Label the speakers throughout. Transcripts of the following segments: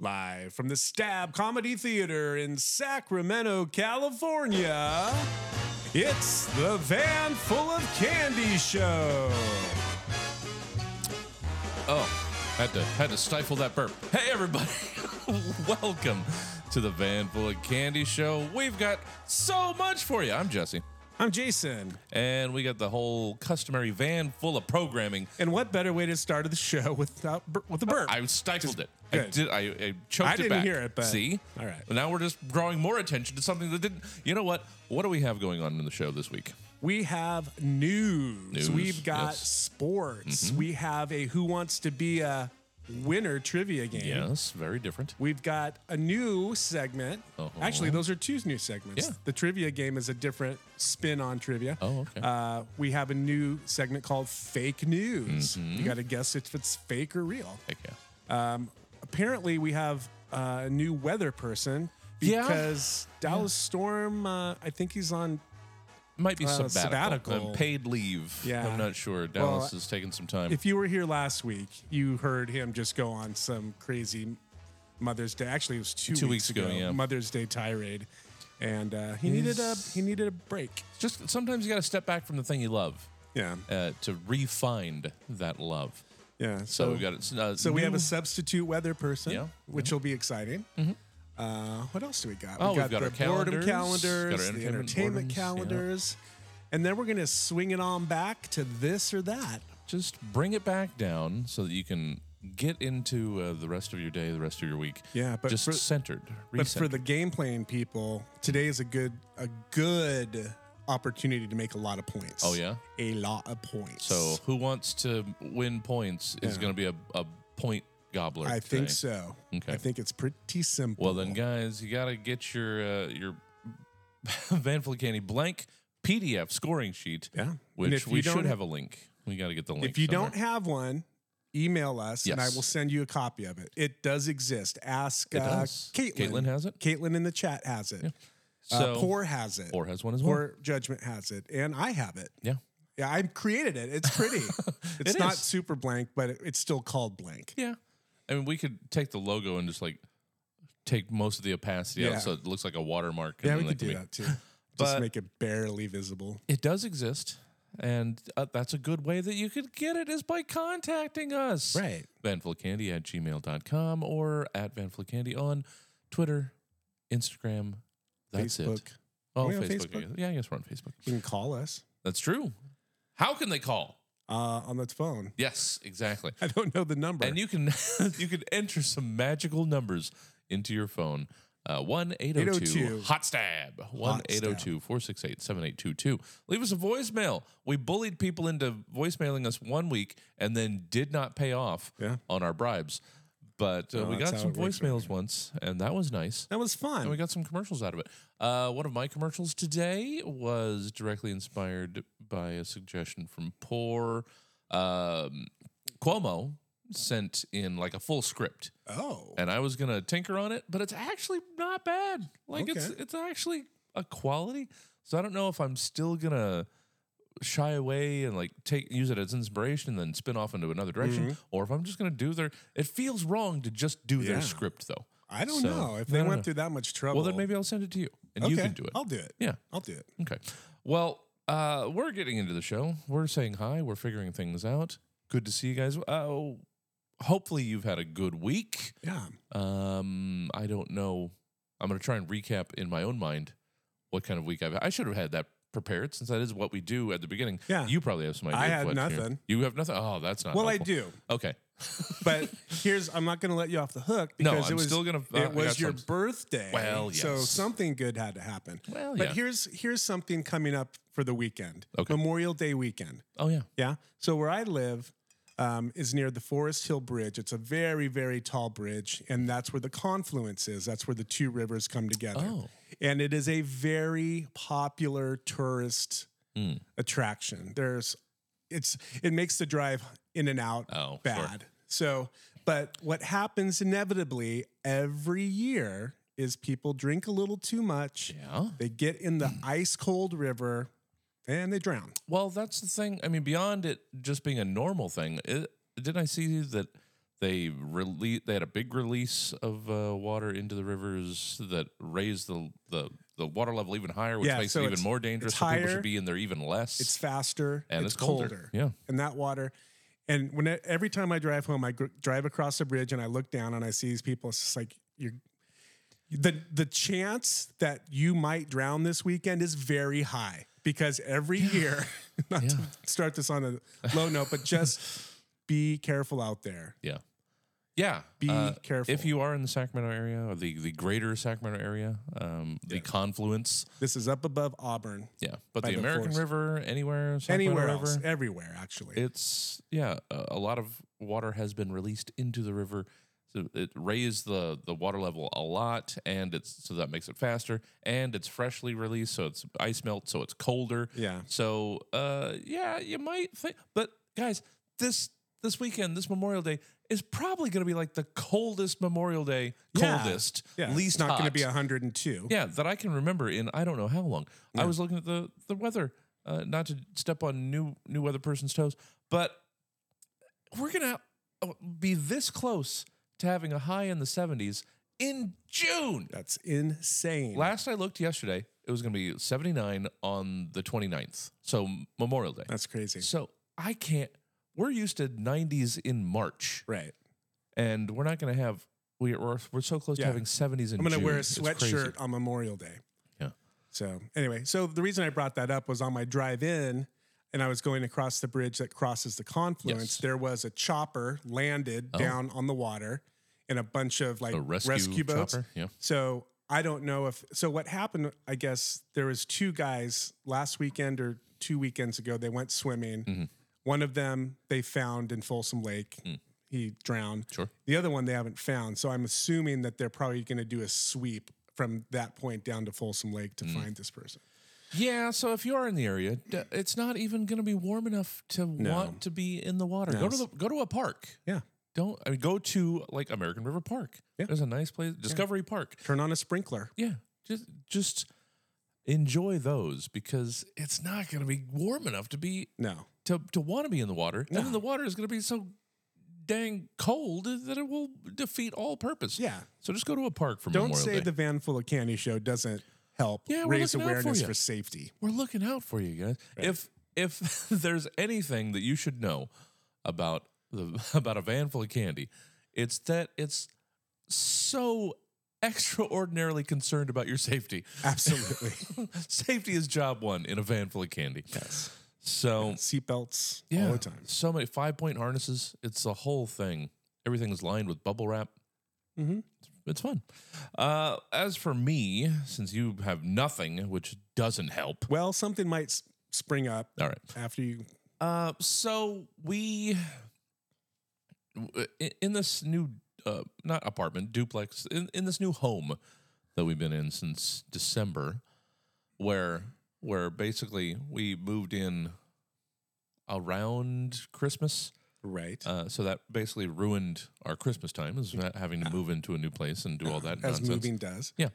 Speaker 1: Live from the Stab Comedy Theater in Sacramento, California, it's the Van Full of Candy Show.
Speaker 2: Oh, had to had to stifle that burp. Hey everybody, welcome to the Van Full of Candy Show. We've got so much for you. I'm Jesse,
Speaker 1: I'm Jason,
Speaker 2: and we got the whole customary van full of programming.
Speaker 1: and what better way to start the show without bur- with a burp?
Speaker 2: I stifled it. I
Speaker 1: good.
Speaker 2: did. I, I choked
Speaker 1: I
Speaker 2: it
Speaker 1: didn't
Speaker 2: back.
Speaker 1: hear it, but-
Speaker 2: see,
Speaker 1: all right.
Speaker 2: Now we're just drawing more attention to something that didn't. You know what? What do we have going on in the show this week?
Speaker 1: We have news.
Speaker 2: News,
Speaker 1: We've got
Speaker 2: yes. Mm-hmm.
Speaker 1: sports. We have a Who Wants to Be a Winner trivia game.
Speaker 2: Yes, very different.
Speaker 1: We've got a new segment.
Speaker 2: Uh-huh.
Speaker 1: Actually, those are two new segments.
Speaker 2: Yeah.
Speaker 1: The trivia game is a different spin on trivia.
Speaker 2: Oh, okay.
Speaker 1: Uh, we have a new segment called Fake News. You got to guess if it's fake or real.
Speaker 2: Mm-hmm.
Speaker 1: Um,
Speaker 2: Heck yeah.
Speaker 1: Apparently, we have uh, a new weather person
Speaker 2: Yeah.
Speaker 1: because Dallas Storm, uh, I think he's on.
Speaker 2: Might be
Speaker 1: Uh,
Speaker 2: sabbatical,
Speaker 1: sabbatical.
Speaker 2: Uh, paid leave.
Speaker 1: Yeah.
Speaker 2: I'm not sure. Dallas
Speaker 1: Well,
Speaker 2: is taking some time.
Speaker 1: If you were here last week, you heard him just go on some crazy Mother's Day. Actually, it was two,
Speaker 2: Two weeks ago, yeah.
Speaker 1: Mother's Day tirade, and uh, he needed a he needed a break.
Speaker 2: just sometimes you got to step back from the thing you love
Speaker 1: Yeah,
Speaker 2: uh, to refind that love.
Speaker 1: yeah.
Speaker 2: So, we got it. Uh,
Speaker 1: So we have
Speaker 2: new-
Speaker 1: a substitute weather person,
Speaker 2: Yeah. Mm-hmm.
Speaker 1: which will be exciting. Uh, what else do we got?
Speaker 2: Oh, we've got our
Speaker 1: the boredom
Speaker 2: calendars,
Speaker 1: calendars,
Speaker 2: got our
Speaker 1: the
Speaker 2: entertainment boredoms,
Speaker 1: entertainment
Speaker 2: yeah.
Speaker 1: calendars, and then we're going to swing it on back to this or that.
Speaker 2: just bring it back down so that you can get into uh, the rest of your day, the rest of your week.
Speaker 1: Yeah, but
Speaker 2: just
Speaker 1: for-
Speaker 2: centered.
Speaker 1: But for
Speaker 2: recentered.
Speaker 1: the game playing people, today is a good a good opportunity to make a lot of points.
Speaker 2: Oh, yeah?
Speaker 1: a lot of points.
Speaker 2: so who wants to win points is
Speaker 1: Yeah.
Speaker 2: going to be a, a point gobbler.
Speaker 1: I
Speaker 2: today.
Speaker 1: think so.
Speaker 2: Okay.
Speaker 1: I think it's pretty simple.
Speaker 2: Well then, guys, you got to get your uh, your Van Fleet Candy blank PDF scoring sheet.
Speaker 1: Yeah. And
Speaker 2: which
Speaker 1: if you
Speaker 2: we
Speaker 1: don't-
Speaker 2: should have a link. We got to get the link.
Speaker 1: If you
Speaker 2: somewhere.
Speaker 1: don't have one, email us and I
Speaker 2: Yes.
Speaker 1: will send you a copy of it. It does exist. Ask uh,
Speaker 2: does.
Speaker 1: Caitlin.
Speaker 2: Caitlin has it?
Speaker 1: Caitlin in the chat has it.
Speaker 2: so
Speaker 1: uh, Poor has it.
Speaker 2: Poor has one as well.
Speaker 1: Poor Judgment has it. And I have it.
Speaker 2: yeah.
Speaker 1: Yeah, I created it. It's pretty. it's
Speaker 2: It
Speaker 1: not
Speaker 2: is.
Speaker 1: super blank, but it- it's still called blank.
Speaker 2: Yeah. I mean, we could take the logo and just like take most of the opacity
Speaker 1: Yeah.
Speaker 2: out so it looks like a watermark.
Speaker 1: Yeah,
Speaker 2: and
Speaker 1: we
Speaker 2: then
Speaker 1: could
Speaker 2: they
Speaker 1: do
Speaker 2: can
Speaker 1: that too. Just
Speaker 2: But-
Speaker 1: make it barely visible.
Speaker 2: be- It does exist. And uh, that's a good way that you could get it is by contacting us.
Speaker 1: Right.
Speaker 2: VanFlipCandy at gmail.com or at VanFlipCandy on Twitter, Instagram. That's
Speaker 1: Facebook.
Speaker 2: it. Oh,
Speaker 1: we on
Speaker 2: Facebook. I
Speaker 1: Facebook?
Speaker 2: guess. Yeah, I guess we're on Facebook.
Speaker 1: You can call us
Speaker 2: That's true. How can they call?
Speaker 1: uh, on the phone.
Speaker 2: Yes, exactly.
Speaker 1: I don't know the number.
Speaker 2: And you can you can enter some magical numbers into your phone. Uh, 1
Speaker 1: 802.
Speaker 2: 802 Hot Stab. oh 1
Speaker 1: Hot stab.
Speaker 2: 802 468 7822. Leave us a voicemail. We bullied people into voicemailing us one week and then did not pay off
Speaker 1: Yeah.
Speaker 2: on our bribes. But uh, we
Speaker 1: that's
Speaker 2: got
Speaker 1: how
Speaker 2: some
Speaker 1: it works
Speaker 2: voicemails once, and that was nice.
Speaker 1: that was fun.
Speaker 2: And we got some commercials out of it. Uh, one of my commercials today was directly inspired by a suggestion from poor um, Cuomo sent in like a full script,
Speaker 1: oh.
Speaker 2: and I was gonna tinker on it, but it's actually not bad. Like it's
Speaker 1: Okay.
Speaker 2: it's actually a quality. So I don't know if I'm still gonna shy away and like take use it as inspiration and then spin off into another direction or if i'm just going to do their it feels wrong to just do
Speaker 1: Mm-hmm. Yeah.
Speaker 2: their script though
Speaker 1: I don't
Speaker 2: So,
Speaker 1: know. If
Speaker 2: I
Speaker 1: they
Speaker 2: don't
Speaker 1: went
Speaker 2: know.
Speaker 1: through that much trouble.
Speaker 2: well then maybe i'll send it to you and you can do it
Speaker 1: I'll do it.
Speaker 2: yeah.
Speaker 1: I'll do it.
Speaker 2: Okay. Well, uh, we're getting into the show. We're saying hi. We're figuring things out. Good to see you guys. Uh, hopefully, you've had a good week.
Speaker 1: Yeah.
Speaker 2: Um, I don't know. I'm going to try and recap in my own mind what kind of week I've had. I should have had that prepared since that is what we do at the beginning.
Speaker 1: Yeah.
Speaker 2: You probably have some idea.
Speaker 1: I
Speaker 2: of
Speaker 1: had
Speaker 2: what's here.
Speaker 1: nothing.
Speaker 2: You have nothing? Oh, that's not
Speaker 1: Well, I
Speaker 2: helpful.
Speaker 1: do,
Speaker 2: Okay.
Speaker 1: but here's I'm not going to let you off the hook
Speaker 2: No,
Speaker 1: because
Speaker 2: I'm
Speaker 1: it was
Speaker 2: still gonna- uh, I
Speaker 1: it
Speaker 2: got
Speaker 1: was your
Speaker 2: some-
Speaker 1: birthday.
Speaker 2: Well,
Speaker 1: so
Speaker 2: yes.
Speaker 1: something good had to happen.
Speaker 2: Well,
Speaker 1: but
Speaker 2: yeah.
Speaker 1: here's here's something coming up for the weekend,
Speaker 2: Okay.
Speaker 1: Memorial Day weekend.
Speaker 2: Oh, yeah.
Speaker 1: Yeah. So where I live um, is near the Forest Hill Bridge. It's a very, very tall bridge, and that's where the confluence is. That's where the two rivers come together.
Speaker 2: Oh.
Speaker 1: And it is a very popular tourist
Speaker 2: Hmm.
Speaker 1: attraction. There's, it's it makes the drive in and out
Speaker 2: Oh, sure.
Speaker 1: bad. So, but what happens inevitably every year is people drink a little too much.
Speaker 2: Yeah. Hmm.
Speaker 1: They get in the ice cold river, and they drown.
Speaker 2: Well, that's the thing. I mean, beyond it just being a normal thing, it, didn't I see that They rele- They had a big release of uh, water into the rivers that raised the the, the water level even higher, which
Speaker 1: Yeah,
Speaker 2: makes
Speaker 1: so
Speaker 2: it even
Speaker 1: it's-
Speaker 2: more dangerous.
Speaker 1: it's
Speaker 2: So people
Speaker 1: higher,
Speaker 2: should be in there even less.
Speaker 1: It's faster
Speaker 2: and it's,
Speaker 1: it's, colder.
Speaker 2: Yeah,
Speaker 1: And that water. And when I- every time I drive home, I gr- drive across the bridge and I look down and I see these people. It's just like you're. The, the chance that you might drown this weekend is very high because every year, not to
Speaker 2: Yeah.
Speaker 1: start this on a low note, but just be careful out there.
Speaker 2: yeah.
Speaker 1: Be
Speaker 2: Uh,
Speaker 1: careful.
Speaker 2: If you are in the Sacramento area or the, the greater Sacramento area, um, the
Speaker 1: Yeah.
Speaker 2: confluence,
Speaker 1: this is up above Auburn,
Speaker 2: yeah, but
Speaker 1: By
Speaker 2: the
Speaker 1: the
Speaker 2: American
Speaker 1: forest.
Speaker 2: River, anywhere, Sacramento
Speaker 1: anywhere
Speaker 2: River,
Speaker 1: else, everywhere actually.
Speaker 2: it's yeah, a, a lot of water has been released into the river, so it raised the the water level a lot, and it's so that makes it faster, and it's freshly released, so it's ice melt, so it's colder,
Speaker 1: yeah,
Speaker 2: So uh yeah, you might think but guys, this this weekend, this Memorial Day is probably going to be like the coldest Memorial Day,
Speaker 1: Yeah.
Speaker 2: coldest,
Speaker 1: yeah.
Speaker 2: least
Speaker 1: not going
Speaker 2: hot.
Speaker 1: to be 102.
Speaker 2: Yeah, that I can remember in I don't know how long.
Speaker 1: Yeah.
Speaker 2: I was looking at the the weather, uh, not to step on new new weather person's toes, but we're gonna uh, be this close to having a high in the 70s in June.
Speaker 1: That's insane.
Speaker 2: Last I looked yesterday, it was going to be 79 on the 29th. So Memorial Day.
Speaker 1: That's crazy.
Speaker 2: So I can't. We're used to 90s in March,
Speaker 1: Right.
Speaker 2: and we're not going to have. We are, we're so close
Speaker 1: Yeah.
Speaker 2: to having 70s in
Speaker 1: I'm going to
Speaker 2: June.
Speaker 1: wear a
Speaker 2: It's crazy.
Speaker 1: sweatshirt on Memorial Day.
Speaker 2: Yeah.
Speaker 1: So, anyway, so the reason I brought that up was on my drive in and I was going across the bridge that crosses the confluence.
Speaker 2: Yes.
Speaker 1: There was a chopper landed
Speaker 2: Oh.
Speaker 1: down on the water and a bunch of like
Speaker 2: A
Speaker 1: rescue,
Speaker 2: rescue,
Speaker 1: boats.
Speaker 2: chopper. Yeah.
Speaker 1: So, I don't know if so what happened I guess there was two guys last weekend or two weekends ago they went swimming.
Speaker 2: Mhm.
Speaker 1: One of them they found in Folsom Lake.
Speaker 2: Mm.
Speaker 1: He drowned.
Speaker 2: Sure.
Speaker 1: The other one they haven't found. So I'm assuming that they're probably going to do a sweep from that point down to Folsom Lake
Speaker 2: Mm.
Speaker 1: to find this person.
Speaker 2: Yeah. So if you are in the area, d- it's not even going to be warm enough to
Speaker 1: No.
Speaker 2: want to be in the water.
Speaker 1: No,
Speaker 2: Go to the, go to a park.
Speaker 1: Yeah.
Speaker 2: Don't. I mean, go to like American River Park.
Speaker 1: Yeah.
Speaker 2: There's a nice place, Discovery Park.
Speaker 1: Turn on a sprinkler.
Speaker 2: Yeah. Just just enjoy those because it's not going to be warm enough to be
Speaker 1: No.
Speaker 2: to to want to be in the water, and
Speaker 1: No.
Speaker 2: then the water is going to be so dang cold that it will defeat all purpose.
Speaker 1: Yeah.
Speaker 2: So just go to a park for
Speaker 1: Don't
Speaker 2: Memorial
Speaker 1: say
Speaker 2: Day.
Speaker 1: the van full of candy show doesn't help
Speaker 2: Yeah, we're
Speaker 1: raise
Speaker 2: looking out for
Speaker 1: awareness
Speaker 2: you.
Speaker 1: for safety.
Speaker 2: We're looking out for you guys.
Speaker 1: Right.
Speaker 2: If if there's anything that you should know about the about a van full of candy, it's that it's so extraordinarily concerned about your safety.
Speaker 1: Absolutely.
Speaker 2: safety is job one in a van full of candy.
Speaker 1: yes.
Speaker 2: So
Speaker 1: Seatbelts
Speaker 2: yeah,
Speaker 1: all the time.
Speaker 2: So many five point harnesses. It's the whole thing. Everything is lined with bubble wrap.
Speaker 1: Mhm.
Speaker 2: It's fun. Uh, as for me, since you have nothing, which doesn't help.
Speaker 1: Well, something might s- spring up
Speaker 2: All right.
Speaker 1: after you.
Speaker 2: Uh, so we w- i- in this new uh, not apartment duplex in, in this new home that we've been in since December, where where basically we moved in around Christmas.
Speaker 1: Right.
Speaker 2: Uh, so that basically ruined our Christmas time is ha- having to move into a new place and do all that
Speaker 1: As
Speaker 2: nonsense.
Speaker 1: moving does.
Speaker 2: Yeah.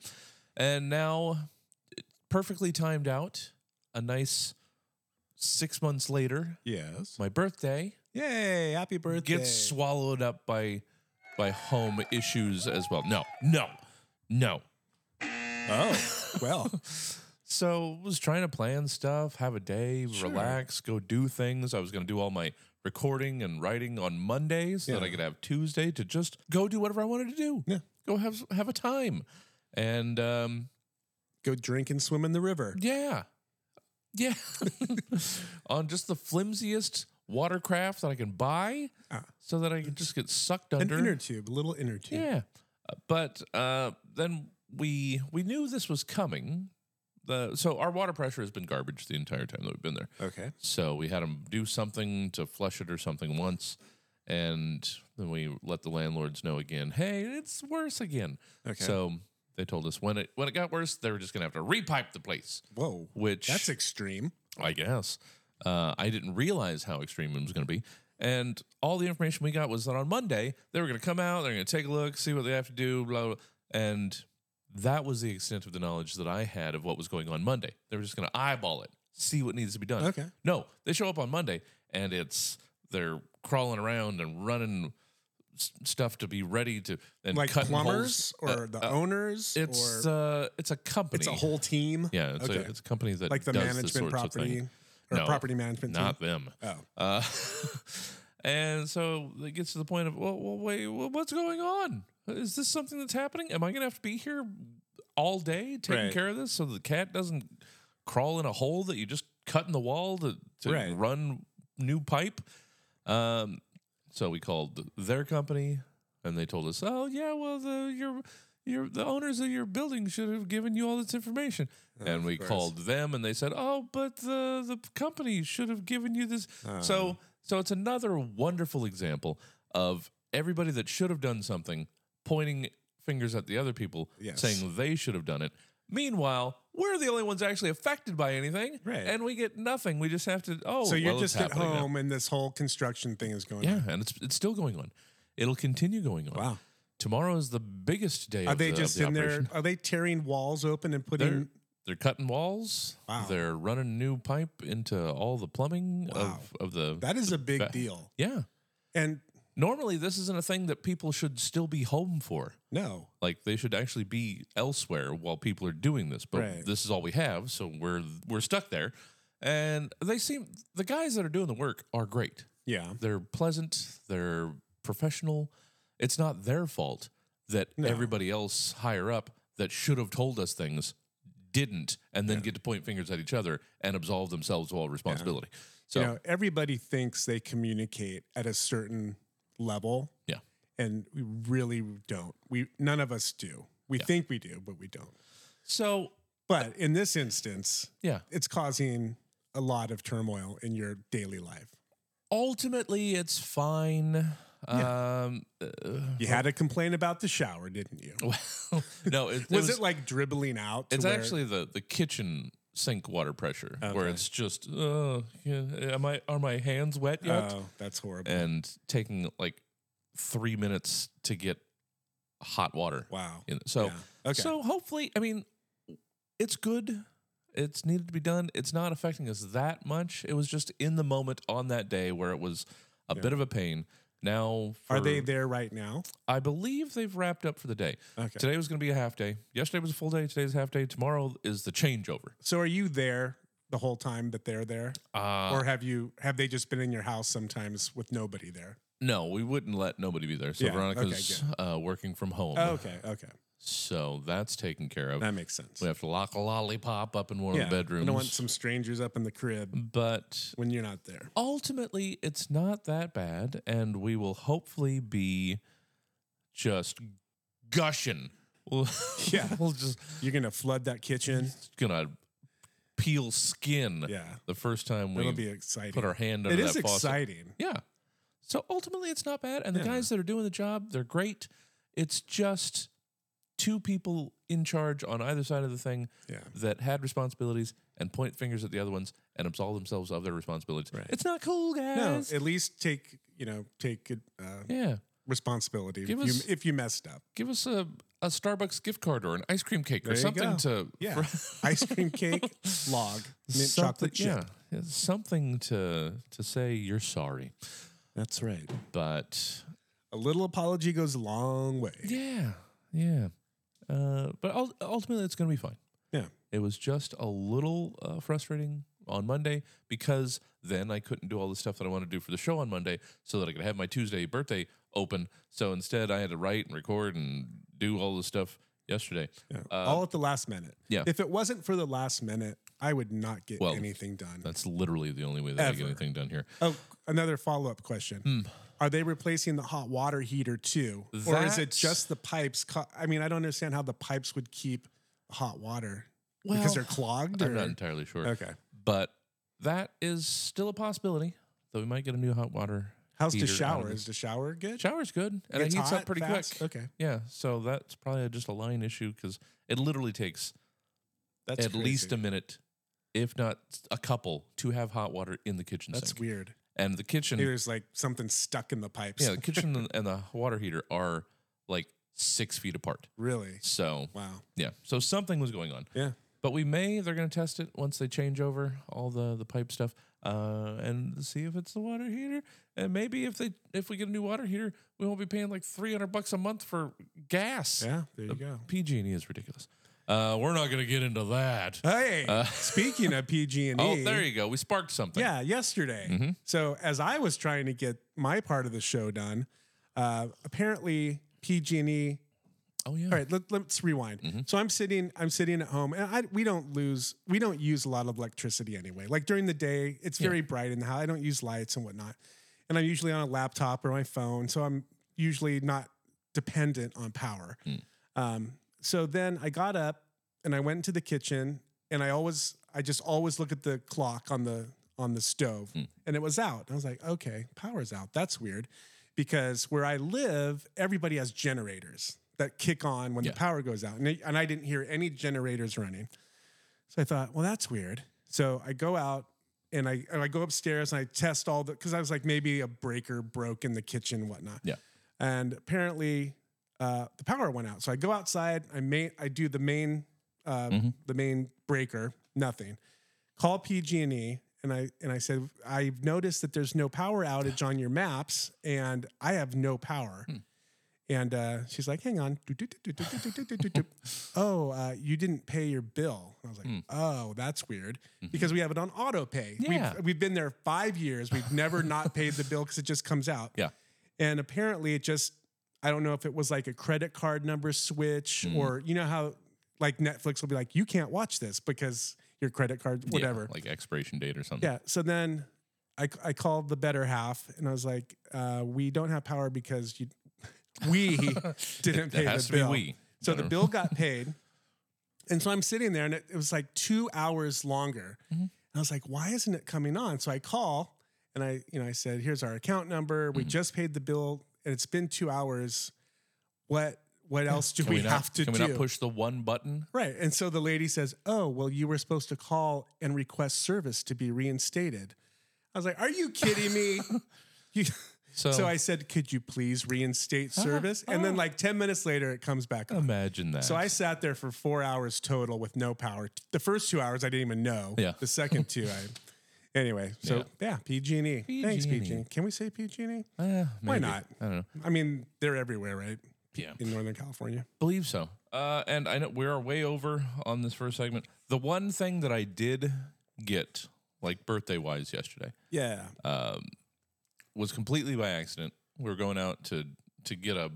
Speaker 2: And now, perfectly timed out, a nice six months later,
Speaker 1: Yes.
Speaker 2: my birthday
Speaker 1: Yay. Happy birthday.
Speaker 2: gets swallowed up by by home issues as well. No, no, no.
Speaker 1: oh, well.
Speaker 2: So was trying to plan stuff, have a day,
Speaker 1: Sure.
Speaker 2: relax, go do things. I was going to do all my recording and writing on Mondays, so that I
Speaker 1: Yeah.
Speaker 2: could have Tuesday to just go do whatever I wanted to do.
Speaker 1: Yeah.
Speaker 2: Go have have a time. And um
Speaker 1: Go drink and swim in the river.
Speaker 2: Yeah. Yeah. On just the flimsiest watercraft that I can buy
Speaker 1: Ah.
Speaker 2: so that I can just get sucked
Speaker 1: An
Speaker 2: under.
Speaker 1: inner tube, a little inner tube.
Speaker 2: Mm-hmm. yeah. Uh, But uh, then we we knew this was coming. The, so our water pressure has been garbage the entire time that we've been there.
Speaker 1: Okay.
Speaker 2: So we had them do something to flush it or something once. And then we let the landlords know again, hey, it's worse again.
Speaker 1: Okay.
Speaker 2: So they told us when it when it got worse, they were just gonna have to repipe the place.
Speaker 1: Whoa.
Speaker 2: Which
Speaker 1: That's extreme.
Speaker 2: I guess. Uh, I didn't realize how extreme it was going to be. And all the information we got was that on Monday, they were going to come out, they're going to take a look, see what they have to do, blah, blah. And that was the extent of the knowledge that I had of what was going on Monday. They were just going to eyeball it, see what needs to be done.
Speaker 1: Okay.
Speaker 2: No, they show up on Monday and it's they're crawling around and running s- stuff to be ready to and
Speaker 1: like
Speaker 2: cut holes.
Speaker 1: plumbers or
Speaker 2: Uh,
Speaker 1: the
Speaker 2: uh,
Speaker 1: owners
Speaker 2: it's
Speaker 1: or
Speaker 2: uh, it's a company.
Speaker 1: it's a whole team
Speaker 2: yeah. It's, a,
Speaker 1: okay.
Speaker 2: it's companies that
Speaker 1: like the
Speaker 2: does this
Speaker 1: management
Speaker 2: sorts of thing.
Speaker 1: property or
Speaker 2: No,
Speaker 1: property management
Speaker 2: not them.
Speaker 1: team oh
Speaker 2: Uh, and so it gets to the point of, well, well, wait, well, what's going on? Is this something that's happening? Am I going to have to be here all day taking
Speaker 1: Right.
Speaker 2: care of this so the cat doesn't crawl in a hole that you just cut in the wall to, to
Speaker 1: Right.
Speaker 2: run new pipe? Um, so we called their company and they told us, oh, yeah, well, the, your, your, the owners of your building should have given you all this information and
Speaker 1: of
Speaker 2: we
Speaker 1: course.
Speaker 2: called them and they said oh but the the company should have given you this
Speaker 1: Uh-huh.
Speaker 2: so so it's another wonderful example of everybody that should have done something pointing fingers at the other people
Speaker 1: Yes.
Speaker 2: saying they should have done it meanwhile we're the only ones actually affected by anything
Speaker 1: Right.
Speaker 2: and we get nothing we just have to oh
Speaker 1: so you're
Speaker 2: well, it's
Speaker 1: just at
Speaker 2: happening now.
Speaker 1: home and this whole construction thing is going on
Speaker 2: yeah and it's it's still going on it'll continue going on
Speaker 1: wow
Speaker 2: tomorrow is the biggest day
Speaker 1: are
Speaker 2: of
Speaker 1: they
Speaker 2: the, of
Speaker 1: just
Speaker 2: the
Speaker 1: in
Speaker 2: operation.
Speaker 1: there are they tearing walls open and putting
Speaker 2: They're- They're cutting walls.
Speaker 1: Wow.
Speaker 2: They're running new pipe into all the plumbing
Speaker 1: Wow.
Speaker 2: of, of the.
Speaker 1: that is a big
Speaker 2: Ba-
Speaker 1: deal
Speaker 2: yeah.
Speaker 1: and
Speaker 2: Normally, this isn't a thing that people should still be home for.
Speaker 1: no
Speaker 2: Like they should actually be elsewhere while people are doing this. But
Speaker 1: Right.
Speaker 2: this is all we have, so we're we're stuck there. And they seem the guys that are doing the work are great.
Speaker 1: yeah
Speaker 2: They're pleasant. They're professional. It's not their fault that
Speaker 1: No.
Speaker 2: everybody else higher up that should have told us things didn't, and then get to point fingers at each other and absolve themselves of all responsibility. So
Speaker 1: you know, everybody thinks they communicate at a certain level.
Speaker 2: Yeah.
Speaker 1: And we really don't. We none of us do. We
Speaker 2: Yeah.
Speaker 1: think we do, but we don't.
Speaker 2: so
Speaker 1: But in this instance,
Speaker 2: yeah.
Speaker 1: it's causing a lot of turmoil in your daily life.
Speaker 2: Ultimately, it's fine. Um, uh,
Speaker 1: You had a complaint about the shower, didn't you?
Speaker 2: well, no, it, it
Speaker 1: was,
Speaker 2: was,
Speaker 1: it like dribbling out? to
Speaker 2: it's
Speaker 1: where-
Speaker 2: actually the the kitchen sink water pressure where
Speaker 1: Okay.
Speaker 2: it's just uh, yeah, am I are my hands wet yet?
Speaker 1: Oh, that's horrible.
Speaker 2: and taking like three minutes to get hot water.
Speaker 1: wow.
Speaker 2: In. So,
Speaker 1: Yeah. okay.
Speaker 2: so hopefully, I mean, it's good. It's needed to be done. It's not affecting us that much. It was just in the moment on that day where it was a
Speaker 1: Yeah.
Speaker 2: bit of a pain. Now,
Speaker 1: are
Speaker 2: for-
Speaker 1: they there right now?
Speaker 2: I believe they've wrapped up for the day.
Speaker 1: Okay.
Speaker 2: Today was going to be a half day. Yesterday was a full day. Today's a half day. Tomorrow is the changeover.
Speaker 1: So are you there the whole time that they're there?
Speaker 2: Uh,
Speaker 1: or have you have they just been in your house sometimes with nobody there?
Speaker 2: no, we wouldn't let nobody be there. So
Speaker 1: Yeah, okay,
Speaker 2: Veronica's uh, working from home.
Speaker 1: Oh, okay, okay,
Speaker 2: So that's taken care of.
Speaker 1: that makes sense.
Speaker 2: We have to lock a lollipop up in one of the
Speaker 1: You
Speaker 2: bedrooms.
Speaker 1: don't want some strangers up in the crib
Speaker 2: but
Speaker 1: when you're not there.
Speaker 2: ultimately, it's not that bad, and we will hopefully be just gushing. We'll,
Speaker 1: Yeah.
Speaker 2: we'll just
Speaker 1: You're gonna flood that kitchen.
Speaker 2: gonna peel skin
Speaker 1: Yeah,
Speaker 2: the first time we
Speaker 1: it'll be exciting.
Speaker 2: put our hand under
Speaker 1: it
Speaker 2: that
Speaker 1: is
Speaker 2: faucet.
Speaker 1: exciting.
Speaker 2: Yeah. So ultimately, it's not bad, and the
Speaker 1: Yeah.
Speaker 2: guys that are doing the job, they're great. It's just two people in charge on either side of the thing
Speaker 1: Yeah,
Speaker 2: that had responsibilities and point fingers at the other ones and absolve themselves of their responsibilities.
Speaker 1: Right.
Speaker 2: It's not cool,
Speaker 1: no,
Speaker 2: guys.
Speaker 1: at least take you know take good, uh,
Speaker 2: yeah.
Speaker 1: responsibility if
Speaker 2: Give
Speaker 1: you,
Speaker 2: us-
Speaker 1: if you messed up.
Speaker 2: Give us a, a Starbucks gift card or an ice cream cake
Speaker 1: There
Speaker 2: or
Speaker 1: you
Speaker 2: something
Speaker 1: go.
Speaker 2: to
Speaker 1: Yeah, ice cream cake, log, mint
Speaker 2: something-
Speaker 1: chocolate chip.
Speaker 2: Yeah, yeah, something to to say you're sorry.
Speaker 1: That's right.
Speaker 2: But
Speaker 1: A little apology goes a long way.
Speaker 2: yeah, yeah. Uh, but ul- ultimately, it's going to be fine.
Speaker 1: Yeah.
Speaker 2: It was just a little uh, frustrating on Monday because then I couldn't do all the stuff that I wanted to do for the show on Monday so that I could have my Tuesday birthday open. So instead, I had to write and record and do all the stuff yesterday.
Speaker 1: Yeah.
Speaker 2: Uh,
Speaker 1: All at the last minute.
Speaker 2: yeah.
Speaker 1: If it wasn't for the last minute, I would not get
Speaker 2: Well,
Speaker 1: anything done.
Speaker 2: That's literally the only way that I get
Speaker 1: Ever.
Speaker 2: anything done here.
Speaker 1: Oh, another follow up question.
Speaker 2: Hmm.
Speaker 1: Are they replacing the hot water heater too? or is it
Speaker 2: That's-
Speaker 1: just the pipes? co- I mean, I don't understand how the pipes would keep hot water because they're clogged.
Speaker 2: I'm
Speaker 1: or-
Speaker 2: not entirely sure,
Speaker 1: Okay.
Speaker 2: but that is still a possibility that we might get a new hot water.
Speaker 1: How's the
Speaker 2: Heater
Speaker 1: shower?
Speaker 2: automatic.
Speaker 1: Is the shower good?
Speaker 2: Shower's good and it
Speaker 1: Gets
Speaker 2: heats up
Speaker 1: hot
Speaker 2: pretty
Speaker 1: fast?
Speaker 2: quick.
Speaker 1: Okay.
Speaker 2: Yeah, so that's probably just a line issue because it literally takes
Speaker 1: That's
Speaker 2: at least a
Speaker 1: crazy.
Speaker 2: minute, if not a couple, to have hot water in the kitchen
Speaker 1: That's
Speaker 2: sink.
Speaker 1: weird.
Speaker 2: And the kitchen,
Speaker 1: Maybe There's like something stuck in the pipes.
Speaker 2: yeah, the kitchen and- and the water heater are like six feet apart.
Speaker 1: really?
Speaker 2: So
Speaker 1: Wow.
Speaker 2: yeah, so something was going on.
Speaker 1: Yeah.
Speaker 2: But we may they're going to test it once they change over all the the pipe stuff. uh, and see if it's the water heater. And maybe if they if we get a new water heater, we won't be paying like three hundred bucks a month for gas.
Speaker 1: Yeah, there you go.
Speaker 2: PG and E is ridiculous. Uh, we're not going to get into that.
Speaker 1: Hey,
Speaker 2: Uh,
Speaker 1: speaking of PG&E,
Speaker 2: Oh, there you go. We sparked something. Mm-hmm.
Speaker 1: Yeah, yesterday. So as I was trying to get my part of the show done, uh, apparently PG&E.
Speaker 2: Oh yeah.
Speaker 1: E
Speaker 2: Mm-hmm.
Speaker 1: All right, let, let's rewind. So I'm sitting, I'm sitting at home, and I, we don't lose, we don't use a lot of electricity anyway. Like during the day, it's very bright in the house. I don't use lights and whatnot, and I'm usually on a laptop or my phone, so I'm usually not dependent on power.
Speaker 2: Hmm.
Speaker 1: Um, so then I got up and I went into the kitchen and I always I just always look at the clock on the on the stove and it was out. I was like, okay, power's out. That's weird because where I live, everybody has generators that kick on when
Speaker 2: Yeah.
Speaker 1: the power goes out. And, it- and I didn't hear any generators running. So I thought, well, that's weird. So I go out and I and I go upstairs and I test all the because I was like maybe a breaker broke in the kitchen and whatnot.
Speaker 2: Yeah.
Speaker 1: And apparently uh, the power went out. So I go outside. I main I do the main uh, the main breaker. Nothing. Call PG and E. And I and I said I've noticed that there's no power outage on your maps, and I have no power. And uh, she's like, hang on. Doot, doot, doot, doot, doot, doot, doot, doot, doot. oh, uh, you didn't pay your bill. I was like, oh, that's weird because we have it on auto pay.
Speaker 2: Yeah.
Speaker 1: We've, we've been there five years. We've never not paid the bill because it just comes out.
Speaker 2: Yeah.
Speaker 1: And apparently it just, I don't know if it was like a credit card number switch or you know how like Netflix will be like, you can't watch this because your credit card,
Speaker 2: Yeah,
Speaker 1: whatever.
Speaker 2: like expiration date or something.
Speaker 1: Yeah. So then I, I called the better half and I was like, uh, we don't have power because you, we
Speaker 2: That
Speaker 1: didn't pay
Speaker 2: has
Speaker 1: the
Speaker 2: to
Speaker 1: bill.
Speaker 2: be we.
Speaker 1: So
Speaker 2: I
Speaker 1: the
Speaker 2: don't-
Speaker 1: bill got paid. And so I'm sitting there and it, it was like two hours longer.
Speaker 2: Mm-hmm.
Speaker 1: And I was like, why isn't it coming on? So I call and I, you know, I said, here's our account number.
Speaker 2: Mm-hmm.
Speaker 1: We just paid the bill and it's been two hours. What, what else do
Speaker 2: Can
Speaker 1: we,
Speaker 2: not,
Speaker 1: have to
Speaker 2: Can
Speaker 1: do?
Speaker 2: we not push the one button?
Speaker 1: Right. And so the lady says, Oh, well, you were supposed to call and request service to be reinstated. I was like, Are you kidding me? you,
Speaker 2: So, Uh-huh.
Speaker 1: so I said, Could you please reinstate service? And then, like 10 minutes later, it comes back on.
Speaker 2: imagine that.
Speaker 1: So I sat there for four hours total with no power. The first two hours, I didn't even know.
Speaker 2: Yeah.
Speaker 1: The second two, I. Anyway, so
Speaker 2: Yeah.
Speaker 1: yeah, PG&E. E. Thanks,
Speaker 2: PG&E.
Speaker 1: PG. Can we say PG&E?
Speaker 2: Eh, E. maybe.
Speaker 1: not?
Speaker 2: I don't know.
Speaker 1: I mean, they're everywhere, right?
Speaker 2: Yeah.
Speaker 1: In Northern California.
Speaker 2: Believe so. Uh, and I know we are way over on this first segment. The one thing that I did get, like birthday wise, yesterday um,
Speaker 1: Yeah.
Speaker 2: was completely by accident. We were going out to to get a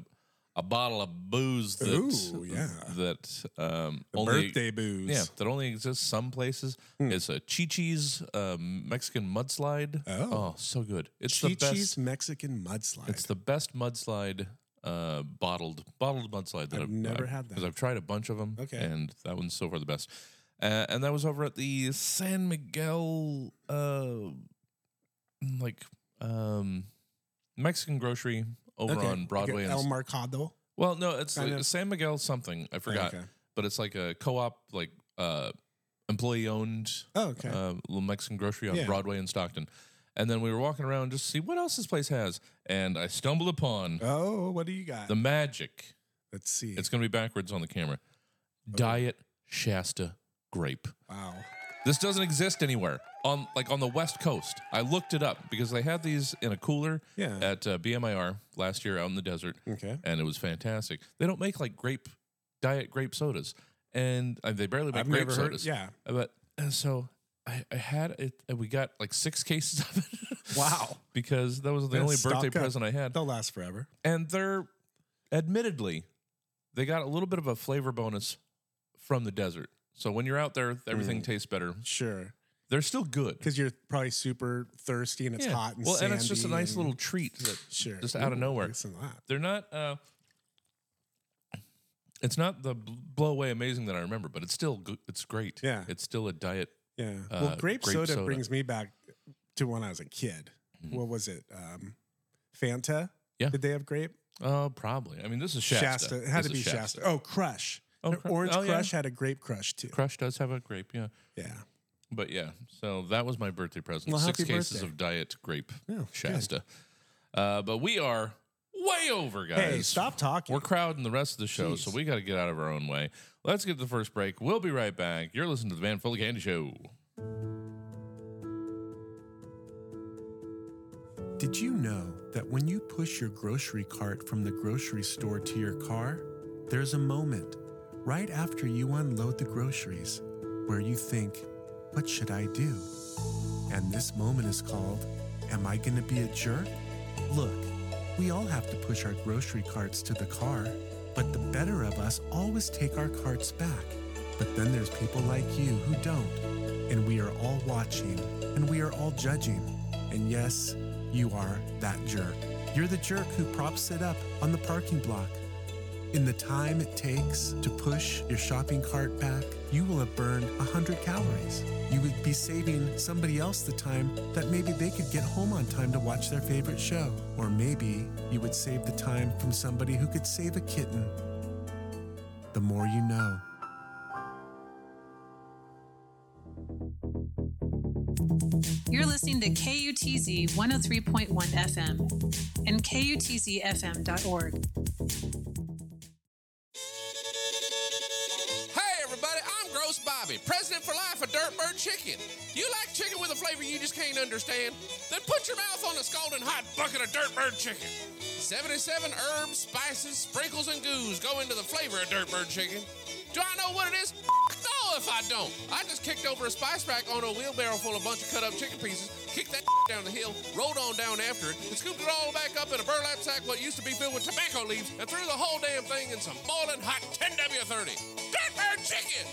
Speaker 2: a bottle of booze that
Speaker 1: Ooh, yeah.
Speaker 2: that um,
Speaker 1: The
Speaker 2: only
Speaker 1: birthday booze. Hmm.
Speaker 2: yeah that only exists some places. It's a Chi-Chi's um, Mexican mudslide.
Speaker 1: Oh.
Speaker 2: so good! It's the best.
Speaker 1: Chi-Chi's Mexican mudslide.
Speaker 2: It's the best mudslide, uh, bottled bottled mudslide that I've,
Speaker 1: never had that.
Speaker 2: because I've tried a bunch of them.
Speaker 1: Okay.
Speaker 2: and that one's so far the best. Uh, and that was over at the San Miguel, uh, like um, Mexican grocery over
Speaker 1: Okay.
Speaker 2: on Broadway.
Speaker 1: Okay,
Speaker 2: and
Speaker 1: El Mercado.
Speaker 2: well, no, it's
Speaker 1: Kind
Speaker 2: uh,
Speaker 1: of-
Speaker 2: San Miguel something I forgot,
Speaker 1: okay.
Speaker 2: but it's like a co-op, like uh, employee owned
Speaker 1: Oh, okay.
Speaker 2: uh, little Mexican grocery on
Speaker 1: Yeah.
Speaker 2: Broadway in Stockton. And then we were walking around just to see what else this place has. And I stumbled upon
Speaker 1: oh, what do you got?
Speaker 2: the magic.
Speaker 1: Let's see.
Speaker 2: It's going to be backwards on the camera. Diet Shasta grape.
Speaker 1: wow.
Speaker 2: This doesn't exist anywhere on like on the West Coast. I looked it up because they had these in a cooler
Speaker 1: Yeah.
Speaker 2: at uh, BMIR last year out in the desert
Speaker 1: Okay.
Speaker 2: and it was fantastic. They don't make like grape diet grape sodas, and uh, they barely make
Speaker 1: I've
Speaker 2: grape
Speaker 1: never heard.
Speaker 2: sodas. Uh,
Speaker 1: Yeah.
Speaker 2: but and so I, I had it. And we got like six cases of it.
Speaker 1: Wow.
Speaker 2: because that was the
Speaker 1: Gotta
Speaker 2: only
Speaker 1: stock
Speaker 2: birthday
Speaker 1: up.
Speaker 2: present I had,
Speaker 1: They'll last forever.
Speaker 2: and they're admittedly they got a little bit of a flavor bonus from the desert. So when you're out there,
Speaker 1: Mm.
Speaker 2: everything tastes better.
Speaker 1: Sure.
Speaker 2: They're still good.
Speaker 1: Because you're probably super thirsty and it's
Speaker 2: Yeah.
Speaker 1: hot and
Speaker 2: well, and it's just a
Speaker 1: sandy
Speaker 2: nice
Speaker 1: and-
Speaker 2: little treat that
Speaker 1: sure
Speaker 2: just out of
Speaker 1: Ooh,
Speaker 2: nowhere.
Speaker 1: thanks a lot.
Speaker 2: they're not uh it's not the bl- blow away amazing that I remember, but it's still g- it's great.
Speaker 1: Yeah.
Speaker 2: it's still a diet.
Speaker 1: Yeah.
Speaker 2: Uh,
Speaker 1: well, grape,
Speaker 2: grape
Speaker 1: soda,
Speaker 2: soda. Mm-hmm.
Speaker 1: brings me back to when I was a kid. What was it? Um, Fanta.
Speaker 2: Yeah.
Speaker 1: Did they have grape?
Speaker 2: Oh, probably. I mean, this is Shasta.
Speaker 1: It had
Speaker 2: This
Speaker 1: to
Speaker 2: is
Speaker 1: be Shasta. Oh, Crush.
Speaker 2: Oh,
Speaker 1: An
Speaker 2: Cru-
Speaker 1: Orange
Speaker 2: oh, yeah.
Speaker 1: Crush had a grape crush too.
Speaker 2: Crush does have a grape, yeah.
Speaker 1: Yeah.
Speaker 2: But yeah, so that was my birthday present.
Speaker 1: Well,
Speaker 2: Six
Speaker 1: happy
Speaker 2: cases
Speaker 1: birthday.
Speaker 2: of diet grape
Speaker 1: Oh, good.
Speaker 2: Shasta. Uh, but we are way over, guys.
Speaker 1: Hey, stop talking.
Speaker 2: We're crowding the rest of the show, so
Speaker 1: Jeez.
Speaker 2: we got to get out of our own way. Let's get to the first break. We'll be right back. You're listening to the Van Full of Candy Show.
Speaker 1: Did you know that when you push your grocery cart from the grocery store to your car, there's a moment right after you unload the groceries where you think, What should I do? And this moment is called, Am I going to be a jerk? Look, we all have to push our grocery carts to the car, but the better of us always take our carts back. But then there's people like you who don't, and we are all watching, and we are all judging. And yes, you are that jerk. You're the jerk who props it up on the parking block. In the time it takes to push your shopping cart back, you will have burned 100 calories. You would be saving somebody else the time that maybe they could get home on time to watch their favorite show. Or maybe you would save the time from somebody who could save a kitten. The more you know.
Speaker 3: You're listening to KUTZ 103.1 FM and KUTZFM.org.
Speaker 4: Hey, everybody, I'm Gross Bobby, president for life of Dirtbird Chicken. You like chicken with a flavor you just can't understand? Then put your mouth on a scalding hot bucket of Dirtbird Chicken. 77 herbs, spices, sprinkles, and goos go into the flavor of Dirtbird Chicken. Do I know what it is? No, if I don't. I just kicked over a spice rack onto a wheelbarrow full of a bunch of cut up chicken pieces, kicked that down the hill, rolled on down after it, and scooped it all back up in a burlap sack what used to be filled with tobacco leaves, and threw the whole damn thing in some boiling hot 10W30. Dirtbird chicken!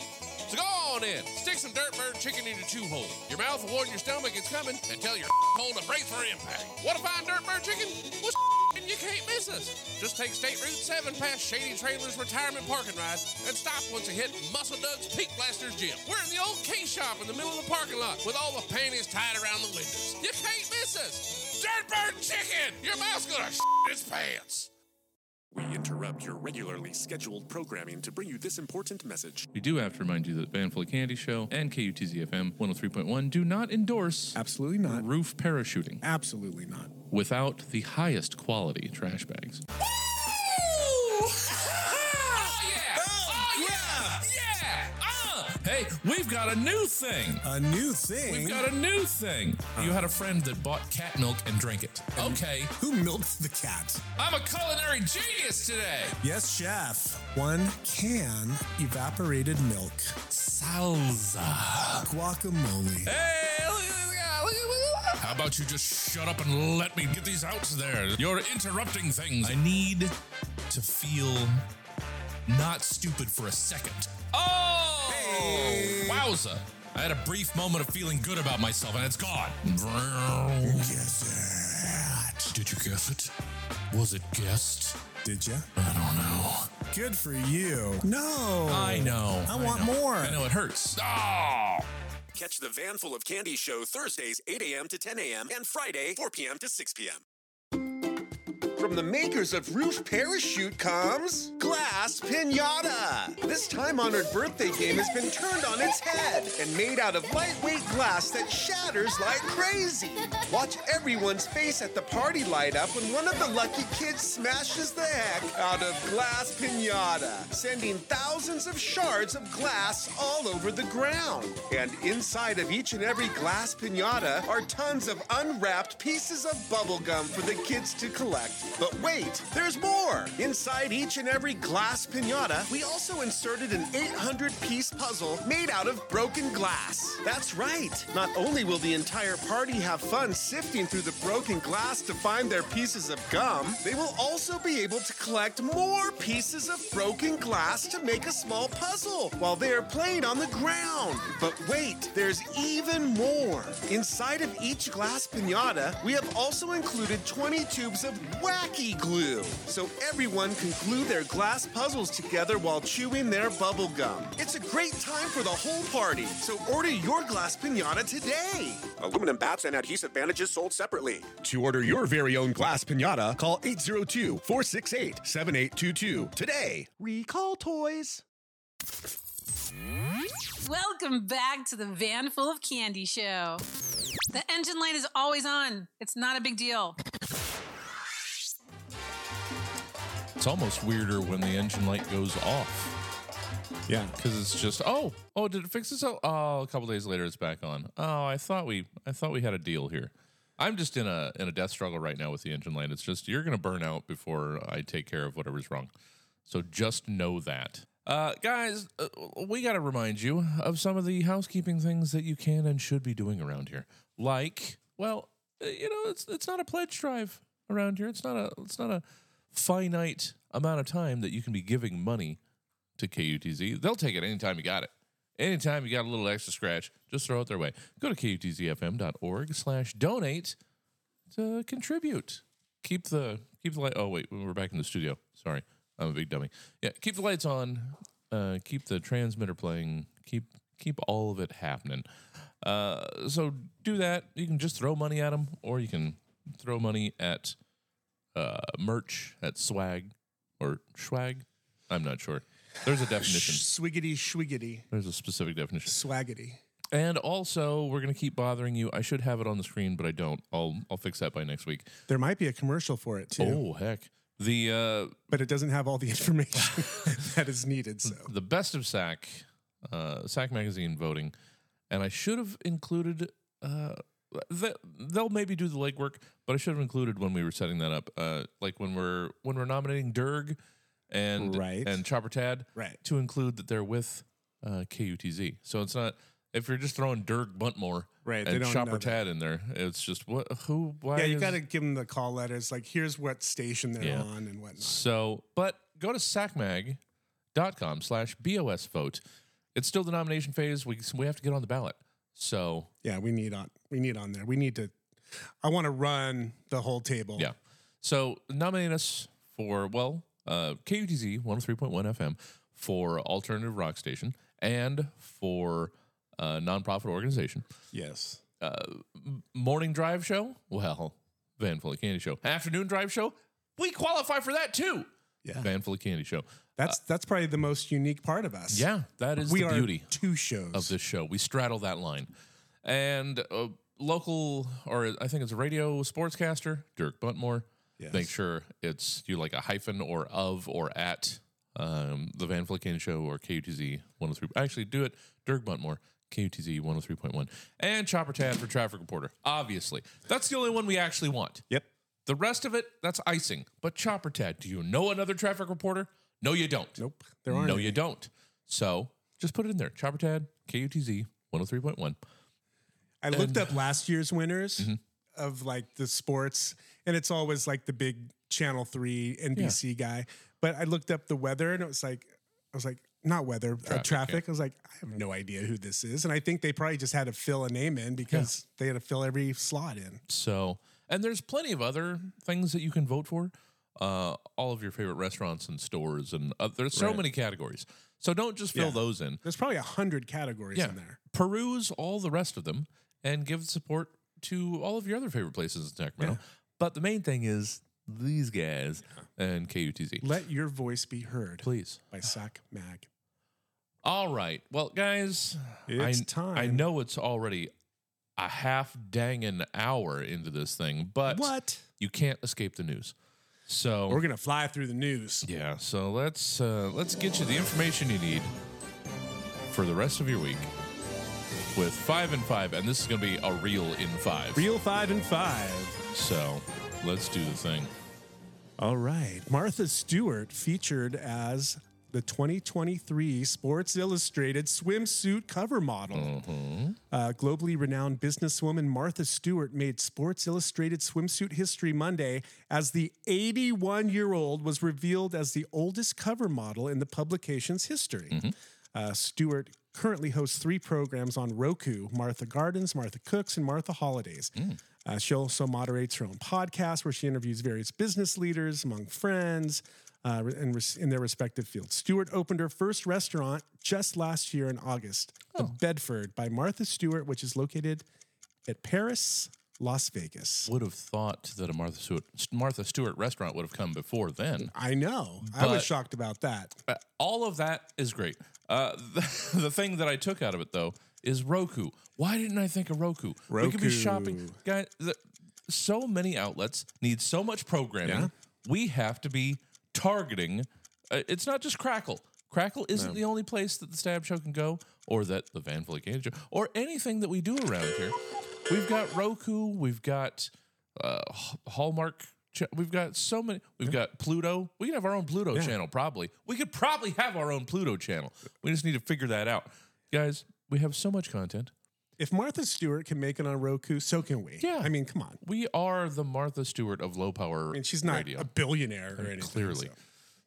Speaker 4: So go on in, stick some dirtbird chicken in your chew hole. Your mouth will warn your stomach it's coming, and tell your hole to brace for impact. What a fine dirtbird chicken? What's and you can't miss us. Just take State Route 7 past Shady Trailers Retirement Parking Ride and stop once you hit Muscle Doug's Peak Blasters Gym. We're in the old K shop in the middle of the parking lot with all the panties tied around the windows. You can't miss us. Dirtbird Chicken! Your mouth's gonna shit its pants.
Speaker 5: We interrupt your regularly scheduled programming to bring you this important message.
Speaker 2: We do have to remind you that the Banful Candy Show and KUTZFM 103.1 do not endorse
Speaker 1: Absolutely not.
Speaker 2: roof parachuting
Speaker 1: Absolutely not.
Speaker 2: without the highest quality trash bags.
Speaker 4: oh yeah! Oh yeah! Yeah!
Speaker 2: Ah, hey, we've got a new thing.
Speaker 1: A new thing. Uh.
Speaker 2: We've got a new thing. You had a friend that bought cat milk and drank it. Okay,
Speaker 1: Who milked the cat?
Speaker 2: I'm a culinary genius today.
Speaker 1: Yes, chef. One can evaporated milk.
Speaker 2: Salsa.
Speaker 1: Guacamole.
Speaker 2: Hey, look at this guy. Look at- look at- How about you just shut up and let me get these out there? You're interrupting things. I need to feel not stupid for a second. Oh! Wowza. I had a brief moment of feeling good about myself and it's gone.
Speaker 1: Yes.
Speaker 2: Did you guess it? Was it guessed?
Speaker 1: Did ya?
Speaker 2: I don't know.
Speaker 1: Good for you. No.
Speaker 2: I know.
Speaker 1: I want
Speaker 2: know.
Speaker 1: more.
Speaker 2: I know it hurts. Oh!
Speaker 5: Catch the Van Full of Candy show Thursdays, 8 a.m. to 10 a.m., and Friday, 4 p.m. to 6 p.m.
Speaker 6: From the makers of Roof Parachute comes Glass Pinata. This time honored birthday game has been turned on its head and made out of lightweight glass that shatters like crazy. Watch everyone's face at the party light up when one of the lucky kids smashes the heck out of Glass Pinata, sending thousands of shards of glass all over the ground. And inside of each and every glass pinata are tons of unwrapped pieces of bubblegum for the kids to collect. But wait, there's more! Inside each and every glass pinata, we also inserted an 800 piece puzzle made out of broken glass. That's right! Not only will the entire party have fun sifting through the broken glass to find their pieces of gum, they will also be able to collect more pieces of broken glass to make a small puzzle while they are playing on the ground. But wait, there's even more. Inside of each glass pinata, we have also included 20 tubes of wacky glue. So everyone can glue their glass puzzles together while chewing their bubble gum. It's a great time for the whole party. So order your glass pinata today.
Speaker 5: Aluminum bats and adhesive bandages sold separately. To order your very own glass pinata, call 802 468 7822 today.
Speaker 6: Recall toys.
Speaker 3: Welcome back to the Van Full of Candy Show. The engine light is always on, it's not a big deal.
Speaker 2: It's almost weirder when the engine light goes off.
Speaker 1: Yeah.
Speaker 2: because it's just oh oh did it fix itself oh a couple days later it's back on oh i thought we i thought we had a deal here I'm just in a in a death struggle right now with the engine light. It's just you're gonna burn out before I take care of whatever's wrong. So just know that, uh, guys. Uh, we gotta remind you of some of the housekeeping things that you can and should be doing around here. Like, well, uh, you know, it's it's not a pledge drive around here. It's not a uh, it's not a finite amount of time that you can be giving money to KUTZ. They'll take it anytime you got it. Anytime you got a little extra scratch, just throw it their way. Go to kutzfm.org slash donate to contribute. Keep the keep the light. Oh wait, we're back in the studio. Sorry, I'm a big dummy. Yeah, keep the lights on. Uh, keep the transmitter playing. Keep keep all of it happening. Uh, so do that. You can just throw money at them, or you can throw money at uh, merch at swag or swag. I'm not sure. There's a definition.
Speaker 1: Swiggity, swiggity,
Speaker 2: There's a specific definition.
Speaker 1: swaggity.
Speaker 2: And also, we're gonna keep bothering you. I should have it on the screen, but I don't. I'll I'll fix that by next week.
Speaker 1: There might be a commercial for it too,
Speaker 2: Oh heck! The uh,
Speaker 1: but it doesn't have all the information that is needed. So
Speaker 2: the best of SAC, uh, SAC magazine voting, and I should have included. Uh, th- they'll maybe do the legwork, but I should have included when we were setting that up. Uh, like when we're when we're nominating Derg and
Speaker 1: Right.
Speaker 2: and Chopper Tad,
Speaker 1: Right.
Speaker 2: to include that they're with uh, KUTZ. So it's not if you're just throwing Derg Buntmore
Speaker 1: Right, they
Speaker 2: and
Speaker 1: don't
Speaker 2: Chopper
Speaker 1: know that.
Speaker 2: Tad in there, it's just what who why
Speaker 1: yeah, you
Speaker 2: is-
Speaker 1: got to give them the call letters. Like here's what station they're
Speaker 2: Yeah.
Speaker 1: on and whatnot.
Speaker 2: So, but go to sacmag.com slash BOS vote. It's still the nomination phase. We, we have to get on the ballot. So,
Speaker 1: Yeah, we need on we need on there. We need to. I want to run the whole table.
Speaker 2: yeah. So nominate us for, well, uh, KUTZ 103.1 FM for Alternative Rock Station and for uh, nonprofit organization.
Speaker 1: Yes.
Speaker 2: Morning drive show? Well, Van Full of Candy Show. Afternoon drive show? We qualify for that too.
Speaker 1: Yeah.
Speaker 2: Van Full of Candy Show.
Speaker 1: That's that's probably the most unique part of us.
Speaker 2: Uh, Yeah, that is
Speaker 1: we
Speaker 2: the
Speaker 1: are
Speaker 2: beauty.
Speaker 1: two shows.
Speaker 2: of this show. We straddle that line. And uh, local, or I think it's a radio sportscaster, Dirk Buntmore.
Speaker 1: Yes.
Speaker 2: Make sure it's you like a hyphen or of or at um, the Van Flicken Show or KUTZ 103. Actually, do it. Dirk Buntmore, KUTZ 103.1. And Chopper Tad for Traffic Reporter. Obviously. That's the only one we actually want.
Speaker 1: Yep.
Speaker 2: The rest of it, that's icing. But Chopper Tad, do you know another traffic reporter? No, you don't.
Speaker 1: Nope. There aren't.
Speaker 2: No,
Speaker 1: any.
Speaker 2: you don't. So just put it in there. Chopper Tad, KUTZ, 103.1.
Speaker 1: I looked up last year's winners
Speaker 2: Mm-hmm.
Speaker 1: of like the sports, and it's always like the big Channel Three NBC guy. But I looked up the weather, and it was like I was like not weather traffic. Uh, traffic. I was like I have no idea who this is, and I think they probably just had to fill a name in because they had to fill every slot in.
Speaker 2: So, and there's plenty of other things that you can vote for. Uh, all of your favorite restaurants and stores, and uh, there's so many categories. So don't just fill
Speaker 1: Yeah.
Speaker 2: those in.
Speaker 1: There's probably a hundred categories
Speaker 2: Yeah.
Speaker 1: in there.
Speaker 2: Peruse all the rest of them and give support to all of your other favorite places in Sacramento. But the main thing is these guys and KUTZ.
Speaker 1: Let your voice be heard
Speaker 2: Please.
Speaker 1: by Sac Mag.
Speaker 2: All right. Well, guys,
Speaker 1: It's
Speaker 2: I, I
Speaker 1: time.
Speaker 2: know it's already a half dang an hour into this thing, but
Speaker 1: What?
Speaker 2: you can't escape the news. So
Speaker 1: We're gonna fly through the news.
Speaker 2: yeah, so let's uh, let's get you the information you need for the rest of your week with five and five, and this is going to be a reel in five.
Speaker 1: Real five and five.
Speaker 2: So let's do the thing.
Speaker 1: All right. Martha Stewart featured as the 2023 Sports Illustrated swimsuit cover model. Uh, globally renowned businesswoman Martha Stewart made Sports Illustrated swimsuit history Monday as the 81 year old was revealed as the oldest cover model in the publication's history.
Speaker 2: Mm-hmm.
Speaker 1: Uh, Stewart currently hosts three programs on Roku Martha Gardens, Martha Cooks, and Martha Holidays.
Speaker 2: Mm.
Speaker 1: Uh, she also moderates her own podcast where she interviews various business leaders among friends uh, in, res- in their respective fields. Stewart opened her first restaurant just last year in August,
Speaker 2: Oh.
Speaker 1: the Bedford by Martha Stewart, which is located at Paris, Las Vegas.
Speaker 2: Would have thought that a Martha Stewart Martha Stewart restaurant would have come before then.
Speaker 1: I know. I was
Speaker 2: But-
Speaker 1: shocked about that.
Speaker 2: Uh, all of that is great. Uh, the, the thing that I took out of it though is Roku. Why didn't I think of Roku? We could be shopping,
Speaker 1: Roku.
Speaker 2: guys. The, so many outlets need so much programming. We have to be targeting. Uh, it's not just Crackle. Crackle isn't the only place that the Stab Show can go, or that the Van Vliet Show, or anything that we do around here. We've got Roku. We've got uh, H- Hallmark. cha- We've got so many. We've got Pluto. We could have our own Pluto channel, probably. We could probably have our own Pluto channel. We just need to figure that out. Guys, we have so much content.
Speaker 1: If Martha Stewart can make it on Roku, so can we.
Speaker 2: Yeah.
Speaker 1: I mean, come on.
Speaker 2: We are the Martha Stewart of low power
Speaker 1: I mean, she's not
Speaker 2: radio.
Speaker 1: a billionaire or anything.
Speaker 2: clearly.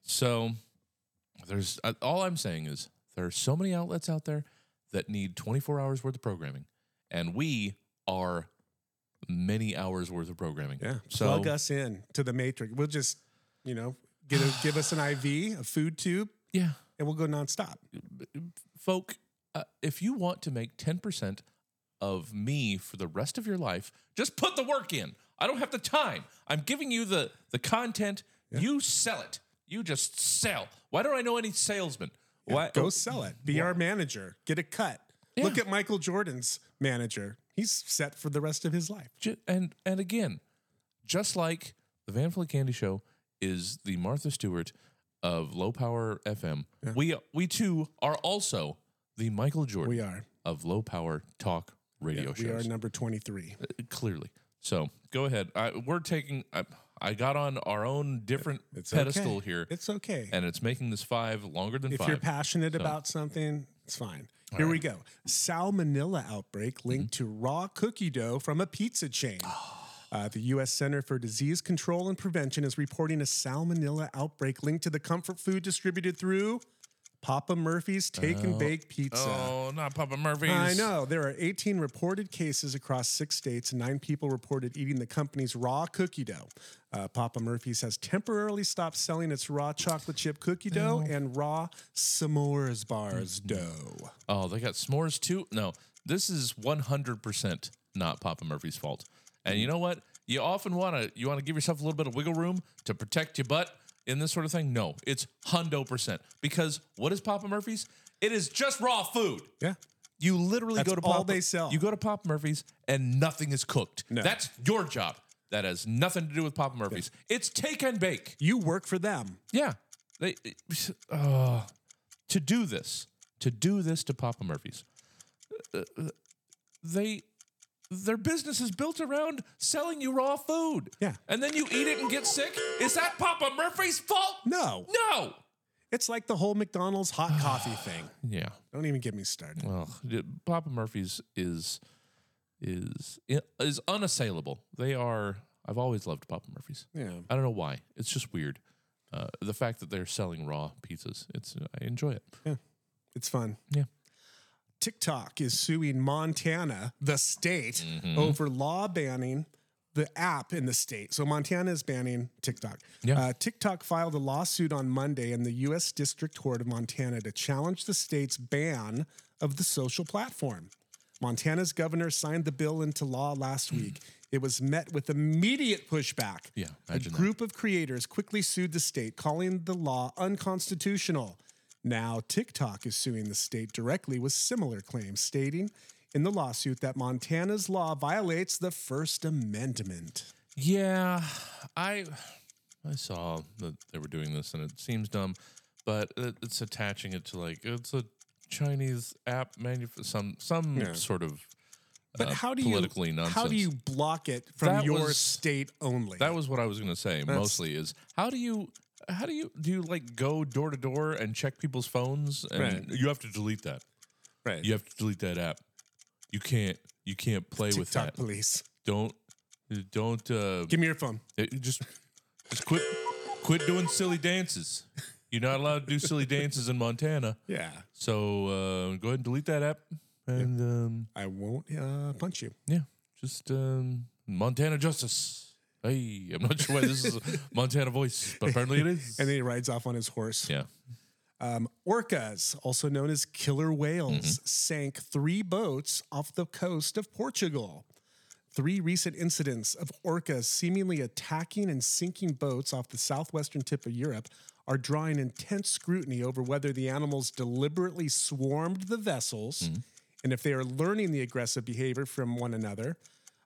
Speaker 1: so.
Speaker 2: So there's uh, all I'm saying is there are so many outlets out there that need 24 hours worth of programming, and we are many hours worth of programming.
Speaker 1: Yeah.
Speaker 2: So
Speaker 1: Plug us in to the matrix. We'll just, you know, get a, give us an IV, a food tube,
Speaker 2: yeah,
Speaker 1: and we'll go nonstop.
Speaker 2: folk, uh, if you want to make 10% of me for the rest of your life, just put the work in. I don't have the time. I'm giving you the the content. You sell it. You just sell. Why don't I know any salesman? Why
Speaker 1: Go sell it. Be our manager. Get a cut. Look at Michael Jordan's manager. He's set for the rest of his life.
Speaker 2: Ju- and and again, just like the Van Fleet Candy Show is the Martha Stewart of low power FM, we we too are also the Michael Jordan
Speaker 1: We are.
Speaker 2: of low power talk radio
Speaker 1: We are
Speaker 2: shows.
Speaker 1: number 23.
Speaker 2: Uh, Clearly, so go ahead. I, we're taking. I, I got on our own different
Speaker 1: It's
Speaker 2: pedestal
Speaker 1: okay.
Speaker 2: here,
Speaker 1: It's okay.
Speaker 2: and it's making this five longer than
Speaker 1: if
Speaker 2: five.
Speaker 1: you're passionate about something, it's fine. Here we go. Salmonella outbreak linked to raw cookie dough from a pizza chain. Uh, the U.S. Center for Disease Control and Prevention is reporting a salmonella outbreak linked to the comfort food distributed through Papa Murphy's Take and Bake Pizza.
Speaker 2: oh, not Papa Murphy's.
Speaker 1: I know. There are 18 reported cases across six states, and nine people reported eating the company's raw cookie dough. Uh, Papa Murphy's has temporarily stopped selling its raw chocolate chip cookie dough and raw s'mores bars
Speaker 2: Mm-hmm.
Speaker 1: dough.
Speaker 2: Oh, they got s'mores too? No, this is 100% not Papa Murphy's fault. And you know what? You often want to you want to give yourself a little bit of wiggle room to protect your butt in this sort of thing. No, it's hundo percent because what is Papa Murphy's? It is just raw food.
Speaker 1: Yeah.
Speaker 2: You literally
Speaker 1: That's
Speaker 2: go to
Speaker 1: all
Speaker 2: Papa,
Speaker 1: they sell.
Speaker 2: You go to Papa Murphy's and nothing is cooked.
Speaker 1: No.
Speaker 2: That's your job. That has nothing to do with Papa Murphy's. It's take and bake.
Speaker 1: You work for them.
Speaker 2: Yeah. They uh, to do this, to do this to Papa Murphy's. uh, uh, They their business is built around selling you raw food.
Speaker 1: Yeah.
Speaker 2: And then you eat it and get sick. Is that Papa Murphy's fault?
Speaker 1: No.
Speaker 2: No.
Speaker 1: It's like the whole McDonald's hot coffee thing.
Speaker 2: Yeah.
Speaker 1: Don't even get me started.
Speaker 2: Well, d- Papa Murphy's is is is unassailable. They are I've always loved Papa Murphy's.
Speaker 1: Yeah.
Speaker 2: I don't know why. It's just weird. Uh, the fact that they're selling raw pizzas. It's I enjoy it.
Speaker 1: It's fun.
Speaker 2: Yeah.
Speaker 1: TikTok is suing Montana, the state,
Speaker 2: Mm-hmm.
Speaker 1: over law banning the app in the state. So Montana is banning TikTok.
Speaker 2: Yeah.
Speaker 1: Uh, TikTok filed a lawsuit on Monday in the U.S. District Court of Montana to challenge the state's ban of the social platform. Montana's governor signed the bill into law last week. It was met with immediate pushback.
Speaker 2: Yeah,
Speaker 1: a
Speaker 2: imagine that.
Speaker 1: group of creators quickly sued the state, calling the law unconstitutional. Now, TikTok is suing the state directly with similar claims, stating in the lawsuit that Montana's law violates the First Amendment.
Speaker 2: Yeah, I I saw that they were doing this, and it seems dumb, but it- it's attaching it to like it's a Chinese app manuf- some some sort of.
Speaker 1: But
Speaker 2: uh,
Speaker 1: how do
Speaker 2: politically
Speaker 1: you
Speaker 2: nonsense?
Speaker 1: how do you block it from
Speaker 2: That
Speaker 1: your
Speaker 2: was-
Speaker 1: state only?
Speaker 2: That was what I was going to say. mostly is how do you how do you do you like go door to door and check people's phones and
Speaker 1: Right.
Speaker 2: you have to delete that.
Speaker 1: right.
Speaker 2: You have to delete that app. You can't you can't play with
Speaker 1: TikTok
Speaker 2: that.
Speaker 1: police.
Speaker 2: Don't don't uh,
Speaker 1: Give me your phone.
Speaker 2: It- it just just quit quit doing silly dances. You're not allowed to do silly dances in Montana.
Speaker 1: Yeah.
Speaker 2: So uh, go ahead and delete that app. And um,
Speaker 1: I won't uh, punch you.
Speaker 2: yeah, just um, Montana justice. Hey, I'm not sure why this is a Montana voice, but apparently it is.
Speaker 1: And then he rides off on his horse. Um,
Speaker 2: yeah.
Speaker 1: Orcas, also known as killer whales,
Speaker 2: Mm-hmm.
Speaker 1: sank three boats off the coast of Portugal. Three recent incidents of orcas seemingly attacking and sinking boats off the southwestern tip of Europe are drawing intense scrutiny over whether the animals deliberately swarmed the vessels
Speaker 2: Mm-hmm.
Speaker 1: and if they are learning the aggressive behavior from one another.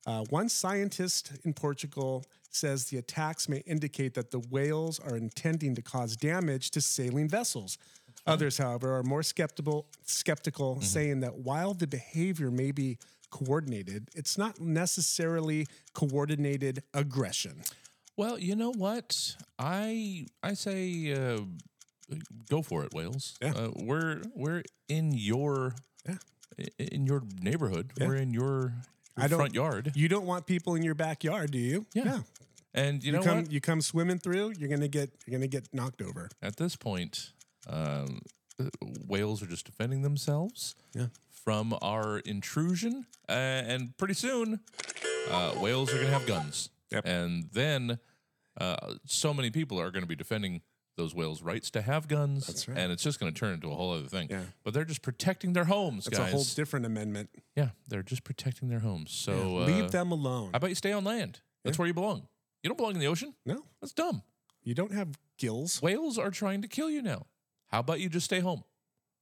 Speaker 1: Uh, one scientist in Portugal says the attacks may indicate that the whales are intending to cause damage to sailing vessels.
Speaker 2: Mm-hmm.
Speaker 1: Others, however, are more skeptical, skeptical saying that while the behavior may be coordinated, it's not necessarily coordinated aggression.
Speaker 2: Well, you know what? I I say uh, go for it, Wales.
Speaker 1: Yeah.
Speaker 2: Uh, we're we're in your
Speaker 1: Yeah.
Speaker 2: i- in your neighborhood.
Speaker 1: Yeah.
Speaker 2: We're in your, your
Speaker 1: I don't-
Speaker 2: front yard.
Speaker 1: You don't want people in your backyard, do you?
Speaker 2: Yeah.
Speaker 1: No.
Speaker 2: And you
Speaker 1: You,
Speaker 2: know
Speaker 1: come
Speaker 2: what?
Speaker 1: you come swimming through, you're gonna get you're gonna get knocked over.
Speaker 2: At this point, um, uh, whales are just defending themselves
Speaker 1: Yeah.
Speaker 2: from our intrusion, uh, and pretty soon, uh, whales are going to have guns,
Speaker 1: Yep.
Speaker 2: and then uh, so many people are going to be defending those whales' rights to have guns,
Speaker 1: That's right.
Speaker 2: and it's just going to turn into a whole other thing.
Speaker 1: Yeah.
Speaker 2: But they're just protecting their homes,
Speaker 1: That's
Speaker 2: guys.
Speaker 1: a whole different amendment.
Speaker 2: yeah, they're just protecting their homes. So uh,
Speaker 1: Leave them alone.
Speaker 2: How about you stay on land? That's where you belong. You don't belong in the ocean.
Speaker 1: no,
Speaker 2: That's dumb.
Speaker 1: you don't have gills.
Speaker 2: Whales are trying to kill you now. How about you just stay home?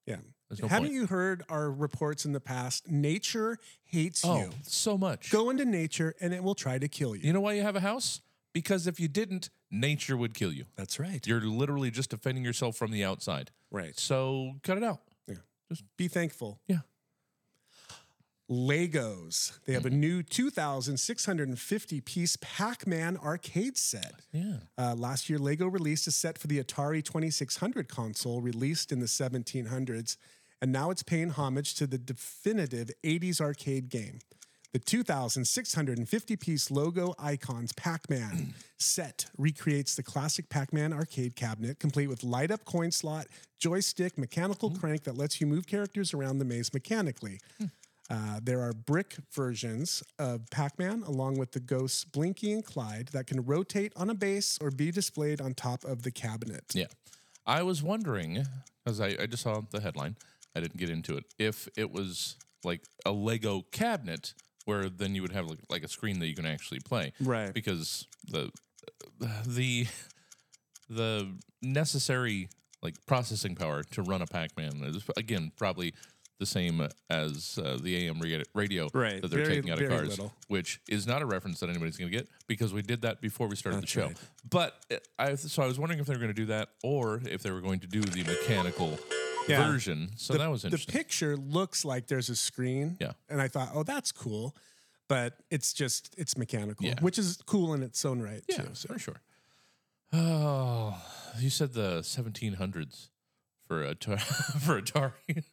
Speaker 1: Yeah.
Speaker 2: There's no
Speaker 1: Haven't
Speaker 2: point.
Speaker 1: you heard our reports in the past? Nature hates
Speaker 2: oh,
Speaker 1: you.
Speaker 2: so much.
Speaker 1: Go into nature and it will try to kill you.
Speaker 2: You know why you have a house? Because if you didn't, nature would kill you.
Speaker 1: That's right.
Speaker 2: You're literally just defending yourself from the outside.
Speaker 1: right.
Speaker 2: So cut it out.
Speaker 1: Be thankful.
Speaker 2: Yeah.
Speaker 1: Legos. They have a new 2,650 piece Pac Man arcade set.
Speaker 2: Yeah.
Speaker 1: Uh, last year, Lego released a set for the Atari 2600 console released in the 1700s, and now it's paying homage to the definitive 80s arcade game. The 2,650 piece logo icons Pac Man set recreates the classic Pac Man arcade cabinet, complete with light up coin slot, joystick, mechanical crank that lets you move characters around the maze mechanically. Uh, there are brick versions of Pac Man, along with the ghosts Blinky and Clyde, that can rotate on a base or be displayed on top of the cabinet.
Speaker 2: Yeah. I was wondering, because I, I just saw the headline, I didn't get into it, if it was like a Lego cabinet where then you would have like, like a screen that you can actually play.
Speaker 1: Right.
Speaker 2: Because the the the necessary like processing power to run a Pac-Man is again probably the same as uh, the AM rea- radio
Speaker 1: Right.
Speaker 2: that they're
Speaker 1: Very-
Speaker 2: taking out of
Speaker 1: very
Speaker 2: cars,
Speaker 1: little.
Speaker 2: which is not a reference that anybody's going to get because we did that before we started
Speaker 1: That's
Speaker 2: the show.
Speaker 1: right.
Speaker 2: But it- I so I was wondering if they were going to do that or if they were going to do the mechanical
Speaker 1: Yeah.
Speaker 2: version. So that was
Speaker 1: The
Speaker 2: interesting.
Speaker 1: picture looks like there's a screen.
Speaker 2: Yeah.
Speaker 1: And I thought, oh, that's cool. But it's just, it's mechanical,
Speaker 2: Yeah.
Speaker 1: which is cool in its own right,
Speaker 2: yeah,
Speaker 1: too. So.
Speaker 2: for sure. Oh, you said the 1700s for Atari. for Atari,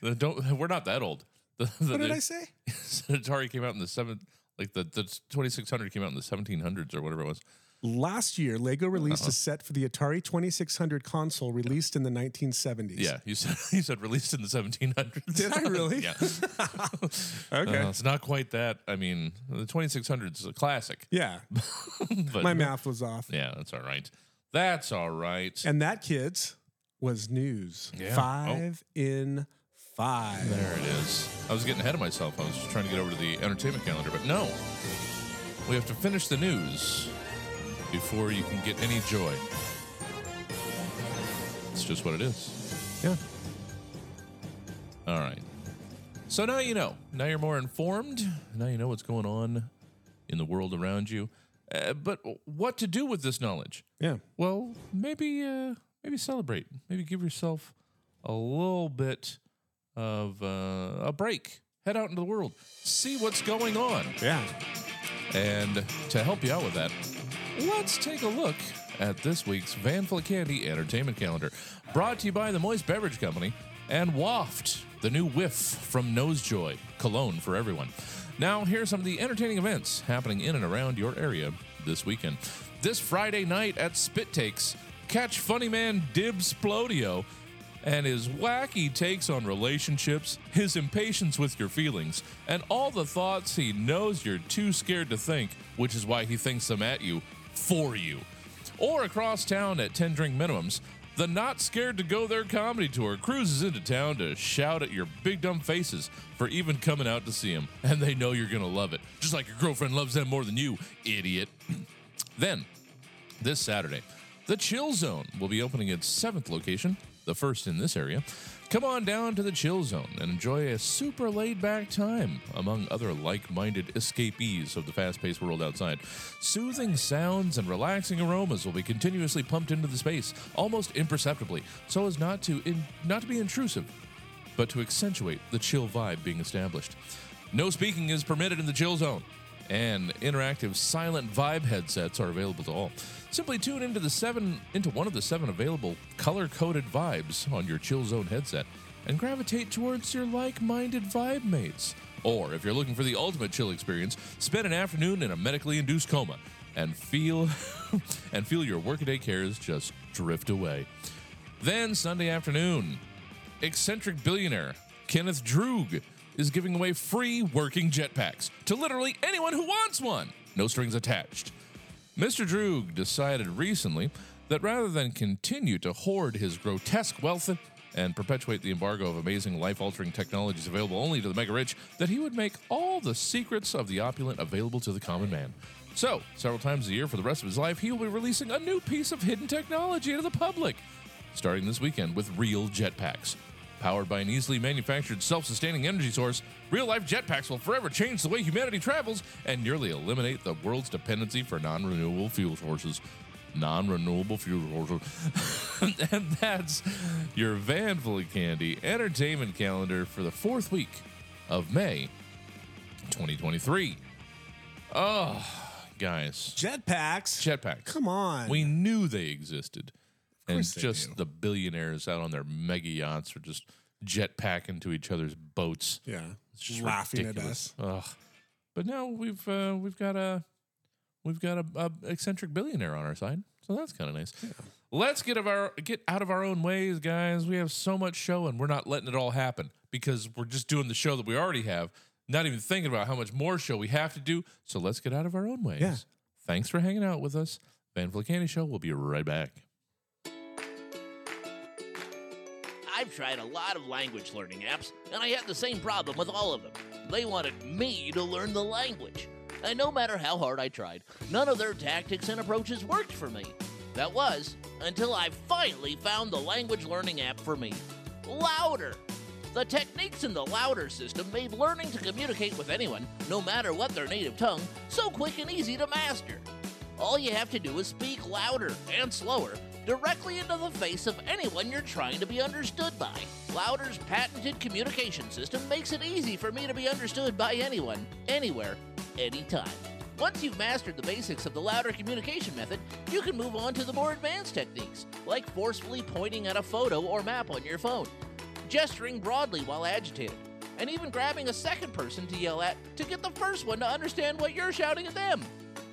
Speaker 2: The- don't we're not that old. The, the,
Speaker 1: What did
Speaker 2: the-
Speaker 1: I say?
Speaker 2: Atari came out in the seventh, like the, the 2600 came out in the 1700s or whatever it was.
Speaker 1: Last year, Lego released
Speaker 2: Uh-huh.
Speaker 1: a set for the Atari 2600 console released in the 1970s.
Speaker 2: Yeah, you said you said released in the 1700s.
Speaker 1: Did I really?
Speaker 2: yeah.
Speaker 1: Okay.
Speaker 2: Uh, it's not quite that. I mean, the 2600s is a classic.
Speaker 1: yeah.
Speaker 2: But
Speaker 1: My math was off.
Speaker 2: Yeah, that's all right. That's all right.
Speaker 1: And that, kids, was news.
Speaker 2: Yeah. Oh.
Speaker 1: Five in five.
Speaker 2: There it is. I was getting ahead of myself. I was just trying to get over to the entertainment calendar, but no. We have to finish the news before you can get any joy. It's just what it is.
Speaker 1: Yeah.
Speaker 2: All right. So now you know. Now you're more informed. Now you know what's going on in the world around you. Uh, but what to do with this knowledge?
Speaker 1: Yeah.
Speaker 2: Well, maybe uh, maybe celebrate. Maybe give yourself a little bit of uh, a break. Head out into the world, see what's going on,
Speaker 1: Yeah.
Speaker 2: and to help you out with that, let's take a look at this week's Van Full of Candy Entertainment Calendar, brought to you by the Moist Beverage Company and Waft, the new whiff from Nosejoy, cologne for everyone. Now, here's some of the entertaining events happening in and around your area this weekend. This Friday night at Spit Takes, catch funny man Dibs Splodio and his wacky takes on relationships, his impatience with your feelings, and all the thoughts he knows you're too scared to think, which is why he thinks them at you for you. Or across town at 10 drink minimums, the Not Scared to Go There comedy tour cruises into town to shout at your big dumb faces for even coming out to see him, and they know you're gonna love it, just like your girlfriend loves them more than you, idiot. then, this Saturday. The Chill Zone will be opening its seventh location, the first in this area. Come on down to the Chill Zone and enjoy a super laid back time among other like minded escapees of the fast paced world outside. Soothing sounds and relaxing aromas will be continuously pumped into the space, almost imperceptibly, so as not to, in, not to be intrusive but to accentuate the chill vibe being established. No speaking is permitted in the chill zone. And interactive silent vibe headsets are available to all. Simply tune into the seven into one of the seven available color-coded vibes on your chill zone headset and gravitate towards your like-minded vibe mates. Or if you're looking for the ultimate chill experience, spend an afternoon in a medically induced coma and feel and feel your workaday cares just drift away. Then Sunday afternoon, eccentric billionaire Kenneth Droog is giving away free working jetpacks to literally anyone who wants one, no strings attached. Mr. Droog decided recently that rather than continue to hoard his grotesque wealth and perpetuate the embargo of amazing life altering technologies available only to the mega rich, that he would make all the secrets of the opulent available to the common man. So, several times a year for the rest of his life, he will be releasing a new piece of hidden technology to the public starting this weekend with real jetpacks. Powered by an easily manufactured self sustaining energy source, real life jetpacks will forever change the way humanity travels and nearly eliminate the world's dependency for non renewable fuel sources. Non renewable fuel sources. and that's your Van Full of Candy entertainment calendar for the fourth week of May 2023. Oh, guys.
Speaker 4: Jetpacks.
Speaker 2: Jetpacks.
Speaker 4: Come on.
Speaker 2: We knew they existed. And
Speaker 4: course they
Speaker 2: just
Speaker 4: do.
Speaker 2: the billionaires out on their mega yachts are just jetpack into each other's boats.
Speaker 4: yeah.
Speaker 2: It's just
Speaker 4: laughing
Speaker 2: ridiculous. Ugh. But now we've uh, we've got a we've got a, a eccentric billionaire on our side, so that's kind of nice. Let's get of our get out of our own ways, guys. We have so much show, and we're not letting it all happen because we're just doing the show that we already have, not even thinking about how much more show we have to do. So let's get out of our own ways.
Speaker 4: Yeah.
Speaker 2: Thanks for hanging out with us. Van Fleet Candy Show. We'll be right back.
Speaker 7: I've tried a lot of language learning apps, and I had the same problem with all of them. They wanted me to learn the language. And no matter how hard I tried, none of their tactics and approaches worked for me. That was until I finally found the language learning app for me Louder. The techniques in the Louder system made learning to communicate with anyone, no matter what their native tongue, so quick and easy to master. All you have to do is speak louder and slower directly into the face of anyone you're trying to be understood by. Louder's patented communication system makes it easy for me to be understood by anyone, anywhere, anytime. Once you've mastered the basics of the louder communication method, you can move on to the more advanced techniques, like forcefully pointing at a photo or map on your phone, gesturing broadly while agitated, and even grabbing a second person to yell at to get the first one to understand what you're shouting at them.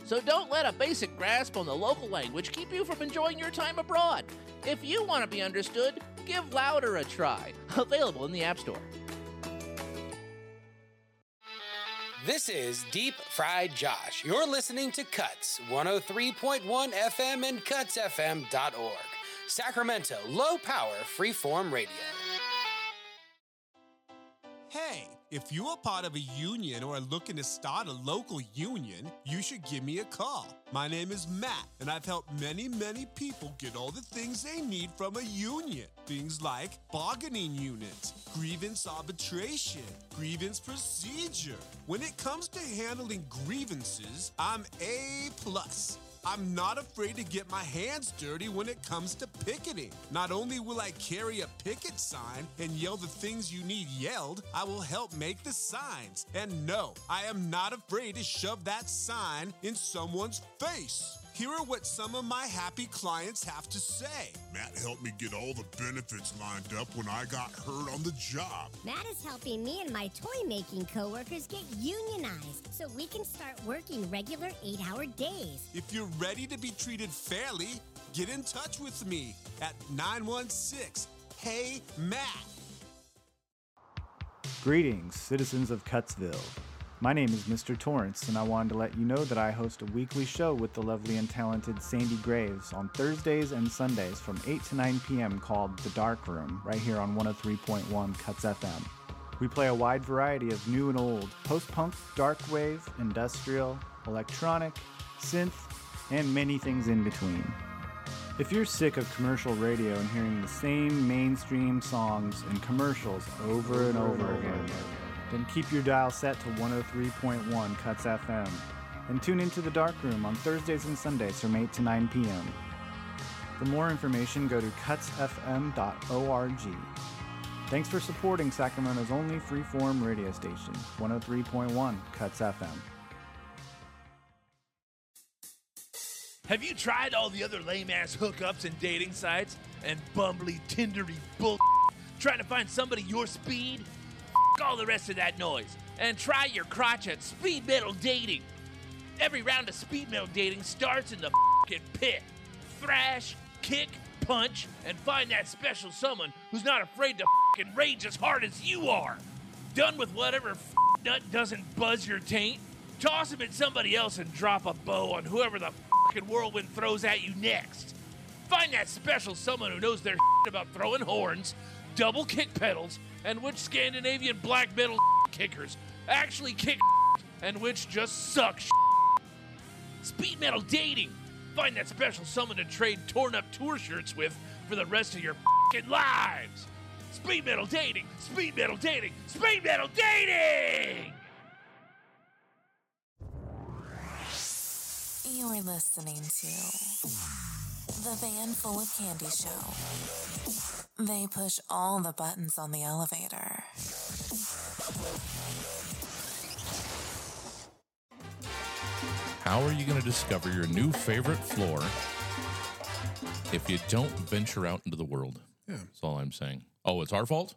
Speaker 7: So don't let a basic grasp on the local language keep you from enjoying your time abroad. If you want to be understood, give Louder a try. Available in the App Store.
Speaker 8: This is Deep Fried Josh. You're listening to Cuts 103.1 FM and cutsfm.org. Sacramento, low power, freeform radio.
Speaker 1: Hey, if you're a part of a union or are looking to start a local union, you should give me a call. My name is Matt, and I've helped many, many people get all the things they need from a union. Things like bargaining units, grievance arbitration, grievance procedure. When it comes to handling grievances, I'm A plus. I'm not afraid to get my hands dirty when it comes to picketing. Not only will I carry a picket sign and yell the things you need yelled, I will help make the signs. And no, I am not afraid to shove that sign in someone's face. Here are what some of my happy clients have to say.
Speaker 5: Matt helped me get all the benefits lined up when I got hurt on the job.
Speaker 9: Matt is helping me and my toy making coworkers get unionized so we can start working regular eight hour days.
Speaker 1: If you're ready to be treated fairly, get in touch with me at 916 Hey Matt.
Speaker 10: Greetings, citizens of Cutsville. My name is Mr. Torrance, and I wanted to let you know that I host a weekly show with the lovely and talented Sandy Graves on Thursdays and Sundays from 8 to 9 p.m. called The Dark Room, right here on 103.1 Cuts FM. We play a wide variety of new and old post punk, dark wave, industrial, electronic, synth, and many things in between. If you're sick of commercial radio and hearing the same mainstream songs and commercials over and over again, then keep your dial set to 103.1 Cuts FM and tune into the Dark Room on Thursdays and Sundays from 8 to 9 p.m. For more information, go to cutsfm.org. Thanks for supporting Sacramento's only freeform radio station, 103.1 Cuts FM.
Speaker 11: Have you tried all the other lame ass hookups and dating sites and bumbly, tindery bull? Trying to find somebody your speed? F- all the rest of that noise and try your crotch at speed metal dating. Every round of speed metal dating starts in the fing pit. Thrash, kick, punch, and find that special someone who's not afraid to fing rage as hard as you are. Done with whatever f- nut doesn't buzz your taint? Toss him at somebody else and drop a bow on whoever the fucking whirlwind throws at you next. Find that special someone who knows their shit about throwing horns, double kick pedals, and which Scandinavian black metal kickers actually kick and which just suck. Speed metal dating. Find that special someone to trade torn up tour shirts with for the rest of your fucking lives. Speed metal dating. Speed metal dating. Speed metal dating.
Speaker 12: You're listening to The Van Full of Candy Show. They push all the buttons on the elevator.
Speaker 2: How are you going to discover your new favorite floor if you don't venture out into the world?
Speaker 1: Yeah. Hmm.
Speaker 2: That's all I'm saying. Oh, it's our fault?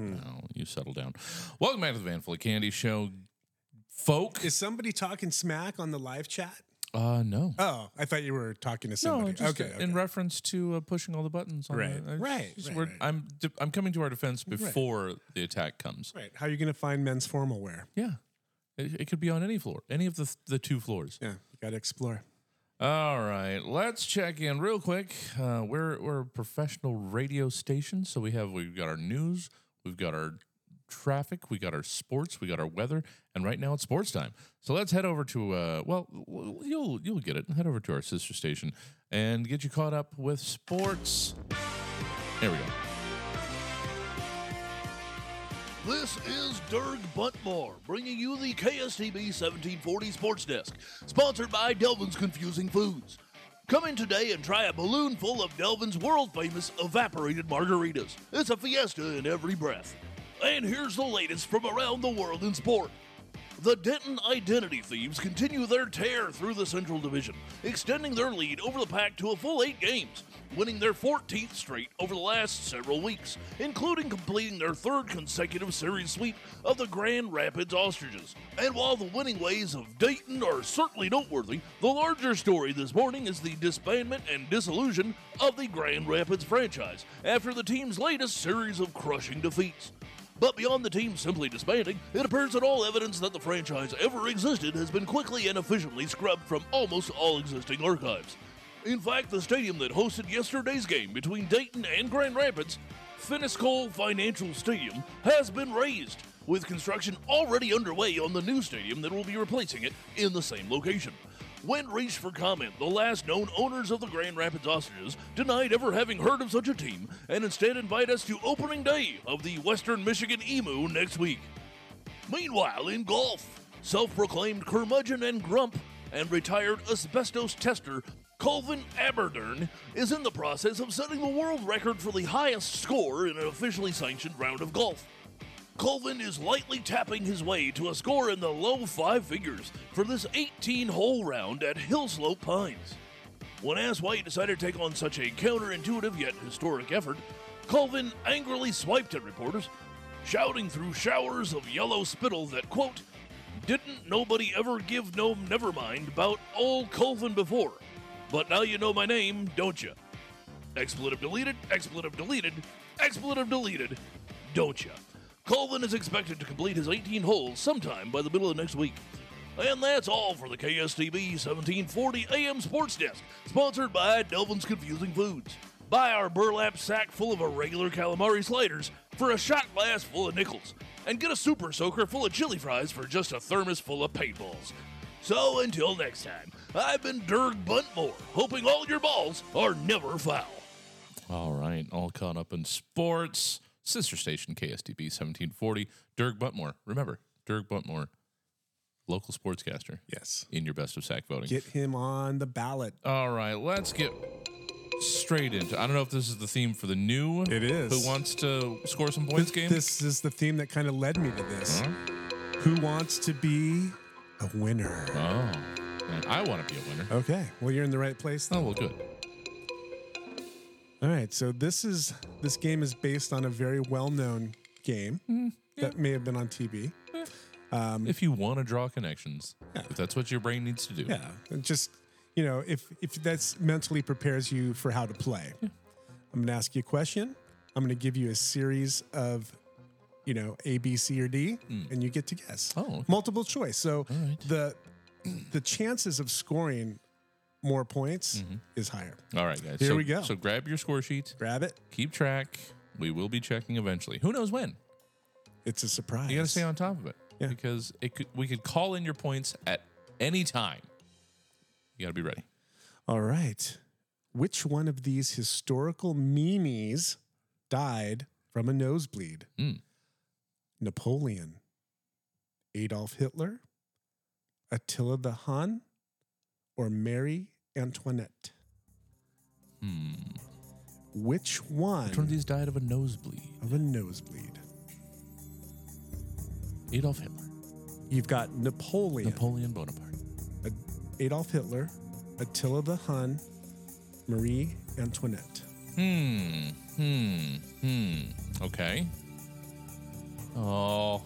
Speaker 2: No, you settle down. Welcome back to the Vanful of Candy Show. Folk.
Speaker 1: Is somebody talking smack on the live chat?
Speaker 2: Uh, no.
Speaker 1: Oh, I thought you were talking to somebody.
Speaker 2: just
Speaker 1: okay, okay.
Speaker 2: in reference to uh, pushing all the buttons. On
Speaker 1: Right.
Speaker 2: the, I
Speaker 1: Right,
Speaker 2: just-
Speaker 1: right,
Speaker 2: we're- I'm d- I'm coming to our defense
Speaker 1: Right.
Speaker 2: before the attack comes.
Speaker 1: Right. How are you going to find men's formal wear?
Speaker 2: Yeah. It, it could be on any floor, any of the th- the two floors.
Speaker 1: Yeah, you got to explore.
Speaker 2: All right, let's check in real quick. Uh, we're we're a professional radio station, so we have we've got our news, we've got our traffic, we got our sports, we got our weather, and right now it's sports time. So let's head over to uh, well, w- w- you'll you'll get it. Head over to our sister station and get you caught up with sports. There we go.
Speaker 11: This is Dirk Buntmore bringing you the KSTB 1740 Sports Desk, sponsored by Delvin's Confusing Foods. Come in today and try a balloon full of Delvin's world famous evaporated margaritas. It's a fiesta in every breath. And here's the latest from around the world in sport. The Denton Identity Thieves continue their tear through the Central Division, extending their lead over the pack to a full eight games, winning their 14th straight over the last several weeks, including completing their third consecutive series sweep of the Grand Rapids Ostriches. And while the winning ways of Dayton are certainly noteworthy, the larger story this morning is the disbandment and dissolution of the Grand Rapids franchise after the team's latest series of crushing defeats. But beyond the team simply disbanding, it appears that all evidence that the franchise ever existed has been quickly and efficiently scrubbed from almost all existing archives. In fact, the stadium that hosted yesterday's game between Dayton and Grand Rapids, Finiscole Financial Stadium, has been razed, with construction already underway on the new stadium that will be replacing it in the same location. When reached for comment, the last known owners of the Grand Rapids Ostriches denied ever having heard of such a team and instead invite us to opening day of the Western Michigan Emu next week. Meanwhile, in golf, self proclaimed curmudgeon and grump and retired asbestos tester Colvin Aberdern is in the process of setting the world record for the highest score in an officially sanctioned round of golf. Colvin is lightly tapping his way to a score in the low five figures for this 18 hole round at Hillslope Pines. When asked why he decided to take on such a counterintuitive yet historic effort, Colvin angrily swiped at reporters, shouting through showers of yellow spittle that, quote, didn't nobody ever give no nevermind about old Colvin before, but now you know my name, don't you? Expletive deleted, expletive deleted, expletive deleted, don't ya? Colvin is expected to complete his 18 holes sometime by the middle of next week. And that's all for the KSTB 1740 AM Sports Desk, sponsored by Delvin's Confusing Foods. Buy our burlap sack full of irregular calamari sliders for a shot glass full of nickels, and get a super soaker full of chili fries for just a thermos full of paintballs. So until next time, I've been Dirk Buntmore, hoping all your balls are never foul.
Speaker 2: All right, all caught up in sports. Sister station KSTB 1740. Dirk Buntmore. Remember, Dirk Buntmore, local sportscaster.
Speaker 1: Yes.
Speaker 2: In your best of sack voting.
Speaker 1: Get him on the ballot.
Speaker 2: All right, let's get straight into. I don't know if this is the theme for the new. It
Speaker 1: is.
Speaker 2: Who wants to score some points game?
Speaker 1: This is the theme that kind of led me to this. Who wants to be a winner?
Speaker 2: Oh, and I want to be a winner.
Speaker 1: Okay. Well, you're in the right place. Then.
Speaker 2: Oh, well, good.
Speaker 1: All right. So this is this game is based on a very well-known game
Speaker 2: Mm,
Speaker 1: that may have been on TV. Um,
Speaker 2: If you want to draw connections, if that's what your brain needs to do.
Speaker 1: Yeah, and just you know, if if that's mentally prepares you for how to play.
Speaker 2: Hmm.
Speaker 1: I'm going to ask you a question. I'm going to give you a series of, you know, A, B, C, or D, and you get to guess.
Speaker 2: Hmm. Oh,
Speaker 1: multiple choice. So the the chances of scoring more points
Speaker 2: Mm-hmm.
Speaker 1: is higher.
Speaker 2: All right, guys.
Speaker 1: Here
Speaker 2: so,
Speaker 1: we go.
Speaker 2: So grab your score sheet.
Speaker 1: Grab it.
Speaker 2: Keep track. We will be checking eventually. Who knows when?
Speaker 1: It's a surprise.
Speaker 2: You got to stay on top of it
Speaker 1: Yeah.
Speaker 2: because it could, we could call in your points at any time. You got to be ready.
Speaker 1: All right. Which one of these historical memes died from a nosebleed? Napoleon, Adolf Hitler, Attila the Hun, or Mary Antoinette?
Speaker 2: Hmm.
Speaker 1: Which one? Which one
Speaker 2: of these died of a nosebleed?
Speaker 1: Of a nosebleed.
Speaker 2: Adolf Hitler.
Speaker 1: You've got Napoleon.
Speaker 2: Napoleon Bonaparte.
Speaker 1: Adolf Hitler, Attila the Hun, Marie Antoinette.
Speaker 2: Hmm. Hmm. Hmm. Okay. Oh.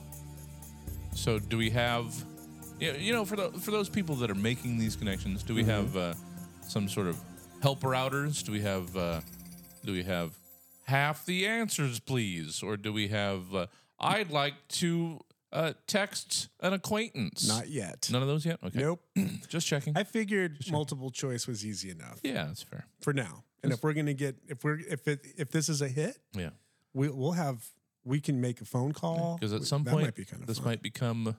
Speaker 2: So do we have? Yeah. You know, for the, for those people that are making these connections,
Speaker 1: Mm-hmm.
Speaker 2: do we have uh, some sort of helper outers? Do we have? Uh, do we have half the answers, please, or do we have? Uh, I'd like to uh, text an acquaintance.
Speaker 1: Not yet.
Speaker 2: None of those yet. Okay.
Speaker 1: Nope.
Speaker 2: Just checking.
Speaker 1: I figured multiple choice was easy enough.
Speaker 2: Yeah, that's fair.
Speaker 1: For now. And if we're gonna get if we're if it if this is a hit,
Speaker 2: Yeah.
Speaker 1: we we'll have we can make a phone call.
Speaker 2: Because at
Speaker 1: We-
Speaker 2: some
Speaker 1: that
Speaker 2: point,
Speaker 1: might be kind of
Speaker 2: this
Speaker 1: fun.
Speaker 2: might become uh,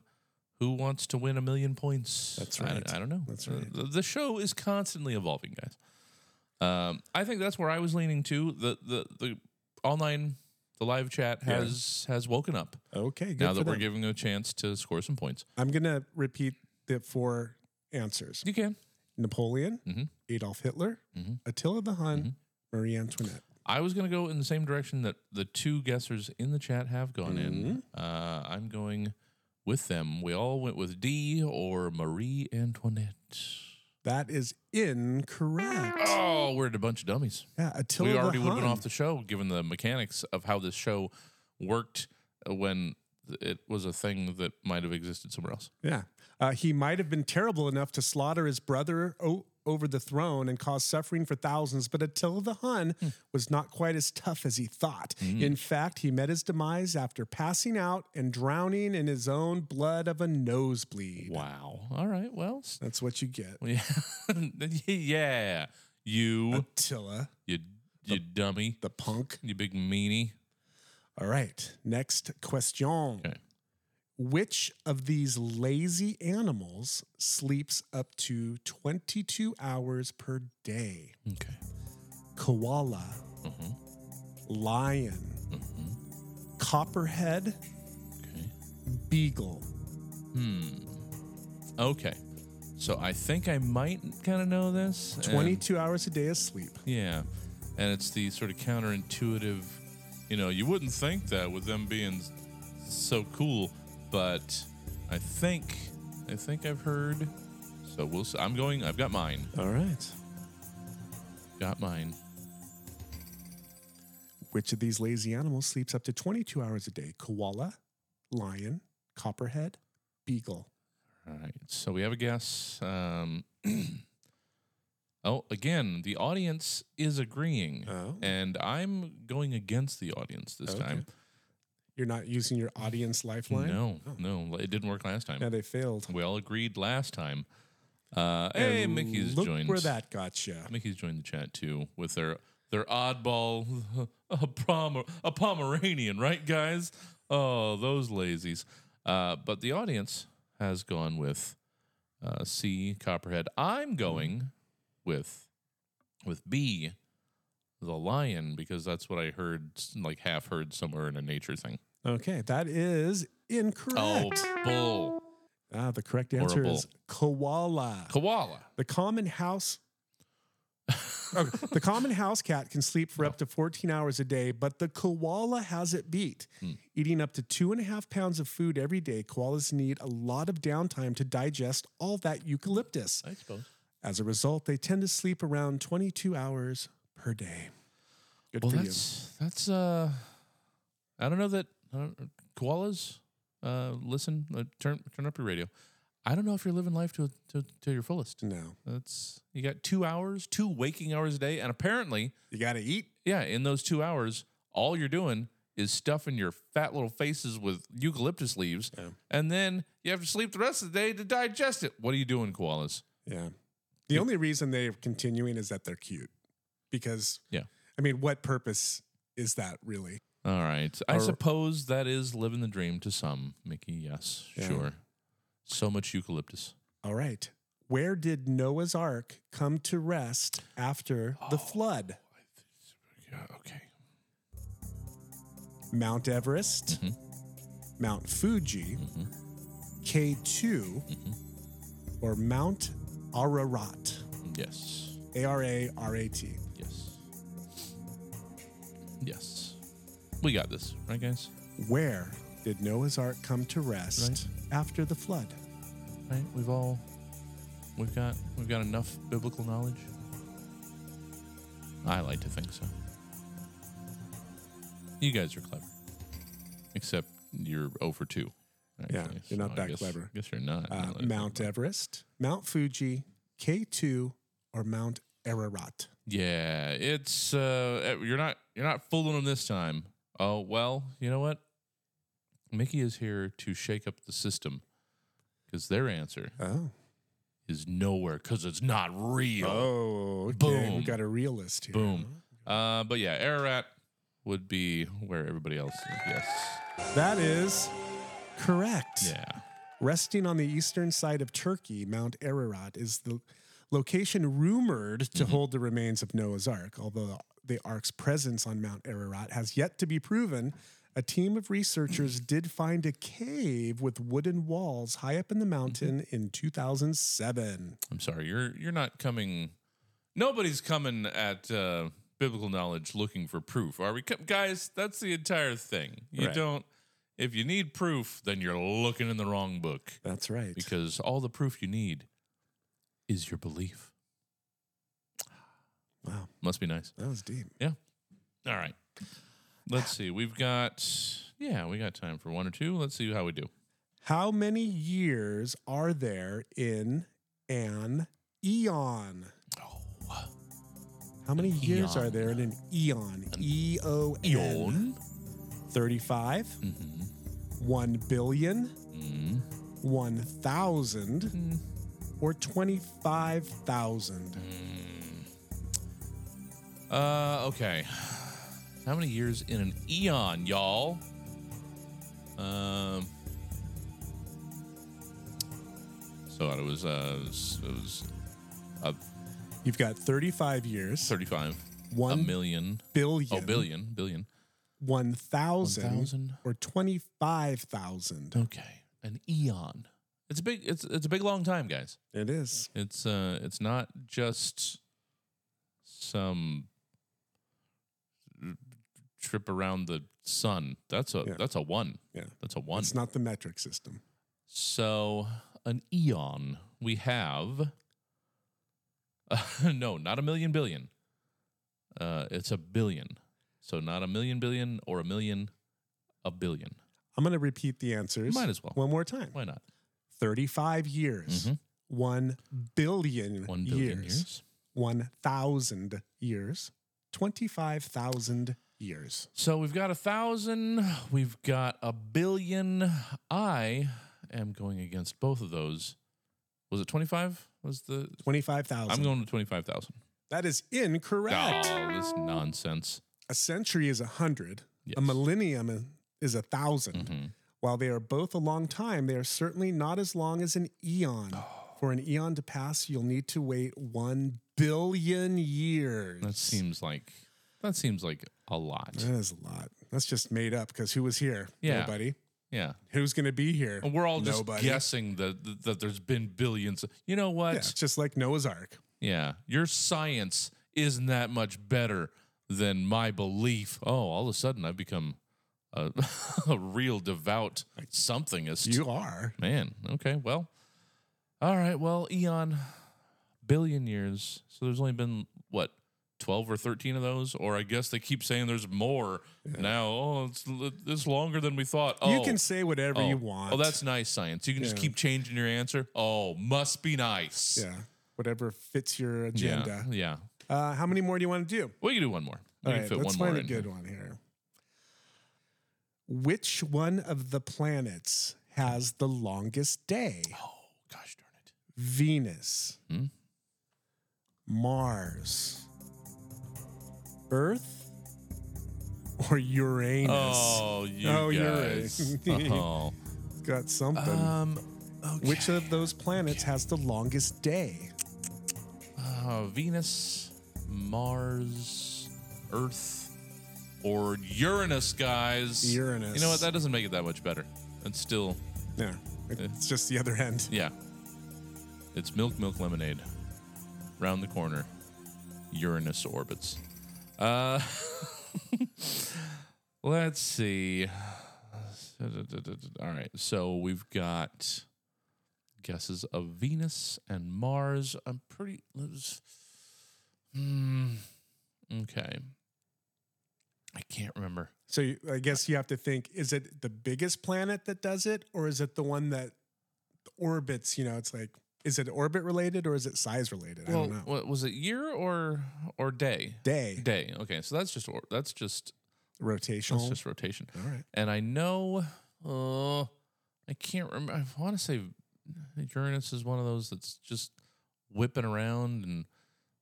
Speaker 2: who wants to win a million points. That's
Speaker 1: right.
Speaker 2: I, don't know.
Speaker 1: That's
Speaker 2: Uh,
Speaker 1: right.
Speaker 2: The, the show is constantly evolving, guys. Um, I think that's where I was leaning to. The the the online the live chat
Speaker 1: Yeah.
Speaker 2: has has woken up.
Speaker 1: Okay, good
Speaker 2: now
Speaker 1: for
Speaker 2: that we're
Speaker 1: them.
Speaker 2: giving them a chance to score some points.
Speaker 1: I'm gonna repeat the four answers.
Speaker 2: You can. Mm-hmm.
Speaker 1: Napoleon,
Speaker 2: Mhm.
Speaker 1: Adolf Hitler, Attila the Hun,
Speaker 2: Mm-hmm.
Speaker 1: Marie Antoinette.
Speaker 2: I was going to go in the same direction that the two guessers in the chat have gone
Speaker 1: Mm-hmm.
Speaker 2: in. Uh, I'm going with them. We all went with D or Marie Antoinette.
Speaker 1: That is incorrect.
Speaker 2: Oh, we're a bunch of dummies.
Speaker 1: Yeah, Attila
Speaker 2: we
Speaker 1: the
Speaker 2: already would have been
Speaker 1: Hun.
Speaker 2: off the show given the mechanics of how this show worked uh, when it was a thing that might have existed somewhere else.
Speaker 1: Yeah. Uh, he might have been terrible enough to slaughter his brother o- over the throne and cause suffering for thousands, but Attila the Hun
Speaker 2: Hmm.
Speaker 1: was not quite as tough as he thought.
Speaker 2: Mm-hmm.
Speaker 1: In fact, he met his demise after passing out and drowning in his own blood of a nosebleed.
Speaker 2: Wow. All right. Well,
Speaker 1: that's what you get.
Speaker 2: Yeah. yeah. You
Speaker 1: Attila.
Speaker 2: You you dummy.
Speaker 1: The punk.
Speaker 2: You big meanie.
Speaker 1: All right. Next question. Which of these lazy animals sleeps up to 22 hours per day?
Speaker 2: Okay.
Speaker 1: Koala, Uh-huh. lion,
Speaker 2: Mm-hmm.
Speaker 1: copperhead, beagle.
Speaker 2: Hmm. Okay. So I think I might kind of know this. and-
Speaker 1: 22 hours a day of sleep.
Speaker 2: Yeah. And it's the sort of counterintuitive, you know, you wouldn't think that with them being s- so cool, but I think I think I've heard so we'll s I'm going I've got mine.
Speaker 1: All right.
Speaker 2: Got mine.
Speaker 1: Which of these lazy animals sleeps up to 22 hours a day? Koala, lion, copperhead, beagle.
Speaker 2: All right. So we have a guess. Um Oh, again, the audience is agreeing. And I'm going against the audience this
Speaker 1: Okay.
Speaker 2: time.
Speaker 1: You're not using your audience lifeline?
Speaker 2: No, no, it didn't work last time.
Speaker 1: Oh. Yeah, they failed.
Speaker 2: We all agreed last time. Uh, hey,
Speaker 1: And
Speaker 2: Mickey's
Speaker 1: look
Speaker 2: joined.
Speaker 1: where that got you.
Speaker 2: Mickey's joined the chat too with their their oddball a, Pomer, a Pomeranian, right, guys? Oh, those lazies. Uh, but the audience has gone with uh, C Copperhead. I'm going with with B the lion because that's what I heard like half heard somewhere in a nature thing.
Speaker 1: Okay, that is incorrect.
Speaker 2: Oh, bull.
Speaker 1: Ah, the correct answer
Speaker 2: Horrible.
Speaker 1: is koala.
Speaker 2: Koala.
Speaker 1: The common house Okay. The common house cat can sleep for up to 14 hours a day, but the koala has it beat.
Speaker 2: Hmm.
Speaker 1: Eating up to two and a half pounds of food every day, koalas need a lot of downtime to digest all that eucalyptus.
Speaker 2: I suppose.
Speaker 1: As a result, they tend to sleep around 22 hours per day. Good
Speaker 2: well,
Speaker 1: for
Speaker 2: that's that's uh, I don't know that I don't, koalas. Uh, listen, uh, turn turn up your radio. I don't know if you're living life to to, to your fullest.
Speaker 1: No,
Speaker 2: that's you got two hours, two waking hours a day, and apparently
Speaker 1: you got to eat.
Speaker 2: Yeah, in those two hours, all you're doing is stuffing your fat little faces with eucalyptus leaves, and then you have to sleep the rest of the day to digest it. What are you doing, koalas?
Speaker 1: you. Yeah. The only reason they're continuing is that they're cute. Because,
Speaker 2: Yeah.
Speaker 1: I mean, what purpose is that really?
Speaker 2: All right. I
Speaker 1: Or-
Speaker 2: suppose that is living the dream to some, Mickey. Yes,
Speaker 1: Yeah.
Speaker 2: sure. So much eucalyptus.
Speaker 1: All right. Where did Noah's Ark come to rest after
Speaker 2: Oh,
Speaker 1: the flood?
Speaker 2: okay.
Speaker 1: Mount Everest,
Speaker 2: Mm-hmm.
Speaker 1: Mount Fuji, K2,
Speaker 2: Mm-hmm.
Speaker 1: or Mount Ararat?
Speaker 2: Yes.
Speaker 1: A R A R A T.
Speaker 2: Yes. Yes. We got this, right, guys?
Speaker 1: Where did Noah's Ark come to rest after the flood?
Speaker 2: Right. We've all we've got we've got enough biblical knowledge. I like to think so. You guys are clever, except you're 0 for two.
Speaker 1: Yeah,
Speaker 2: actually.
Speaker 1: you're not
Speaker 2: I
Speaker 1: that
Speaker 2: guess-
Speaker 1: clever.
Speaker 2: Guess you're not.
Speaker 1: Uh,
Speaker 2: Not that
Speaker 1: Mount Everest, Mount Fuji, K2, or Mount Ararat?
Speaker 2: Yeah, it's uh you're not you're not fooling them this time. Oh well, you know what? Mickey is here to shake up the system because their answer
Speaker 1: oh.
Speaker 2: is nowhere because it's not real.
Speaker 1: Oh, okay.
Speaker 2: boom,
Speaker 1: We got a realist here.
Speaker 2: boom. Uh, but yeah, Ararat would be where everybody else is. Yes,
Speaker 1: That is correct.
Speaker 2: Yeah.
Speaker 1: Resting on the eastern side of Turkey, Mount Ararat is the location rumored to hold the remains of Noah's Ark, although the ark's presence on Mount Ararat has yet to be proven. A team of researchers did find a cave with wooden walls high up in the mountain in 2007.
Speaker 2: I'm sorry, you're you're not coming. Nobody's coming at uh, biblical knowledge looking for proof, are we, Co- guys? That's the entire thing. You
Speaker 1: Right.
Speaker 2: don't. If you need proof, then you're looking in the wrong book.
Speaker 1: That's right.
Speaker 2: Because all the proof you need is your belief.
Speaker 1: Wow.
Speaker 2: Must be nice.
Speaker 1: That was deep.
Speaker 2: Yeah. All right. Let's see. We've got yeah, we got time for one or two. Let's see how we do.
Speaker 1: How many years are there in an eon?
Speaker 2: Oh.
Speaker 1: How many years are there in an eon? E O N. 35,
Speaker 2: Mm-hmm.
Speaker 1: 1 billion, 1,000,
Speaker 2: Mm-hmm.
Speaker 1: or 25,000?
Speaker 2: Mm. Uh, okay. How many years in an eon, y'all? Um. So it was uh, it was, it was a
Speaker 1: You've got 35 years,
Speaker 2: thirty-five, a
Speaker 1: One
Speaker 2: million,
Speaker 1: billion.
Speaker 2: oh billion, billion.
Speaker 1: 1,000, or 25,000.
Speaker 2: Okay. An eon. It's a big. It's it's a big long time, guys.
Speaker 1: It is.
Speaker 2: It's uh. It's not just some trip around the sun. That's a
Speaker 1: Yeah.
Speaker 2: that's a one.
Speaker 1: Yeah.
Speaker 2: That's a one.
Speaker 1: It's not the metric system.
Speaker 2: So an eon we have. no, not a million billion. Uh, it's a billion. So not a million billion or a million, a billion.
Speaker 1: I'm going to repeat the answers.
Speaker 2: Might as well.
Speaker 1: One more time.
Speaker 2: Why not?
Speaker 1: 35 years,
Speaker 2: Mhm.
Speaker 1: 1 billion,
Speaker 2: One billion years.
Speaker 1: years, 1,000 years, 25,000 years.
Speaker 2: So we've got a thousand, we've got a billion. I am going against both of those. Was it 25? Was the
Speaker 1: 25,000.
Speaker 2: I'm going to 25,000.
Speaker 1: That is incorrect.
Speaker 2: Oh, this nonsense.
Speaker 1: A century is a 100, a millennium is a 1000
Speaker 2: Mm-hmm.
Speaker 1: While they are both a long time, they are certainly not as long as an eon.
Speaker 2: Oh.
Speaker 1: For an eon to pass, you'll need to wait 1 billion years.
Speaker 2: That seems like that seems like a lot.
Speaker 1: That is a lot. That's just made up because who was here?
Speaker 2: Yeah.
Speaker 1: Nobody.
Speaker 2: Yeah.
Speaker 1: Who's going to be here?
Speaker 2: And we're all just
Speaker 1: Nobody.
Speaker 2: guessing that that there's been billions. You know what?
Speaker 1: Yeah, it's just like Noah's Ark.
Speaker 2: Yeah. Your science isn't that much better than my belief. Oh, all of a sudden I've become a, a real devout somethingist. You
Speaker 1: are.
Speaker 2: Man, okay, well, all right, well, Eon, billion years. So there's only been, what, 12 or 13 of those? Or I guess they keep saying there's more now. Oh, it's, it's longer than we thought. Oh,
Speaker 1: You can say whatever you
Speaker 2: oh,
Speaker 1: want.
Speaker 2: Oh, that's nice science. You can just
Speaker 1: Yeah.
Speaker 2: keep changing your answer. Oh, must be nice.
Speaker 1: Yeah. Whatever fits your agenda.
Speaker 2: Yeah. yeah.
Speaker 1: Uh, how many more do you want to do?
Speaker 2: We can do one more. We
Speaker 1: All
Speaker 2: can
Speaker 1: right,
Speaker 2: fit one
Speaker 1: let's find
Speaker 2: more
Speaker 1: a
Speaker 2: in
Speaker 1: good one here. Which one of the planets has the longest day? Oh, gosh darn it. Venus. Mars. Earth or Uranus?
Speaker 2: Oh, you guys.
Speaker 1: Uranus.
Speaker 2: Oh.
Speaker 1: Got something.
Speaker 2: Um,
Speaker 1: Which of those planets has the longest day?
Speaker 2: Uh, Venus, Mars, Earth, or Uranus, guys.
Speaker 1: Uranus.
Speaker 2: You know what? That doesn't make it that much better. It's still.
Speaker 1: Yeah. It's just the other end.
Speaker 2: Yeah. It's milk, milk, lemonade. Round the corner, Uranus orbits. Uh, let's see. All right. So we've got guesses of Venus and Mars. I'm pretty. let's- Hmm. Okay. I can't remember.
Speaker 1: So you, I guess you have to think: is it the biggest planet that does it, or is it the one that orbits? You know, it's like, is it orbit related or is it size related? I
Speaker 2: Well,
Speaker 1: don't know.
Speaker 2: what was it year or or day?
Speaker 1: Day.
Speaker 2: Day. Okay, so that's just or, that's just
Speaker 1: rotational.
Speaker 2: That's just rotation.
Speaker 1: All right.
Speaker 2: And I know, uh, I can't remember. I want to say Uranus is one of those that's just whipping around, and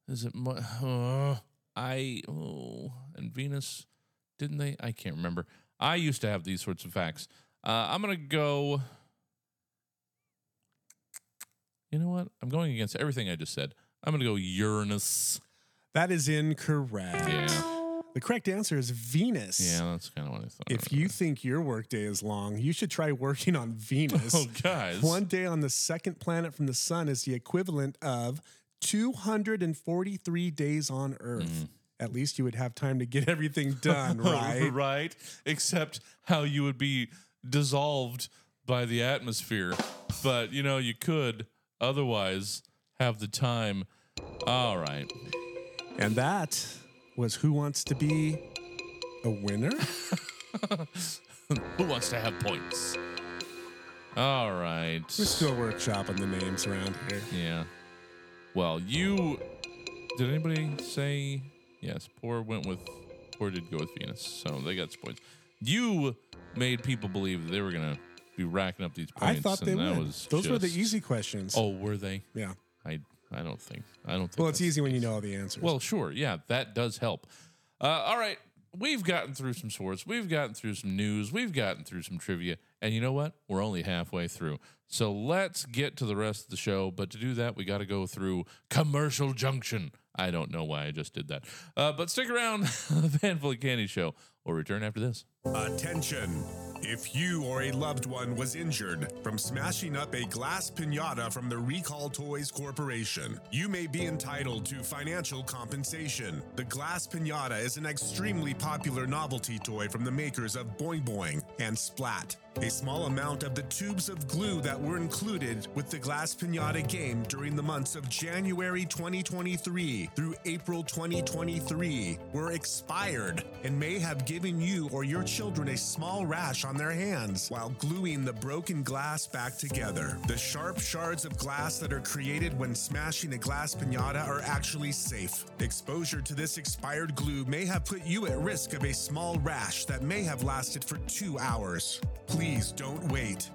Speaker 2: is it? Mu- uh, I oh, and Venus, didn't they? I can't remember. I used to have these sorts of facts. Uh, I'm gonna go. You know what? I'm going against everything I just said. I'm gonna go Uranus.
Speaker 1: That is incorrect.
Speaker 2: Yeah.
Speaker 1: The correct answer is Venus.
Speaker 2: Yeah, that's kind of what I thought.
Speaker 1: If you think your workday is long, you should try working on Venus.
Speaker 2: Oh, guys.
Speaker 1: One day on the second planet from the sun is the equivalent of 243 days on Earth.
Speaker 2: Mm-hmm.
Speaker 1: At least you would have time to get everything done,
Speaker 2: Oh,
Speaker 1: right?
Speaker 2: right. Except how you would be dissolved by the atmosphere. But, you know, you could otherwise have the time. All right.
Speaker 1: And that was Who Wants to Be a Winner?
Speaker 2: Who wants to have points? All right. We're
Speaker 1: still workshopping the names around here.
Speaker 2: Yeah. Well, you. Did anybody say. Yes, poor went with. Poor did go with Venus. So they got some points. You made people believe that they were going to be racking up these
Speaker 1: I
Speaker 2: points.
Speaker 1: thought they
Speaker 2: and that
Speaker 1: would.
Speaker 2: was
Speaker 1: Those were the
Speaker 2: just-
Speaker 1: easy questions.
Speaker 2: Oh, were they?
Speaker 1: Yeah.
Speaker 2: I I don't think I don't think.
Speaker 1: well, it's
Speaker 2: that's-
Speaker 1: easy when you know all the answers.
Speaker 2: Well, sure, yeah, that does help. Uh, all right, we've gotten through some sports, we've gotten through some news, we've gotten through some trivia, and you know what? We're only halfway through, so let's get to the rest of the show. But to do that, we got to go through commercial junction. I don't know why I just did that, uh, but stick around. the Handful of Candy Show will return after this.
Speaker 5: Attention! If you or a loved one was injured from smashing up a glass pinata from the Recall Toys Corporation, you may be entitled to financial compensation. The glass pinata is an extremely popular novelty toy from the makers of Boing Boing and Splat. A small amount of the tubes of glue that were included with the glass pinata game during the months of January 2023 through April 2023 were expired and may have given you or your children a small rash on their hands while gluing the broken glass back together. The sharp shards of glass that are created when smashing a glass pinata are actually safe. Exposure to this expired glue may have put you at risk of a small rash that may have lasted for two hours. Please don't wait.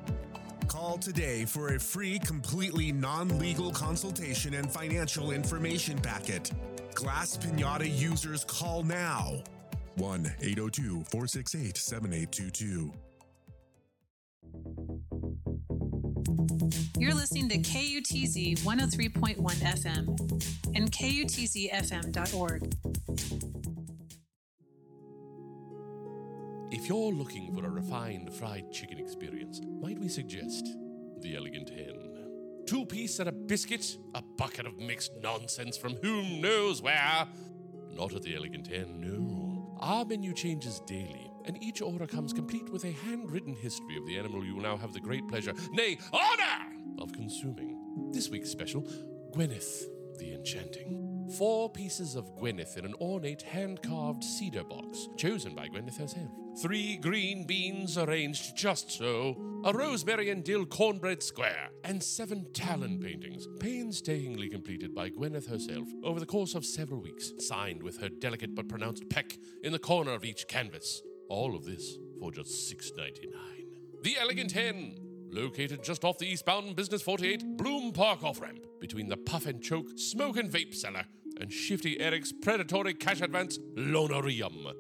Speaker 5: Call today for a free, completely non legal consultation and financial information packet. Glass Pinata users call now. 1 802 468 7822.
Speaker 3: You're listening to KUTZ 103.1 FM and KUTZFM.org.
Speaker 2: If you're looking for a refined fried chicken experience, might we suggest the Elegant Hen?
Speaker 4: two piece and a biscuit, a bucket of mixed nonsense from whom knows where. Not at the Elegant Inn, no. Our menu changes daily, and each order comes complete with a handwritten history of the animal you will now have the great pleasure, nay, honor, of consuming. This week's special Gwyneth the Enchanting. Four pieces of Gwyneth in an ornate hand carved cedar box, chosen by Gwyneth herself. Three green beans arranged just so, a rosemary and dill cornbread square, and seven talon paintings, painstakingly completed by Gwyneth herself over the course of several weeks, signed with her delicate but pronounced peck in the corner of each canvas. All of this for just six ninety nine. The Elegant Hen, located just off the eastbound Business 48 Bloom Park off ramp, between the Puff and Choke Smoke and Vape Cellar and Shifty Eric's predatory cash advance Lonarium.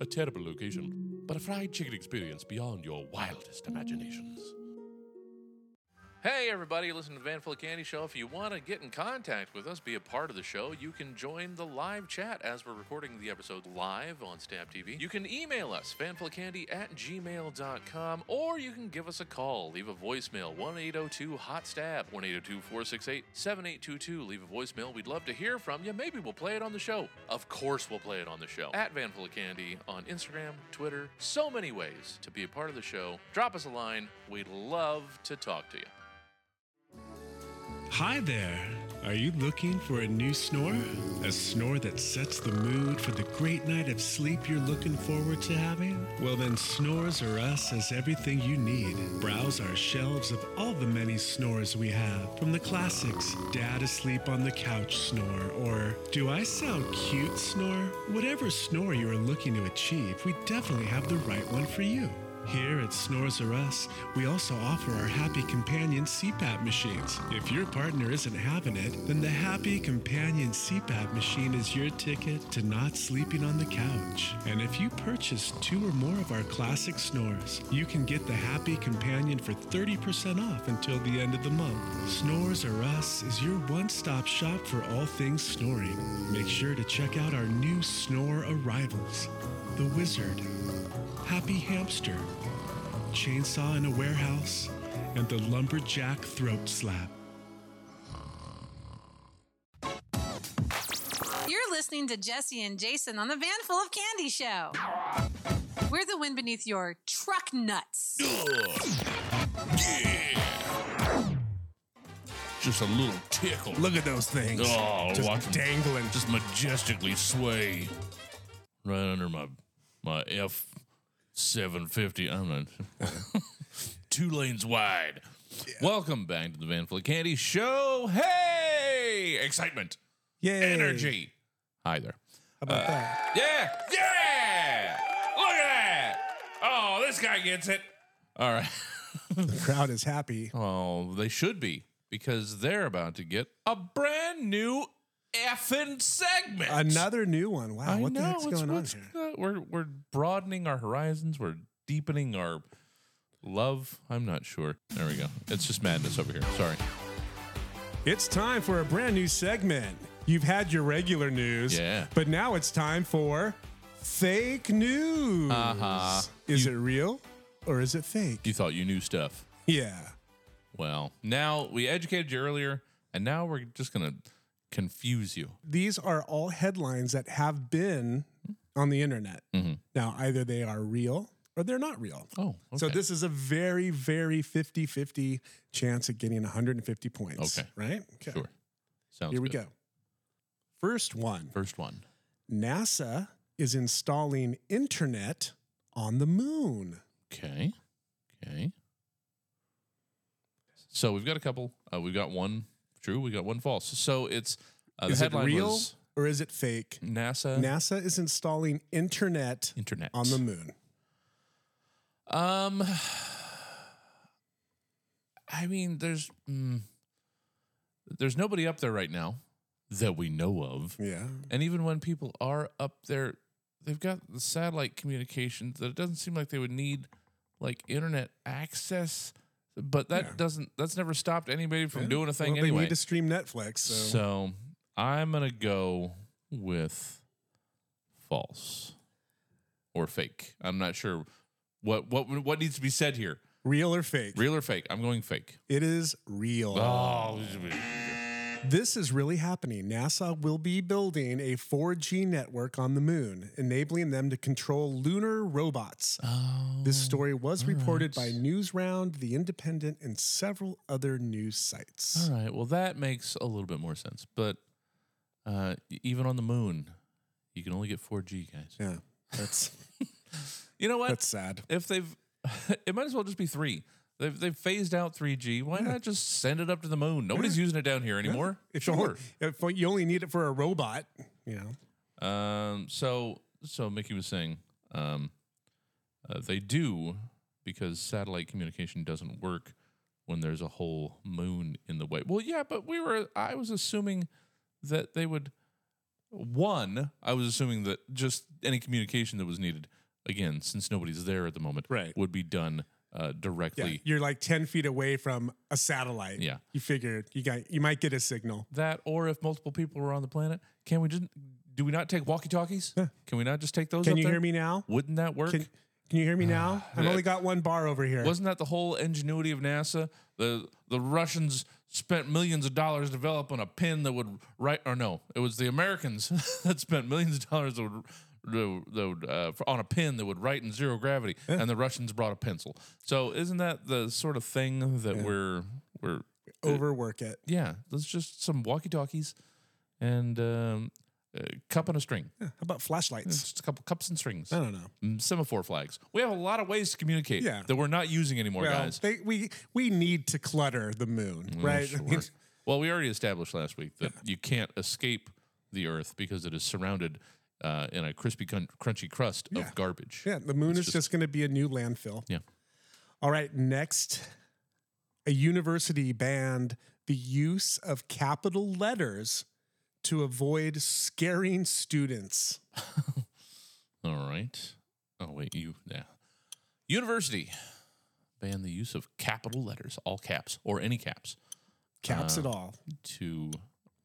Speaker 4: A terrible location, but a fried chicken experience beyond your wildest imaginations.
Speaker 2: Hey, everybody, listen to the Van Full of Candy Show. If you want to get in contact with us, be a part of the show, you can join the live chat as we're recording the episode live on Stab TV. You can email us, vanfulcandy at gmail.com, or you can give us a call. Leave a voicemail, oh 1 802 Hot Stab, 1 468 7822. Leave a voicemail. We'd love to hear from you. Maybe we'll play it on the show. Of course, we'll play it on the show. At Van Full of Candy on Instagram, Twitter, so many ways to be a part of the show. Drop us a line. We'd love to talk to you.
Speaker 1: Hi there. Are you looking for a new snore? A snore that sets the mood for the great night of sleep you're looking forward to having? Well, then, Snores or Us has everything you need. Browse our shelves of all the many snores we have, from the classics Dad Asleep on the Couch Snore or Do I Sound Cute Snore? Whatever snore you are looking to achieve, we definitely have the right one for you. Here at Snores R Us, we also offer our Happy Companion CPAP machines. If your partner isn't having it, then the Happy Companion CPAP machine is your ticket to not sleeping on the couch. And if you purchase two or more of our classic snores, you can get the Happy Companion for 30% off until the end of the month. Snores R Us is your one stop shop for all things snoring. Make sure to check out our new snore arrivals The Wizard. Happy Hamster, Chainsaw in a Warehouse, and the Lumberjack Throat Slap.
Speaker 3: You're listening to Jesse and Jason on the Van Full of Candy Show. We're the wind beneath your truck nuts.
Speaker 4: Just a little tickle.
Speaker 11: Look at those things.
Speaker 4: Oh,
Speaker 11: Just
Speaker 4: watch 'em
Speaker 11: dangling.
Speaker 4: Just majestically sway right under my my F seven fifty. I'm not two lanes wide. Welcome back to the Van Fleet Candy Show. Hey, excitement,
Speaker 11: Yay.
Speaker 4: energy. Hi there.
Speaker 11: How about
Speaker 4: Uh,
Speaker 11: that?
Speaker 4: Yeah, yeah. Look at that. Oh, this guy gets it. All right.
Speaker 11: The crowd is happy.
Speaker 2: Oh, they should be because they're about to get a brand new effing segment.
Speaker 11: Another new one. Wow,
Speaker 2: I
Speaker 11: what the
Speaker 2: know,
Speaker 11: heck's
Speaker 2: it's-
Speaker 11: going on
Speaker 2: what's-
Speaker 11: here?
Speaker 2: uh, we're we're broadening our horizons. We're deepening our love. I'm not sure. There we go. It's just madness over here. Sorry.
Speaker 11: It's time for a brand new segment. You've had your regular news,
Speaker 2: Yeah.
Speaker 11: but now it's time for fake news.
Speaker 2: Uh-huh.
Speaker 11: Is it real or is it fake?
Speaker 2: You thought you knew stuff.
Speaker 11: Yeah.
Speaker 2: Well, now we educated you earlier, and now we're just gonna confuse you.
Speaker 11: These are all headlines that have been on the internet.
Speaker 2: Mm-hmm.
Speaker 11: Now, either they are real or they're not real.
Speaker 2: Oh,
Speaker 11: So
Speaker 2: okay.
Speaker 11: this is a very, very 50 50 chance at getting 150 points.
Speaker 2: Okay.
Speaker 11: Right? Okay.
Speaker 2: Sure. Sounds
Speaker 11: Here we
Speaker 2: good.
Speaker 11: go. First one.
Speaker 2: First one.
Speaker 11: NASA is installing internet on the moon.
Speaker 2: Okay. Okay. So we've got a couple. Uh, we've got one true. We got one false. So it's uh, the
Speaker 11: is it
Speaker 2: headline
Speaker 11: real
Speaker 2: was
Speaker 11: or is it fake?
Speaker 2: NASA.
Speaker 11: NASA is installing internet
Speaker 2: internet
Speaker 11: on the moon.
Speaker 2: Um, I mean, there's mm, there's nobody up there right now that we know of.
Speaker 11: Yeah.
Speaker 2: And even when people are up there, they've got the satellite communications that it doesn't seem like they would need like internet access. But that doesn't that's never stopped anybody from
Speaker 11: Yeah.
Speaker 2: doing a thing
Speaker 11: Well, They
Speaker 2: anyway.
Speaker 11: need to stream Netflix. So,
Speaker 2: So I'm gonna go with false or fake. I'm not sure what what what needs to be said here.
Speaker 1: Real or fake?
Speaker 2: Real or fake? I'm going fake.
Speaker 1: It is real.
Speaker 2: Oh.
Speaker 1: This is really happening. NASA will be building a 4G network on the moon, enabling them to control lunar robots.
Speaker 2: Oh,
Speaker 1: this story was reported by Newsround, The Independent, and several other news sites.
Speaker 2: All right. Well, that makes a little bit more sense. But uh, y- even on the moon, you can only get 4G, guys.
Speaker 1: Yeah. That's.
Speaker 2: you know what?
Speaker 1: That's sad.
Speaker 2: If they've, it might as well just be three. They've, they've phased out 3G. Why not just send it up to the moon? Nobody's using it down here anymore.
Speaker 1: If you only- if you only need it for a robot, you know.
Speaker 2: Um. So so Mickey was saying, um, uh, they do because satellite communication doesn't work when there's a whole moon in the way. Well, yeah, but we were. I was assuming that they would. One, I was assuming that just any communication that was needed, again, since nobody's there at the moment, right. would be done uh,
Speaker 1: Yeah,
Speaker 2: directly.
Speaker 1: you're like 10 feet away from a satellite.
Speaker 2: Yeah.
Speaker 1: You figure you got you might get a signal.
Speaker 2: That, or if multiple people were on the planet, can we just do we not take walkie talkies? Can we not just take those?
Speaker 1: Can
Speaker 2: up
Speaker 1: you
Speaker 2: there?
Speaker 1: hear me now?
Speaker 2: Wouldn't that work?
Speaker 1: Can, can you hear me now? I've
Speaker 2: Yeah.
Speaker 1: only got one bar over here.
Speaker 2: Wasn't that the whole ingenuity of NASA? The the Russians spent millions of dollars developing a pin that would write, or no, it was the Americans that spent millions of dollars that would, that would, uh, for- on a pin that would write in zero gravity, and the Russians brought a pencil. So isn't that the sort of thing that we're we're
Speaker 1: Overwork it.
Speaker 2: yeah? That's just some walkie talkies and um, a cup and a string.
Speaker 1: How about flashlights?
Speaker 2: Just a couple cups and strings.
Speaker 1: I don't know.
Speaker 2: Mm, Semaphore flags. We have a lot of ways to communicate
Speaker 1: Yeah.
Speaker 2: that we're not using anymore,
Speaker 1: well,
Speaker 2: guys.
Speaker 1: They, we we need to clutter the moon,
Speaker 2: Mm,
Speaker 1: right? I
Speaker 2: sure.
Speaker 1: mean,
Speaker 2: well, we already established last week that you can't escape the Earth because it is surrounded uh, in a crispy, crun- crunchy crust
Speaker 1: Yeah.
Speaker 2: of garbage.
Speaker 1: yeah, the moon is just, going to be a new landfill.
Speaker 2: Yeah.
Speaker 1: All right, next a university banned the use of capital letters to avoid scaring students.
Speaker 2: All right. Oh wait, you yeah. University ban the use of capital letters, all caps or any caps,
Speaker 1: Caps at
Speaker 2: uh,
Speaker 1: all.
Speaker 2: to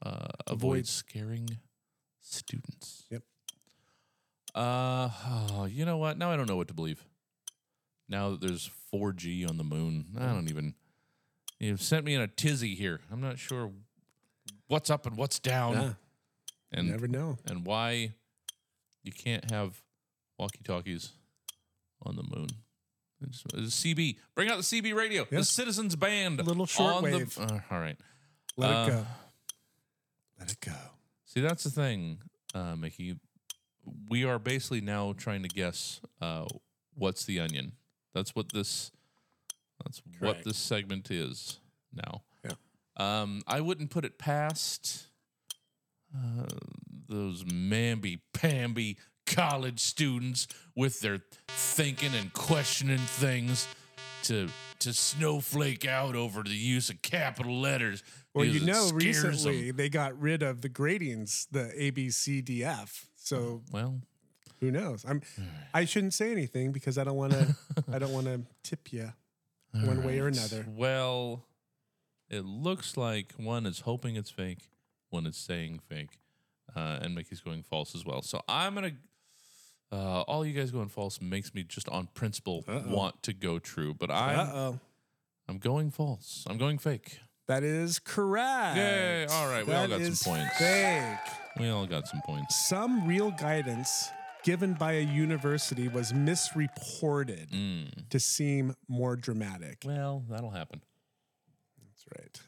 Speaker 2: uh, avoid,
Speaker 1: Avoid-
Speaker 2: scaring students.
Speaker 1: Yep.
Speaker 2: Uh, oh, you know what? Now I don't know what to believe. Now that there's 4G on the moon, I
Speaker 1: Oh.
Speaker 2: don't even. You've sent me in a tizzy here. I'm not sure what's up and what's down.
Speaker 1: Yeah.
Speaker 2: And
Speaker 1: Never know.
Speaker 2: and why you can't have walkie talkies on the moon. It's, uh, it's CB, bring out the CB radio, the
Speaker 1: Yes.
Speaker 2: Citizens Band,
Speaker 1: Little
Speaker 2: on the-
Speaker 1: shortwave.
Speaker 2: uh, all right,
Speaker 1: Let
Speaker 2: Uh,
Speaker 1: it go. Let it go.
Speaker 2: See, that's the thing, uh, Mickey. We are basically now trying to guess uh, what's the onion. That's what this. That's what
Speaker 1: Correct.
Speaker 2: this segment is now.
Speaker 1: Yeah.
Speaker 2: Um, I wouldn't put it past uh, those mamby pamby college students with their thinking and questioning things to to snowflake out over the use of capital letters.
Speaker 1: Well, you
Speaker 2: because it
Speaker 1: know,
Speaker 2: scares 'em.
Speaker 1: recently they got rid of the gradings, the A, B, C, D, F. So
Speaker 2: Oh, Well,
Speaker 1: who knows? I'm. I shouldn't say anything because I don't want to. I don't want to tip you one way or
Speaker 2: Right.
Speaker 1: another.
Speaker 2: Well, it looks like one is hoping it's fake, one is saying fake, uh, and Mickey's going false as well. So I'm gonna. Uh, all you guys going false makes me just on principle want to go true, but I
Speaker 1: Uh-oh.
Speaker 2: I'm going false. I'm going fake.
Speaker 1: That is correct.
Speaker 2: Yay, all right, we all got some
Speaker 1: is
Speaker 2: points.
Speaker 1: Fake.
Speaker 2: We all got some points.
Speaker 1: Some real guidance given by a university was misreported
Speaker 2: Mm.
Speaker 1: to seem more dramatic.
Speaker 2: Well, that'll happen.
Speaker 1: That's right.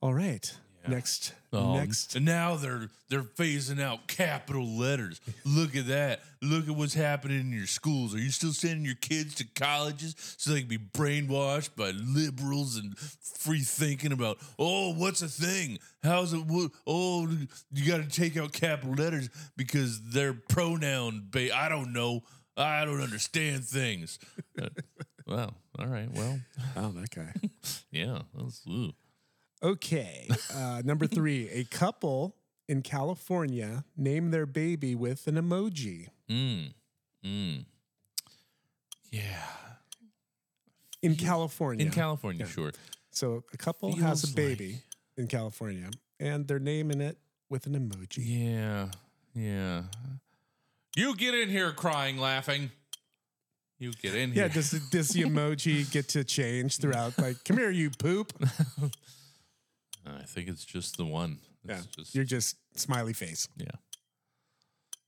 Speaker 1: All right. Next.
Speaker 2: Oh,
Speaker 1: next.
Speaker 2: n- now they're they're phasing out capital letters. Look at that. Look at what's happening in your schools. Are you still sending your kids to colleges so they can be brainwashed by liberals and free thinking about oh what's a thing? How's it? What, oh you got to take out capital letters because they're pronoun. Ba- I don't know. I don't understand things. Uh, wow. All right. Well.
Speaker 1: Oh, that guy.
Speaker 2: yeah. That's. Ooh.
Speaker 1: Okay. Uh, number three, a couple in California named their baby with an emoji.
Speaker 2: Mm. Mm.
Speaker 1: In California.
Speaker 2: In California, sure.
Speaker 1: So a couple has
Speaker 2: Feels
Speaker 1: a baby in California and they're naming it with an emoji.
Speaker 2: Yeah. Yeah. You get in here crying, laughing. You get in here.
Speaker 1: Yeah, does, the- does the emoji get to change throughout? Like, come here, you poop.
Speaker 2: I think it's just the one.
Speaker 1: Yeah,
Speaker 2: It's just-
Speaker 1: you're just smiley face.
Speaker 2: Yeah.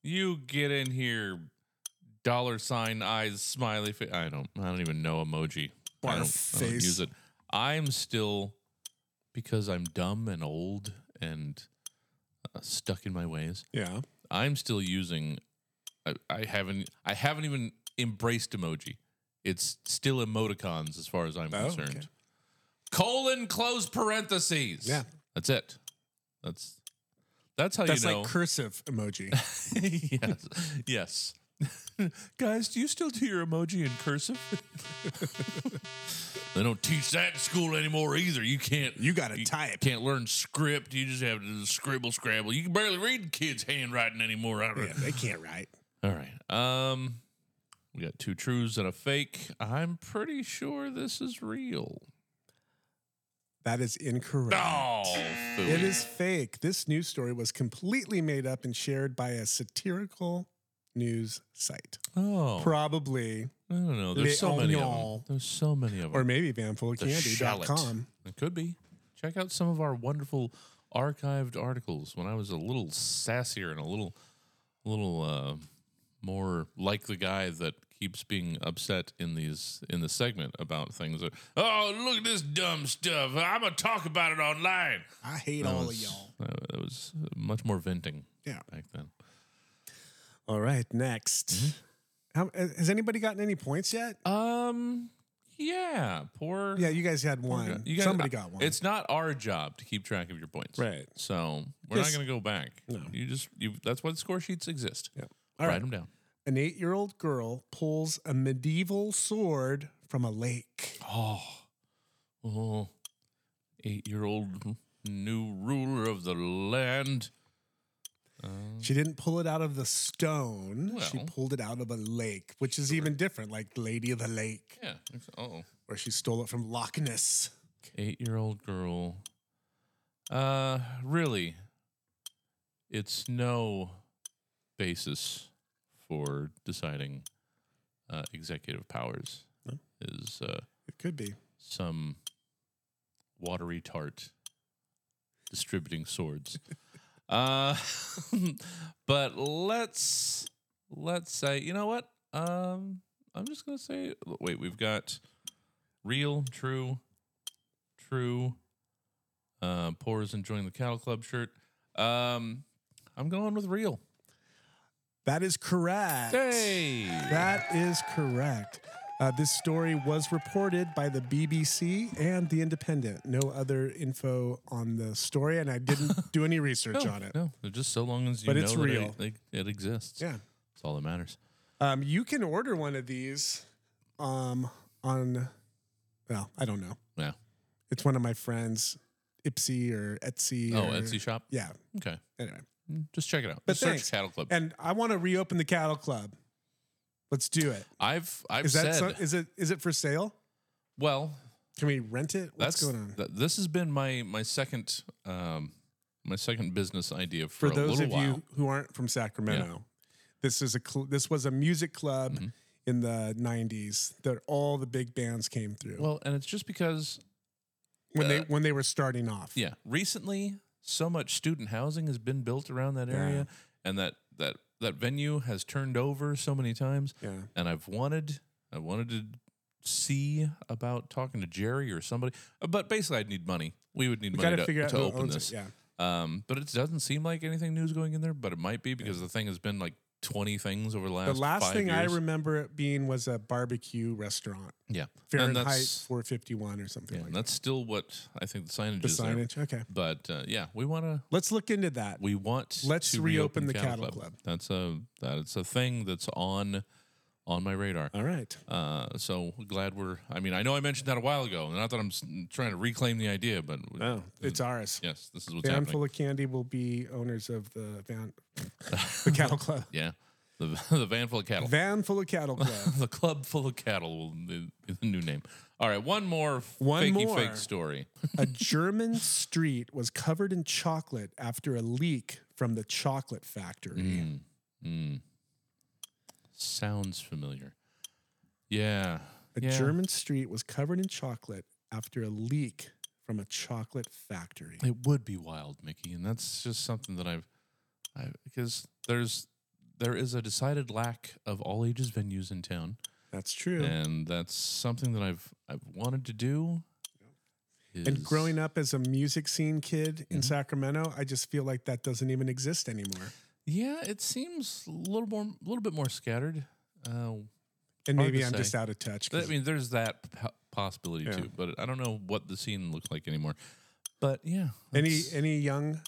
Speaker 2: you get in here, dollar sign eyes smiley face. I don't. I don't even know emoji. I
Speaker 1: Barf
Speaker 2: don't, I don't
Speaker 1: face.
Speaker 2: use it. I'm still because I'm dumb and old and uh, stuck in my ways.
Speaker 1: Yeah.
Speaker 2: I'm still using. I, I haven't. I haven't even embraced emoji. It's still emoticons as far as I'm
Speaker 1: Oh, okay.
Speaker 2: concerned. Colon close parentheses.
Speaker 1: Yeah.
Speaker 2: That's it. That's that's how
Speaker 1: That's
Speaker 2: you know.
Speaker 1: like cursive emoji.
Speaker 2: yes. Yes. Guys, do you still do your emoji in cursive? they don't teach that in school anymore either. You can't. You got to type. Can't learn script. You just have to scribble, scrabble. You can barely read kids' handwriting anymore. I don't-
Speaker 1: yeah, they can't write.
Speaker 2: All right. Um, we got two truths and a fake. I'm pretty sure this is real.
Speaker 1: That is incorrect.
Speaker 2: Oh,
Speaker 1: It is fake. This news story was completely made up and shared by a satirical news site.
Speaker 2: Oh.
Speaker 1: Probably.
Speaker 2: I don't know. There's so many of them. There's so many of them.
Speaker 1: Or maybe
Speaker 2: The shallot.
Speaker 1: vanfulofcandy.com.
Speaker 2: It could be. Check out some of our wonderful archived articles. When I was a little sassier and a little, little uh, more like the guy that keeps being upset in these in the segment about things. That, oh, look at this dumb stuff! I'm gonna talk about it online.
Speaker 1: I hate
Speaker 2: That
Speaker 1: all
Speaker 2: was-
Speaker 1: of y'all.
Speaker 2: That that was uh, much more venting.
Speaker 1: Yeah.
Speaker 2: back then. Mm-hmm.
Speaker 1: All right, next. How, uh, has anybody gotten any points yet?
Speaker 2: Um, yeah, poor.
Speaker 1: Yeah, you guys had
Speaker 2: Poor guy.
Speaker 1: one.
Speaker 2: You guys-
Speaker 1: Somebody got one.
Speaker 2: It's not our job to keep track of your points,
Speaker 1: Right.
Speaker 2: So we're
Speaker 1: Yes.
Speaker 2: not going to go back. No, you just you. That's why the score sheets exist. Yeah,
Speaker 1: All
Speaker 2: write
Speaker 1: right.
Speaker 2: them down.
Speaker 1: An eight-year-old girl pulls a medieval sword from a lake.
Speaker 2: Oh, oh, eight-year-old new ruler of the land. Uh,
Speaker 1: She didn't pull it out of the stone. she
Speaker 2: Well.
Speaker 1: pulled it out of a lake, which is even different, like Lady of the Lake,
Speaker 2: yeah. Oh,
Speaker 1: where she stole it from Loch Ness.
Speaker 2: eight-year-old girl. Uh, really? It's no basis for deciding uh, executive powers. Is uh,
Speaker 1: It could be.
Speaker 2: some watery tart distributing swords. uh, but let's let's say you know what? Um, I'm just gonna say wait. We've got real, true, true. Uh, poor is enjoying the cattle club shirt. Um, I'm going with real.
Speaker 1: That is correct.
Speaker 2: Hey,
Speaker 1: That is correct. Uh, this story was reported by the BBC and The Independent. No other info on the story, and I didn't do any research
Speaker 2: no,
Speaker 1: on it.
Speaker 2: No, just so long as you
Speaker 1: But
Speaker 2: know
Speaker 1: it's
Speaker 2: that
Speaker 1: real.
Speaker 2: It, like, it exists.
Speaker 1: Yeah.
Speaker 2: that's all that matters.
Speaker 1: Um, you can order one of these um, on, well, I don't know.
Speaker 2: Yeah.
Speaker 1: It's one of my friends, Ipsy or Etsy.
Speaker 2: Oh,
Speaker 1: or-
Speaker 2: Etsy shop?
Speaker 1: Yeah.
Speaker 2: Okay. Mm,
Speaker 1: Anyway.
Speaker 2: Just check it out.
Speaker 1: But
Speaker 2: Just search
Speaker 1: thanks.
Speaker 2: Cattle Club.
Speaker 1: And I want to reopen the Cattle Club. Let's do it.
Speaker 2: I've I've
Speaker 1: is
Speaker 2: said
Speaker 1: that so- is it is it for sale?
Speaker 2: well.
Speaker 1: Can we rent it? What's
Speaker 2: that's
Speaker 1: going on?
Speaker 2: th- this has been my my second um my second business idea for,
Speaker 1: For
Speaker 2: a
Speaker 1: those
Speaker 2: little
Speaker 1: of
Speaker 2: while.
Speaker 1: you who aren't from Sacramento, this is a cl- this was a music club
Speaker 2: Mm-hmm.
Speaker 1: in the '90s that all the big bands came through
Speaker 2: Well, and it's just because
Speaker 1: when they
Speaker 2: uh,
Speaker 1: when they were starting off.
Speaker 2: yeah, recently so much student housing has been built around that area and that that that venue has turned over so many times.
Speaker 1: Yeah.
Speaker 2: And I've wanted I wanted to see about talking to Jerry or somebody. Uh, But basically I'd need money. We would need
Speaker 1: We
Speaker 2: money
Speaker 1: gotta
Speaker 2: to,
Speaker 1: figure out
Speaker 2: to
Speaker 1: who
Speaker 2: open
Speaker 1: owns it,
Speaker 2: this.
Speaker 1: yeah.
Speaker 2: Um, but it doesn't seem like anything new is going in there, but it might be because the thing has been like 20 things over the last
Speaker 1: The last
Speaker 2: five
Speaker 1: thing I
Speaker 2: years.
Speaker 1: remember it being was a barbecue restaurant.
Speaker 2: Yeah. And
Speaker 1: Fahrenheit
Speaker 2: that's-
Speaker 1: 451 or something
Speaker 2: Yeah,
Speaker 1: like
Speaker 2: and that's still what I think the signage
Speaker 1: The
Speaker 2: is. there.
Speaker 1: signage, okay.
Speaker 2: But uh, yeah, we want to.
Speaker 1: Let's look into that.
Speaker 2: We want.
Speaker 1: Let's
Speaker 2: to
Speaker 1: reopen
Speaker 2: reopen,
Speaker 1: the
Speaker 2: Cattle,
Speaker 1: Cattle
Speaker 2: Club.
Speaker 1: Club.
Speaker 2: That's a that's a thing that's on on my radar.
Speaker 1: All right.
Speaker 2: Uh, so glad we're. I mean, I know I mentioned that a while ago. Not that I'm s- trying to reclaim the idea, but
Speaker 1: no, Oh, it's ours.
Speaker 2: Yes, this is
Speaker 1: that.
Speaker 2: what's
Speaker 1: Van
Speaker 2: happening.
Speaker 1: Full of Candy will be owners of the van, the Cattle Club.
Speaker 2: yeah, the the van full of cattle.
Speaker 1: Van Full of Cattle Club.
Speaker 2: the club full of cattle will be the new name. All right, one more
Speaker 1: One
Speaker 2: fakey
Speaker 1: more.
Speaker 2: fake story.
Speaker 1: a German street was covered in chocolate after a leak from the chocolate
Speaker 2: Hmm.
Speaker 1: factory.
Speaker 2: Mm. Sounds familiar. Yeah.
Speaker 1: A
Speaker 2: Yeah.
Speaker 1: German street was covered in chocolate after a leak from a chocolate factory.
Speaker 2: It would be wild, Mickey, and that's just something that I've, I because there's there is a decided lack of all ages venues in town.
Speaker 1: That's true.
Speaker 2: and that's something that I've I've wanted to do. is- Mm-hmm.
Speaker 1: And growing up as a music scene kid in Sacramento, I just feel like that doesn't even exist anymore.
Speaker 2: yeah, it seems a little more, a little bit more scattered. Uh,
Speaker 1: And
Speaker 2: hard
Speaker 1: maybe
Speaker 2: to
Speaker 1: I'm
Speaker 2: say.
Speaker 1: just out of touch.
Speaker 2: I
Speaker 1: 'cause-
Speaker 2: mean, there's that p- possibility
Speaker 1: Yeah.
Speaker 2: too, but I don't know what the scene looks like anymore. But yeah,
Speaker 1: any
Speaker 2: that's- Mm.
Speaker 1: any young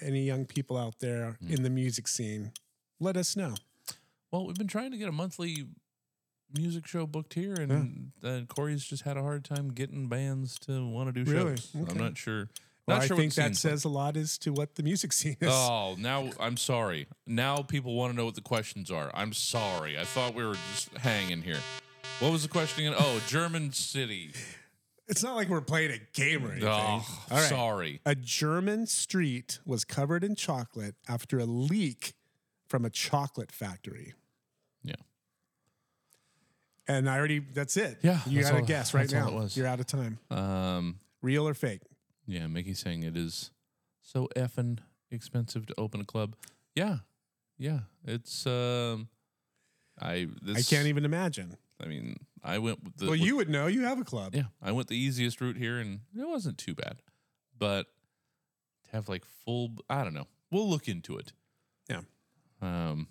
Speaker 1: any young people out there in the music scene, let us know.
Speaker 2: Well, we've been trying to get a monthly music show booked here, and uh, Corey's just had a hard time getting bands to want to do
Speaker 1: Really?
Speaker 2: shows.
Speaker 1: Okay.
Speaker 2: I'm not sure.
Speaker 1: Well,
Speaker 2: not
Speaker 1: I
Speaker 2: sure what
Speaker 1: think
Speaker 2: the
Speaker 1: that
Speaker 2: scene's like.
Speaker 1: says a lot as to what the music scene is.
Speaker 2: Oh, now I'm sorry. Now people want to know what the questions are. I'm sorry. I thought we were just hanging here. What was the question again? Oh, German city.
Speaker 1: It's not like we're playing a game or anything.
Speaker 2: Oh,
Speaker 1: All right.
Speaker 2: sorry.
Speaker 1: A German street was covered in chocolate after a leak from a chocolate factory.
Speaker 2: Yeah.
Speaker 1: And I already, that's it.
Speaker 2: Yeah,
Speaker 1: You
Speaker 2: that's
Speaker 1: got to
Speaker 2: all-
Speaker 1: guess right
Speaker 2: that's all
Speaker 1: now.
Speaker 2: it was.
Speaker 1: You're out of time.
Speaker 2: Um,
Speaker 1: Real or fake?
Speaker 2: Yeah, Mickey's saying it is so effing expensive to open a club. Yeah, yeah. It's um, I this,
Speaker 1: I can't even imagine.
Speaker 2: I mean, I went with the
Speaker 1: well,
Speaker 2: with-
Speaker 1: you would know. You have a club.
Speaker 2: Yeah, I went the easiest route here, and it wasn't too bad. But to have like full, I don't know. We'll look into it.
Speaker 1: Yeah.
Speaker 2: Um,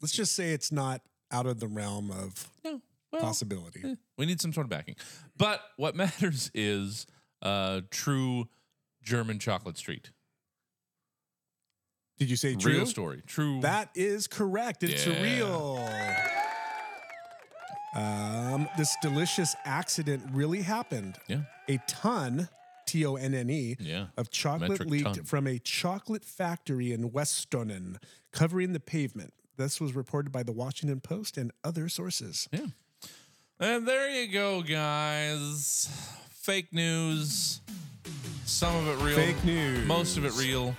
Speaker 1: Let's just say it's not out of the realm of
Speaker 2: no,
Speaker 1: possibility.
Speaker 2: we need some sort of backing. But what matters is uh, true German chocolate street.
Speaker 1: Did you say
Speaker 2: Real
Speaker 1: true?
Speaker 2: story. True.
Speaker 1: That is correct. It's
Speaker 2: Yeah.
Speaker 1: real. Um, this delicious accident really happened.
Speaker 2: Yeah.
Speaker 1: A ton, T O N N E,
Speaker 2: Yeah.
Speaker 1: of chocolate
Speaker 2: Metric
Speaker 1: leaked
Speaker 2: ton.
Speaker 1: from a chocolate factory in Westonen, covering the pavement. This was reported by the Washington Post and other sources.
Speaker 2: Yeah. And there you go, guys. Fake news. Some of it real.
Speaker 1: Fake news.
Speaker 2: Most of it real.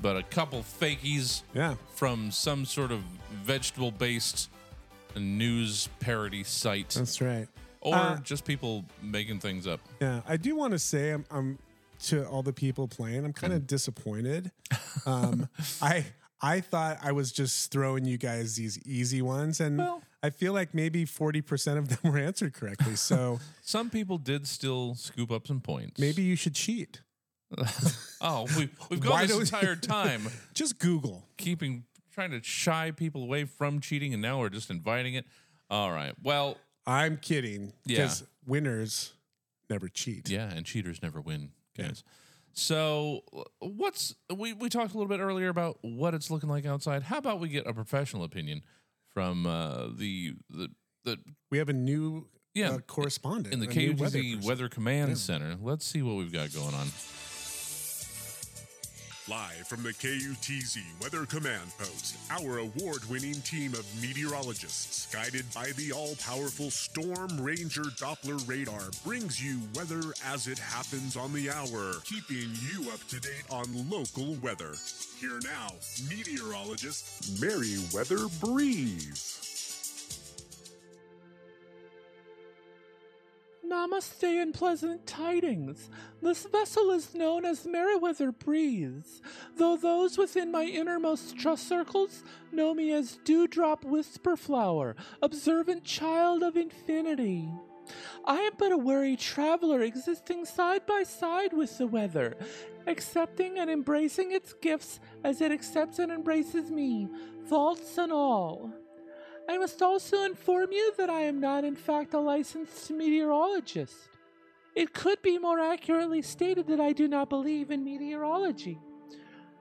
Speaker 2: But a couple fakies
Speaker 1: yeah.
Speaker 2: from some sort of vegetable based news parody site.
Speaker 1: That's right.
Speaker 2: Or
Speaker 1: Uh,
Speaker 2: just people making things up.
Speaker 1: Yeah, I do want to say I'm, I'm to all the people playing. I'm kind
Speaker 2: Mm.
Speaker 1: of disappointed. Um, I I thought I was just throwing you guys these easy ones, and I feel like maybe forty percent of them were answered correctly. So
Speaker 2: Some people did still scoop up some points.
Speaker 1: maybe you should cheat.
Speaker 2: Oh, we, we've gone
Speaker 1: Why
Speaker 2: this
Speaker 1: don't-
Speaker 2: entire time
Speaker 1: Just Google.
Speaker 2: keeping trying to shy people away from cheating, and now we're just inviting it. All right. Well,
Speaker 1: I'm kidding.
Speaker 2: Yeah.
Speaker 1: winners never cheat.
Speaker 2: Yeah, and cheaters never win, guys. So what's we, we talked a little bit earlier about what it's looking like outside. How about we get a professional opinion from uh, the the the
Speaker 1: We have a new
Speaker 2: Yeah,
Speaker 1: uh, correspondent
Speaker 2: in the
Speaker 1: a new
Speaker 2: KGZ
Speaker 1: weather
Speaker 2: Weather,
Speaker 1: person.
Speaker 2: Command
Speaker 1: Yeah.
Speaker 2: Center. Let's see what we've got going on.
Speaker 5: Live from the KUTZ Weather Command Post, our award winning team of meteorologists, guided by the all powerful Storm Ranger Doppler radar, brings you weather as it happens on the hour, keeping you up to date on local weather. Here now, meteorologist Meriwether Breeze.
Speaker 13: Namaste and pleasant tidings. This vessel is known as Meriwether Breeze, though those within my innermost trust circles know me as Dewdrop Whisperflower, observant child of infinity. I am but a weary traveler existing side by side with the weather, accepting and embracing its gifts as it accepts and embraces me, faults and all. I must also inform you that I am not, in fact, a licensed meteorologist. It could be more accurately stated that I do not believe in meteorology.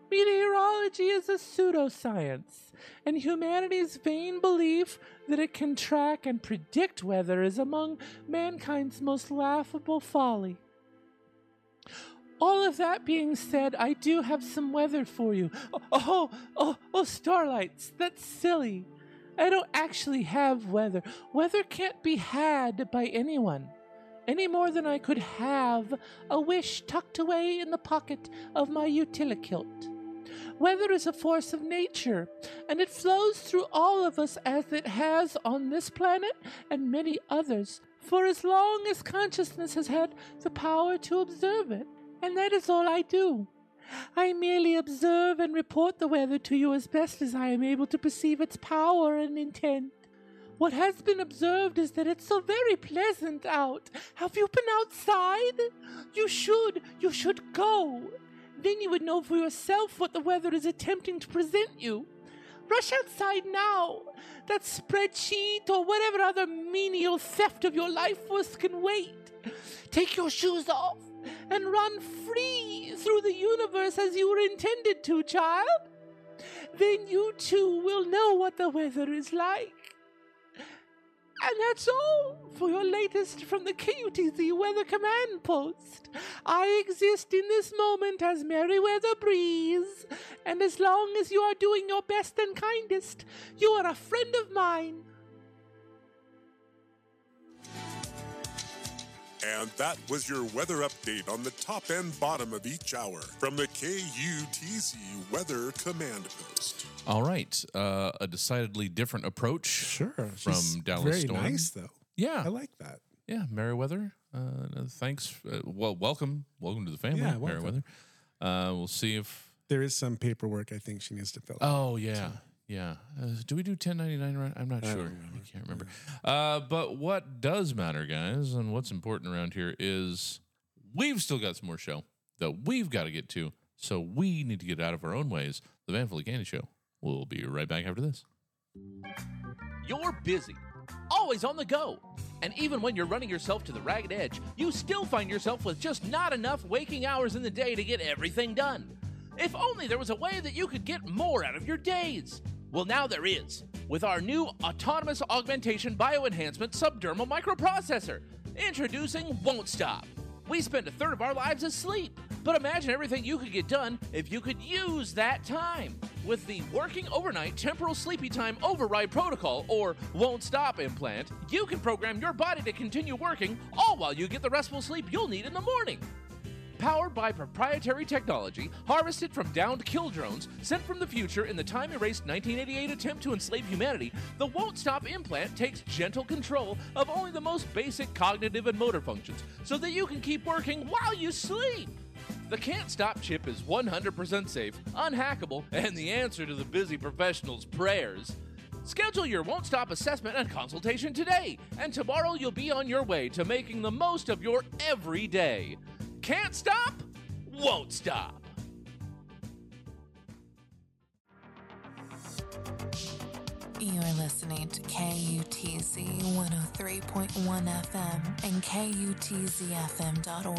Speaker 13: Meteorology is a pseudoscience, and humanity's vain belief that it can track and predict weather is among mankind's most laughable folly. All of that being said, I do have some weather for you. Oh, oh, oh, oh starlights, that's silly. I don't actually have weather. Weather can't be had by anyone, any more than I could have a wish tucked away in the pocket of my utilikilt. Weather is a force of nature, and it flows through all of us as it has on this planet and many others for as long as consciousness has had the power to observe it. And that is all I do. I merely observe and report the weather to you as best as I am able to perceive its power and intent. What has been observed is that it's so very pleasant out. Have you been outside? You should, you should go. Then you would know for yourself what the weather is attempting to present you. Rush outside now. That spreadsheet or whatever other menial theft of your life force can wait. Take your shoes off and run free through the universe as you were intended to, child. Then you too will know what the weather is like. And that's all for your latest from the KUTZ Weather Command Post. I exist in this moment as Merryweather Breeze, and as long as you are doing your best and kindest, you are a friend of mine.
Speaker 5: And that was your weather update on the top and bottom of each hour from the KUTZ Weather Command Post.
Speaker 2: All right, uh, a decidedly different approach.
Speaker 1: Sure,
Speaker 2: from
Speaker 1: she's
Speaker 2: Dallas
Speaker 1: very
Speaker 2: Storm.
Speaker 1: nice, though.
Speaker 2: Yeah, I
Speaker 1: like that.
Speaker 2: Yeah, Meriwether. Uh, no, thanks. Uh, well, welcome, welcome to the family,
Speaker 1: Yeah, welcome.
Speaker 2: Meriwether. Uh, we'll see if.
Speaker 1: There is some paperwork I think she needs to fill out.
Speaker 2: Oh yeah, yeah. Uh, do we do ten ninety nine? Right? I'm not
Speaker 1: I don't
Speaker 2: sure. I can't remember. Uh, but what does matter, guys, and what's important around here is we've still got some more show that we've got to get to. So we need to get out of our own ways. The Van Fully Candy Show. We'll be right back after this.
Speaker 7: You're busy, always on the go. And even when you're running yourself to the ragged edge, you still find yourself with just not enough waking hours in the day to get everything done. If only there was a way that you could get more out of your days. Well, now there is, with our new autonomous augmentation bioenhancement subdermal microprocessor. Introducing Won't Stop. We spend a third of our lives asleep, but imagine everything you could get done if you could use that time. With the Working Overnight Temporal Sleepy Time Override Protocol, or Won't Stop implant, you can program your body to continue working, all while you get the restful sleep you'll need in the morning. Powered by proprietary technology harvested from downed kill drones sent from the future in the time erased 1988 attempt to enslave humanity, the Won't Stop implant takes gentle control of only the most basic cognitive and motor functions so that you can keep working while you sleep. The Can't Stop chip is 100% safe, unhackable, and the answer to the busy professional's prayers. Schedule your Won't Stop assessment and consultation today, and tomorrow you'll be on your way to making the most of your every day. Can't stop, won't stop.
Speaker 12: You're listening to KUTZ 103.1 FM and KUTZFM.org.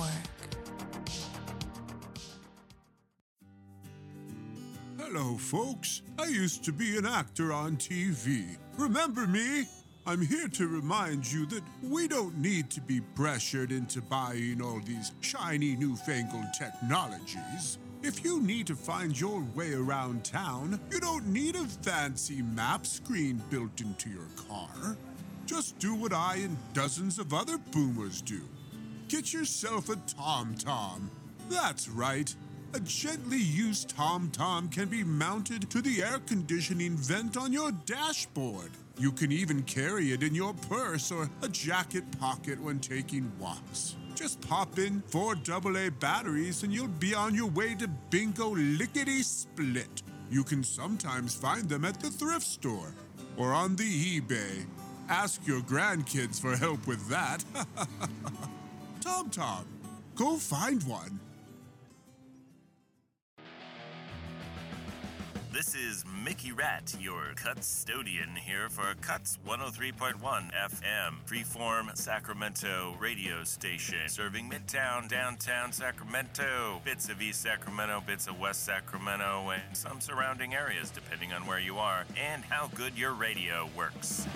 Speaker 14: Hello, folks. I used to be an actor on TV. Remember me? I'm here to remind you that we don't need to be pressured into buying all these shiny newfangled technologies. If you need to find your way around town, you don't need a fancy map screen built into your car. Just do what I and dozens of other boomers do Get yourself a Tom Tom. That's right. A gently used Tom Tom can be mounted to the air conditioning vent on your dashboard. You can even carry it in your purse or a jacket pocket when taking walks. Just pop in four AA batteries and you'll be on your way to bingo lickety split. You can sometimes find them at the thrift store or on the eBay. Ask your grandkids for help with that. Tom Tom, go find one.
Speaker 15: This is Mickey Rat, your custodian here for Cuts 103.1 FM, freeform Sacramento radio station, serving Midtown, downtown Sacramento, bits of East Sacramento, bits of West Sacramento, and some surrounding areas, depending on where you are and how good your radio works.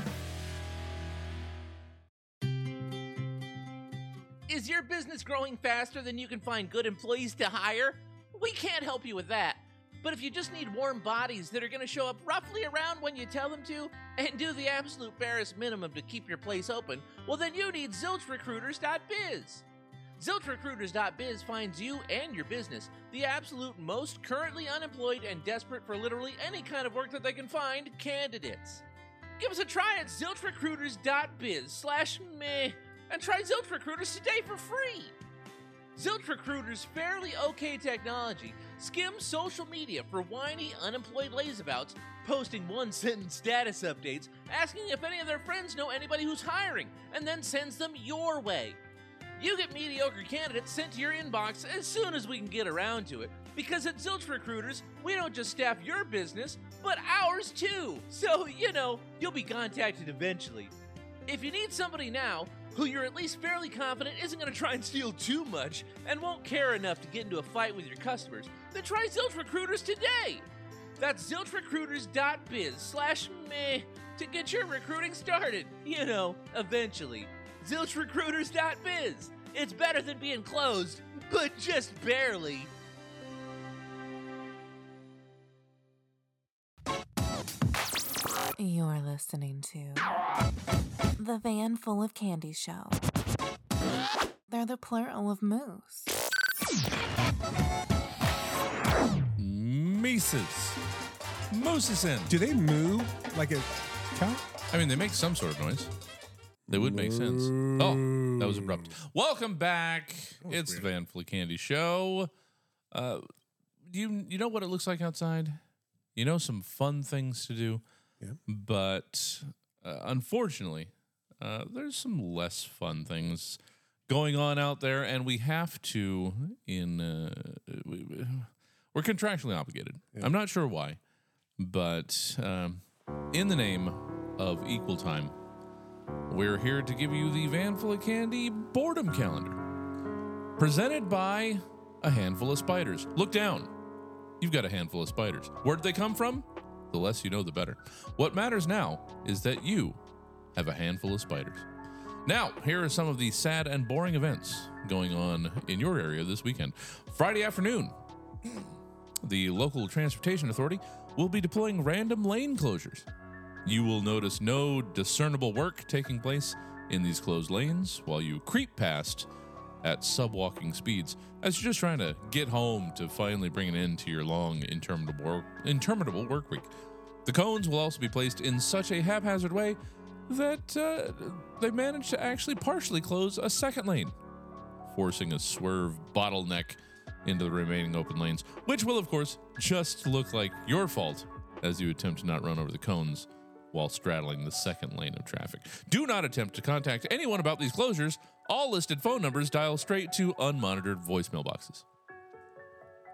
Speaker 7: Is your business growing faster than you can find good employees to hire? We can't help you with that. But if you just need warm bodies that are going to show up roughly around when you tell them to and do the absolute barest minimum to keep your place open, well, then you need zilchrecruiters.biz. ZilchRecruiters.biz finds you and your business the absolute most currently unemployed and desperate for literally any kind of work that they can find candidates. Give us a try at ZilchRecruiters.biz slash meh and try Zilch Recruiters today for free. Zilch Recruiters' fairly okay technology skims social media for whiny, unemployed lazabouts, posting one sentence status updates, asking if any of their friends know anybody who's hiring, and then sends them your way. You get mediocre candidates sent to your inbox as soon as we can get around to it, because at Zilch Recruiters, we don't just staff your business, but ours too. So, you know, you'll be contacted eventually. If you need somebody now, who you're at least fairly confident isn't going to try and steal too much and won't care enough to get into a fight with your customers, then try Zilch Recruiters today. That's zilchrecruiters.biz slash meh to get your recruiting started. You know, eventually. Zilchrecruiters.biz. It's better than being closed, but just barely.
Speaker 12: You're listening to The Van Full of Candy Show. They're the plural of moose.
Speaker 2: Mises. Mosesen.
Speaker 1: Do they moo like a cow?
Speaker 2: I mean, they make some sort of noise. They would make sense. Oh, that was abrupt. Welcome back. It's the Van Fleet Candy Show. Uh, you you know what it looks like outside. You know some fun things to do, but uh, unfortunately, uh, there's some less fun things going on out there, and we have to in uh, we, we- we're contractually obligated. I'm not sure why, but um, in the name of equal time. We're here to give you the Van Full of Candy boredom calendar. Presented by a handful of spiders. Look down. You've got a handful of spiders. Where'd they come from? The less you know, the better. What matters now is that you have a handful of spiders. Now, here are some of the sad and boring events going on in your area this weekend. Friday afternoon, the local transportation authority will be deploying random lane closures. You will notice no discernible work taking place in these closed lanes while you creep past at subwalking speeds as you're just trying to get home to finally bring an end to your long interminable work, interminable work week. The cones will also be placed in such a haphazard way that uh, they managed to actually partially close a second lane forcing a swerve bottleneck into the remaining open lanes, which will, of course, just look like your fault as you attempt to not run over the cones while straddling the second lane of traffic. Do not attempt to contact anyone about these closures. All listed phone numbers dial straight to unmonitored voicemail boxes.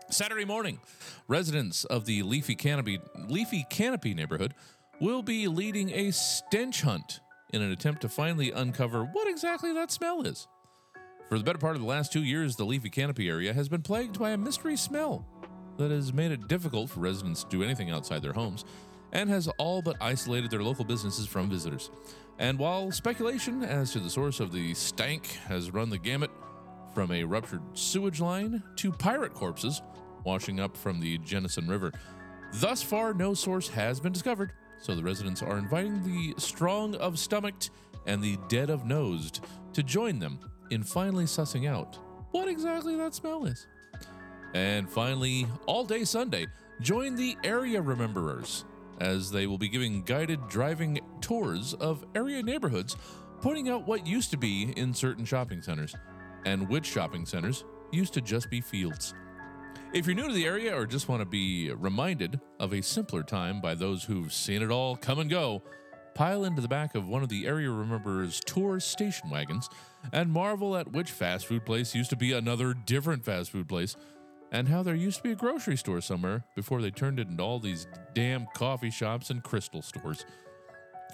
Speaker 2: Saturday morning, residents of the Leafy Canopy Leafy Canopy neighborhood will be leading a stench hunt in an attempt to finally uncover what exactly that smell is. For the better part of the last two years, the leafy canopy area has been plagued by a mystery smell that has made it difficult for residents to do anything outside their homes and has all but isolated their local businesses from visitors. And while speculation as to the source of the stank has run the gamut from a ruptured sewage line to pirate corpses washing up from the Jenison River, thus far no source has been discovered. So the residents are inviting the strong of stomached and the dead of nosed to join them in finally sussing out what exactly that smell is. And finally, all day Sunday, join the Area Rememberers as they will be giving guided driving tours of area neighborhoods, pointing out what used to be in certain shopping centers and which shopping centers used to just be fields. If you're new to the area or just want to be reminded of a simpler time by those who've seen it all come and go, pile into the back of one of the Area Rememberers tour station wagons and marvel at which fast food place used to be another different fast food place and how there used to be a grocery store somewhere before they turned it into all these damn coffee shops and crystal stores.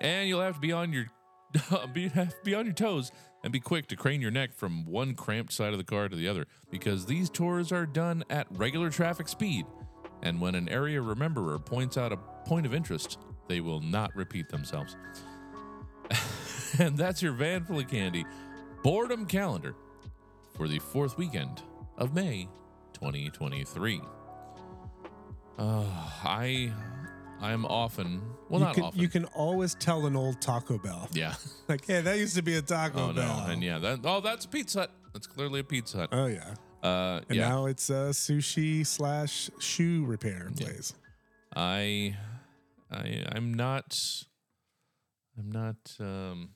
Speaker 2: And you'll have to be on your be, have to be on your toes and be quick to crane your neck from one cramped side of the car to the other because these tours are done at regular traffic speed. And when an area rememberer points out a point of interest, they will not repeat themselves. and that's your van full of candy boredom calendar for the fourth weekend of May 2023. Uh, I I'm often well
Speaker 1: you
Speaker 2: not
Speaker 1: can,
Speaker 2: often
Speaker 1: You can always tell an old Taco Bell.
Speaker 2: Yeah.
Speaker 1: Like, hey, that used to be a Taco
Speaker 2: Oh no!
Speaker 1: Bell.
Speaker 2: And yeah, that oh, that's a Pizza Hut. That's It's clearly a Pizza Hut.
Speaker 1: Oh, yeah.
Speaker 2: Uh,
Speaker 1: And
Speaker 2: yeah.
Speaker 1: now it's a sushi slash shoe repair place.
Speaker 2: I, I, I'm not, I'm not um,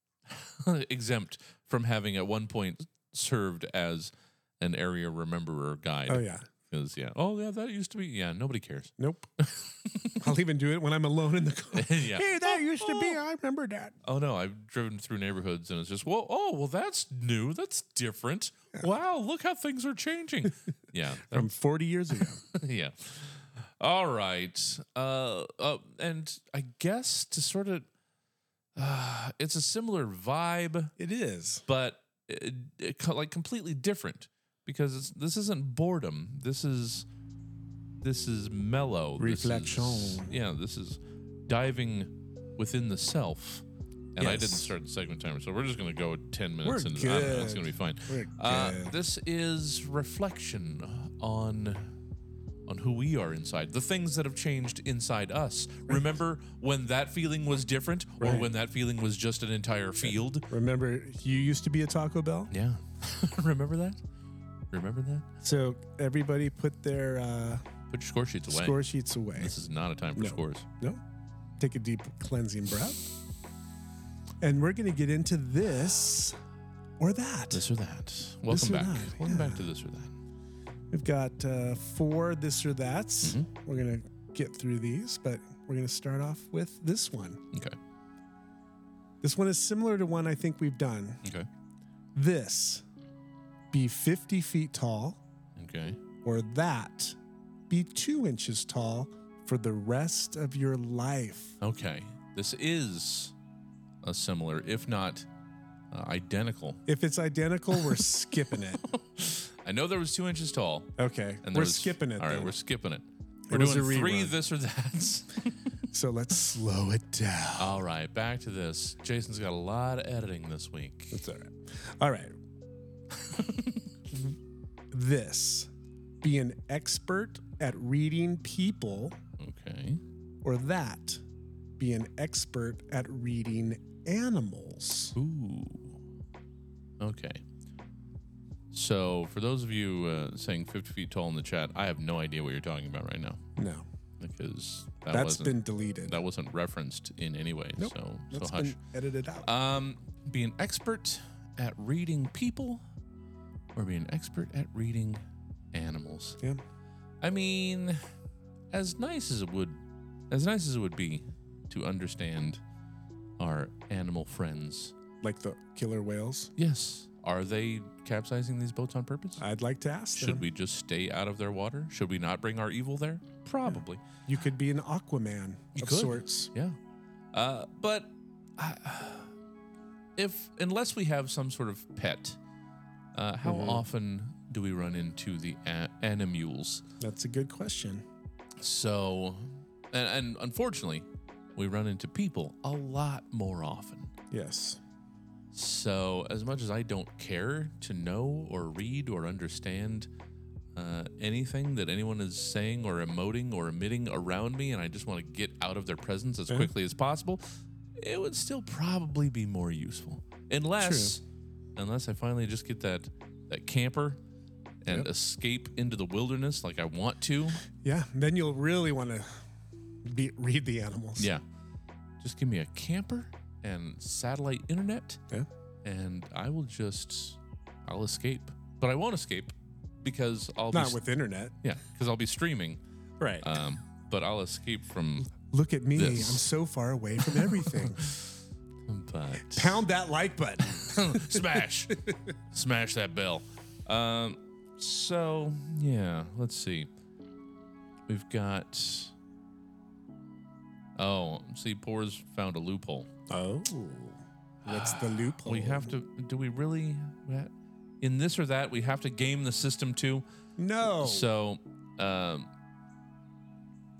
Speaker 2: exempt from having at one point served as an area rememberer guide.
Speaker 1: Oh, yeah.
Speaker 2: because yeah. Oh yeah, that used to be. Yeah, nobody cares.
Speaker 1: Nope. I'll even do it when I'm alone in the car.
Speaker 2: yeah.
Speaker 1: Hey, that used to be. I remember that.
Speaker 2: Oh no, I've driven through neighborhoods and it's just whoa. Oh well, that's new. That's different. Wow, look how things are changing. yeah,
Speaker 1: From 40 years ago.
Speaker 2: yeah. All right. Uh, uh, and I guess to sort of, uh, it's a similar vibe.
Speaker 1: It is,
Speaker 2: but it, it co- like completely different because it's, this isn't boredom. This is this is mellow This is-
Speaker 1: Reflection.
Speaker 2: yeah, this is diving within the self. And I didn't
Speaker 1: Yes.
Speaker 2: start the segment timer, so we're just going to go 10 minutes
Speaker 1: We're
Speaker 2: into I don't know, It's
Speaker 1: good.
Speaker 2: going to be fine.
Speaker 1: We're
Speaker 2: Uh,
Speaker 1: good.
Speaker 2: this is reflection on on who we are inside, the things that have changed inside us. Remember when that feeling was different, or
Speaker 1: Right.
Speaker 2: when that feeling was just an entire field?
Speaker 1: Remember, you used to be a Taco Bell?
Speaker 2: Yeah. Remember that? Remember that?
Speaker 1: So everybody put their uh,
Speaker 2: Put your score sheets away.
Speaker 1: Score sheets away.
Speaker 2: This is not a time for
Speaker 1: No.
Speaker 2: scores.
Speaker 1: No. Take a deep cleansing breath. And we're going to get into this or that.
Speaker 2: This or that. Welcome
Speaker 1: This or
Speaker 2: back.
Speaker 1: that,
Speaker 2: Welcome
Speaker 1: yeah.
Speaker 2: back to this or that.
Speaker 1: We've got uh, four this or that's.
Speaker 2: Mm-hmm.
Speaker 1: We're going to get through these, but we're going to start off with this one.
Speaker 2: Okay.
Speaker 1: This one is similar to one I think we've done.
Speaker 2: Okay.
Speaker 1: This be 50 feet tall,
Speaker 2: Okay.
Speaker 1: or that be two inches tall for the rest of your life.
Speaker 2: Okay. This is a similar, if not uh, identical.
Speaker 1: If it's identical, we're skipping it.
Speaker 2: I know there was two inches tall.
Speaker 1: Okay.
Speaker 2: And there
Speaker 1: we're
Speaker 2: was-
Speaker 1: skipping it.
Speaker 2: All right,
Speaker 1: then.
Speaker 2: we're skipping it.
Speaker 1: It
Speaker 2: We're
Speaker 1: was
Speaker 2: doing
Speaker 1: a
Speaker 2: three
Speaker 1: rerun.
Speaker 2: this or that's.
Speaker 1: so let's slow it down.
Speaker 2: all right, back to this. Jason's got a lot of editing this week.
Speaker 1: That's all right. All right. this be an expert at reading people.
Speaker 2: Okay.
Speaker 1: Or that be an expert at reading animals.
Speaker 2: Ooh. Okay. So, for those of you uh, saying 50 feet tall in the chat, I have no idea what you're talking about right now.
Speaker 1: No.
Speaker 2: Because that
Speaker 1: That's
Speaker 2: wasn't,
Speaker 1: been deleted.
Speaker 2: That wasn't referenced in any way.
Speaker 1: Nope.
Speaker 2: So,
Speaker 1: That's
Speaker 2: so hush.
Speaker 1: been edited out.
Speaker 2: Um, be an expert at reading people or be an expert at reading animals.
Speaker 1: Yeah.
Speaker 2: I mean, as nice as it would as nice as it would be to understand our animal friends.
Speaker 1: Like the killer whales.
Speaker 2: Yes. Are they capsizing these boats on purpose?
Speaker 1: I'd like to ask
Speaker 2: Should
Speaker 1: them.
Speaker 2: we just stay out of their water? Should we not bring our evil there? Probably.
Speaker 1: You could be an Aquaman
Speaker 2: You
Speaker 1: of
Speaker 2: could.
Speaker 1: sorts.
Speaker 2: Yeah. Uh, but I, if unless we have some sort of pet, uh, how
Speaker 1: Mhm.
Speaker 2: often do we run into the a- animules?
Speaker 1: That's a good question.
Speaker 2: So, and, and unfortunately, we run into people a lot more often.
Speaker 1: Yes.
Speaker 2: So, as much as I don't care to know or read or understand uh, anything that anyone is saying or emoting or emitting around me, and I just want to get out of their presence as
Speaker 1: Yeah.
Speaker 2: quickly as possible, it would still probably be more useful. Unless, unless I finally just get that that camper and escape into the wilderness like I want to.
Speaker 1: Yeah. Then you'll really want to be, read the animals.
Speaker 2: Yeah. Just give me a camper and satellite internet. And I will just, I'll escape. But I won't escape because I'll
Speaker 1: Not
Speaker 2: be,
Speaker 1: with internet.
Speaker 2: Yeah, because I'll be streaming.
Speaker 1: Right.
Speaker 2: Um, but I'll escape from.
Speaker 1: Look at me.
Speaker 2: This.
Speaker 1: I'm so far away from everything.
Speaker 2: But
Speaker 1: Pound that like button.
Speaker 2: smash, smash that bell. Um, so yeah, let's see. We've got. Oh, see, Poor's found a loophole.
Speaker 1: Oh, what's the loophole?
Speaker 2: Ah, We have to. Do we really? In this or that, we have to game the system too.
Speaker 1: No.
Speaker 2: So, um,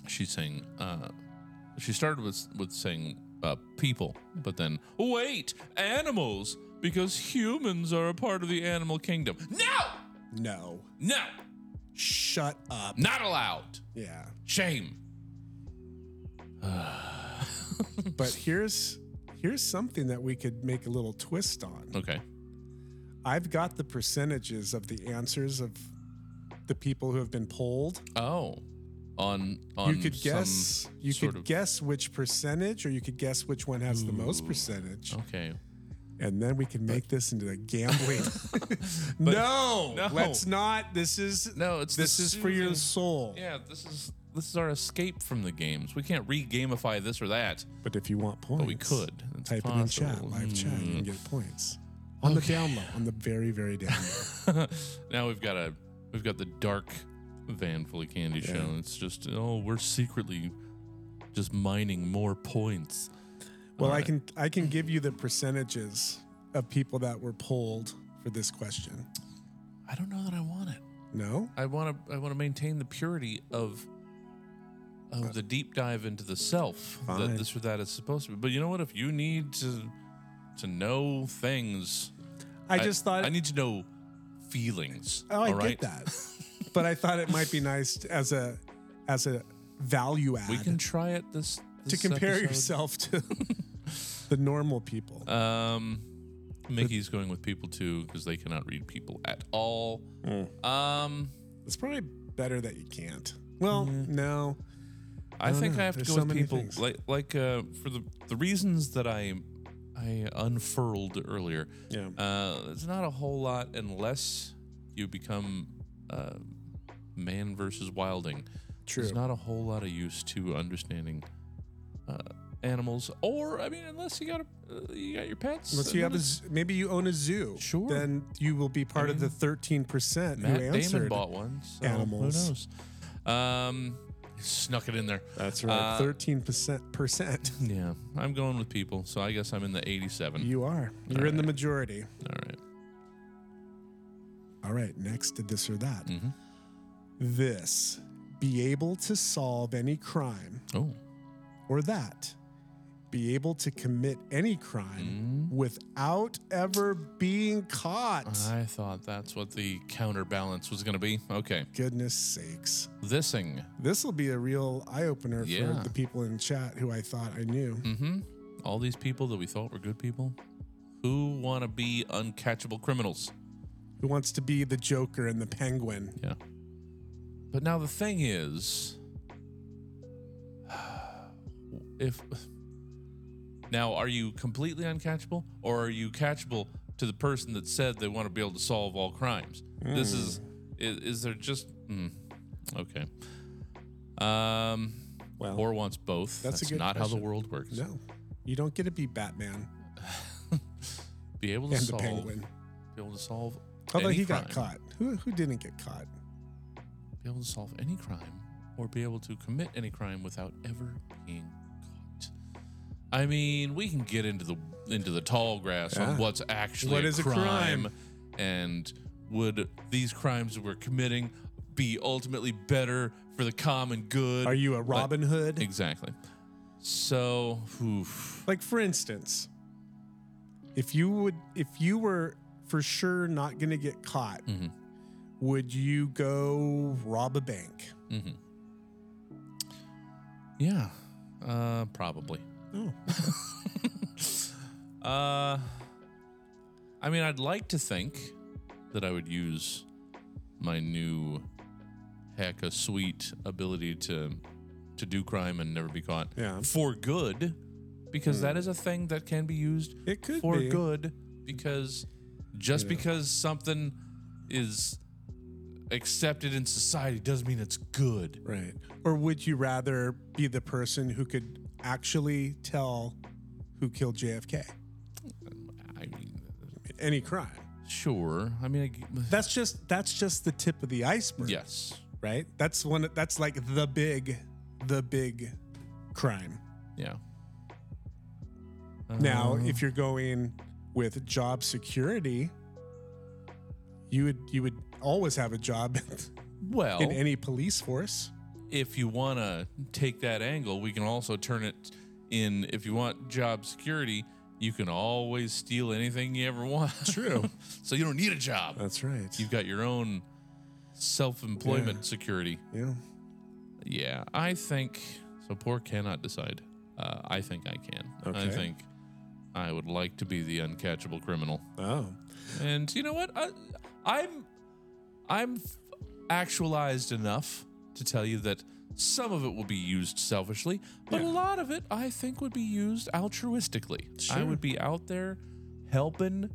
Speaker 2: she's saying. Uh, she started with with saying uh, people, but then wait, animals, because humans are a part of the animal kingdom. No,
Speaker 1: No.
Speaker 2: no,
Speaker 1: Shut up.
Speaker 2: not allowed.
Speaker 1: Yeah.
Speaker 2: Shame.
Speaker 1: But here's here's something that we could make a little twist on.
Speaker 2: Okay.
Speaker 1: I've got the percentages of the answers of the people who have been polled.
Speaker 2: Oh, on on
Speaker 1: you could
Speaker 2: some
Speaker 1: guess. You
Speaker 2: sort
Speaker 1: could
Speaker 2: of-
Speaker 1: guess which percentage, or you could guess which one has the most percentage.
Speaker 2: Okay.
Speaker 1: And then we can make this into a gambling. no,
Speaker 2: no.
Speaker 1: let's not. This is
Speaker 2: no. It's the
Speaker 1: this is for your
Speaker 2: soothing-
Speaker 1: soul.
Speaker 2: Yeah, this is this is our escape from the games. We can't re-gamify this or that.
Speaker 1: But if you want points,
Speaker 2: but we could. It's
Speaker 1: type it in chat,
Speaker 2: possible.
Speaker 1: live chat, you can
Speaker 2: Mm.
Speaker 1: get points on the down low, on the very very down low.
Speaker 2: now we've got a we've got the dark van full of candy show. It's just oh, we're secretly just mining more points. Uh,
Speaker 1: Well,
Speaker 2: All
Speaker 1: I
Speaker 2: right.
Speaker 1: can I can give
Speaker 2: Mm-hmm.
Speaker 1: you the percentages of people that were polled for this question.
Speaker 2: I don't know that I want it.
Speaker 1: No,
Speaker 2: I want to I want to maintain the purity of of the deep dive into the self
Speaker 1: Uh, Fine.
Speaker 2: that this or that is supposed to be. But you know what? If you need to to know things,
Speaker 1: I just thought-
Speaker 2: I need to know feelings.
Speaker 1: Oh, I
Speaker 2: all right?
Speaker 1: get that, but I thought it might be nice t- as a as a value add.
Speaker 2: We can try it this,
Speaker 1: to
Speaker 2: this
Speaker 1: compare
Speaker 2: episode.
Speaker 1: yourself to the normal people.
Speaker 2: Um, Mickey's going with people too because they cannot read people at all.
Speaker 1: Hmm.
Speaker 2: Um, Mm-hmm.
Speaker 1: it's probably better that you can't. Well, no.
Speaker 2: I,
Speaker 1: don't
Speaker 2: think
Speaker 1: know.
Speaker 2: I have to
Speaker 1: There's
Speaker 2: go
Speaker 1: so
Speaker 2: with
Speaker 1: many
Speaker 2: people
Speaker 1: things.
Speaker 2: like like uh, for the the reasons that I I unfurled earlier.
Speaker 1: Yeah.
Speaker 2: Uh, it's not a whole lot unless you become uh, man versus wilding.
Speaker 1: True.
Speaker 2: There's not a whole lot of use to understanding uh, animals, or I mean, unless you got a, uh, you got your pets.
Speaker 1: Unless
Speaker 2: and
Speaker 1: you have a,
Speaker 2: then
Speaker 1: z- maybe you own a zoo. Sure. Then you will be part of the thirteen percent who
Speaker 2: Matt Damon
Speaker 1: answered
Speaker 2: bought one. So
Speaker 1: animals.
Speaker 2: Who knows? Um, snuck it in there.
Speaker 1: That's right.
Speaker 2: Uh,
Speaker 1: Thirteen percent percent.
Speaker 2: Yeah, I'm going with people, so I guess I'm in the 87.
Speaker 1: You are. You're in the majority.
Speaker 2: All right.
Speaker 1: All right, next to this or that.
Speaker 2: Mm-hmm.
Speaker 1: This, be able to solve any crime.
Speaker 2: Oh.
Speaker 1: Or that, be able to commit any crime
Speaker 2: Mm.
Speaker 1: without ever being caught.
Speaker 2: I thought that's what the counterbalance was going to be. Okay.
Speaker 1: Goodness sakes.
Speaker 2: Thising.
Speaker 1: This will be a real eye opener
Speaker 2: Yeah.
Speaker 1: for the people in chat who I thought I knew.
Speaker 2: Mm-hmm. All these people that we thought were good people who want to be uncatchable criminals.
Speaker 1: Who wants to be the Joker and the Penguin?
Speaker 2: Yeah. But now the thing is, if now are you completely uncatchable or are you catchable to the person that said they want to be able to solve all crimes? This is
Speaker 1: Hmm.
Speaker 2: is, is there just mm, okay. Um, well, or wants both.
Speaker 1: That's,
Speaker 2: That's,
Speaker 1: a good
Speaker 2: not how
Speaker 1: question.
Speaker 2: the world works.
Speaker 1: No. You don't get to be Batman.
Speaker 2: Be able to
Speaker 1: And the
Speaker 2: solve.
Speaker 1: penguin.
Speaker 2: Be able to solve.
Speaker 1: Although
Speaker 2: any
Speaker 1: he
Speaker 2: crime.
Speaker 1: got caught. Who, who didn't get caught?
Speaker 2: Be able to solve any crime or be able to commit any crime without ever being caught. I mean, we can get into the into the tall grass
Speaker 1: Yeah.
Speaker 2: on what's actually
Speaker 1: What
Speaker 2: a,
Speaker 1: is a
Speaker 2: crime,
Speaker 1: crime?
Speaker 2: and would these crimes that we're committing be ultimately better for the common good?
Speaker 1: Are you a
Speaker 2: But-
Speaker 1: Robin Hood?
Speaker 2: Exactly. So, oof.
Speaker 1: Like for instance, if you would if you were for sure not going to get caught,
Speaker 2: Mm-hmm.
Speaker 1: would you go rob a bank?
Speaker 2: hmm Yeah, uh, probably.
Speaker 1: Oh.
Speaker 2: uh, I mean, I'd like to think that I would use my new heck a sweet ability to to do crime and never be caught
Speaker 1: Yeah.
Speaker 2: for good because
Speaker 1: Mm.
Speaker 2: that is a thing that can be used
Speaker 1: It could
Speaker 2: for
Speaker 1: be.
Speaker 2: good because just
Speaker 1: Yeah.
Speaker 2: because something is accepted in society doesn't mean it's good
Speaker 1: Right. Or would you rather be the person who could actually tell who killed JFK?
Speaker 2: I mean,
Speaker 1: any crime.
Speaker 2: Sure. I mean,
Speaker 1: that's just that's just the tip of the iceberg.
Speaker 2: Yes.
Speaker 1: Right. That's one. That's like the big, the big crime.
Speaker 2: Yeah.
Speaker 1: Now,
Speaker 2: Uh,
Speaker 1: if you're going with job security, you would you would always have a job.
Speaker 2: Well-
Speaker 1: in any police force,
Speaker 2: if you want to take that angle, we can also turn it in. If you want job security, you can always steal anything you ever want.
Speaker 1: True.
Speaker 2: so you don't need a job.
Speaker 1: That's right.
Speaker 2: You've got your own self-employment
Speaker 1: Yeah.
Speaker 2: security.
Speaker 1: Yeah.
Speaker 2: Yeah, I think so. Poor cannot decide. Uh, I think I can. I
Speaker 1: Okay.
Speaker 2: think I would like to be the uncatchable criminal.
Speaker 1: Oh,
Speaker 2: And you know what? I, I'm I'm f- actualized enough to tell you that some of it will be used selfishly, but a lot of it I think would be used altruistically. I
Speaker 7: Sure.
Speaker 2: would be out there helping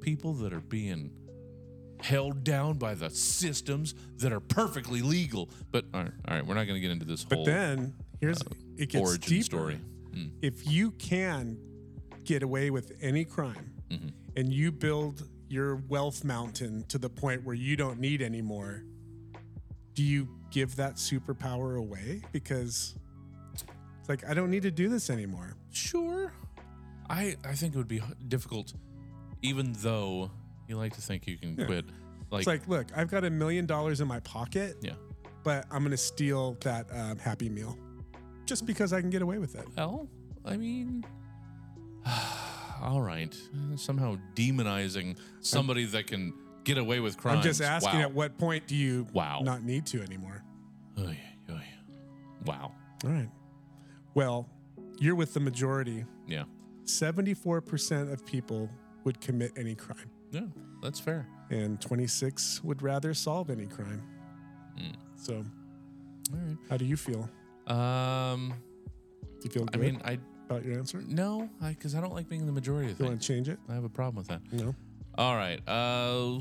Speaker 2: people that are being held down by the systems that are perfectly legal. But all right, all right we're not going to get into this
Speaker 1: But
Speaker 2: whole
Speaker 1: then here's it gets
Speaker 2: origin
Speaker 1: deeper.
Speaker 2: story. Mm.
Speaker 1: If you can get away with any crime
Speaker 2: Mhm.
Speaker 1: and you build your wealth mountain to the point where you don't need any more, do you give that superpower away? Because it's like I don't need to do this anymore.
Speaker 2: Sure. I I think it would be h- difficult, even though you like to think you can
Speaker 1: Yeah.
Speaker 2: quit. Like,
Speaker 1: it's like, look, I've got a million dollars in my pocket.
Speaker 2: Yeah.
Speaker 1: But I'm gonna steal that um, Happy Meal, just because I can get away with it.
Speaker 2: Well, I mean, all right, somehow demonizing somebody that can get away with crimes.
Speaker 1: I'm just asking
Speaker 2: Wow.
Speaker 1: at what point do you
Speaker 2: Wow.
Speaker 1: not need to anymore?
Speaker 2: Oh, yeah, Wow.
Speaker 1: All right. Well, you're with the majority.
Speaker 2: Yeah.
Speaker 1: 74% of people would commit any crime,
Speaker 2: Yeah, that's fair.
Speaker 1: and 26 would rather solve any crime.
Speaker 2: Mm.
Speaker 1: So,
Speaker 2: All right.
Speaker 1: how do you feel?
Speaker 2: Um,
Speaker 1: Do you feel
Speaker 2: I
Speaker 1: good
Speaker 2: mean, I
Speaker 1: about your answer?
Speaker 2: no, because I, don't like being in the majority. Of
Speaker 1: you want to change it?
Speaker 2: I have a problem with that.
Speaker 1: No.
Speaker 2: All right. Uh,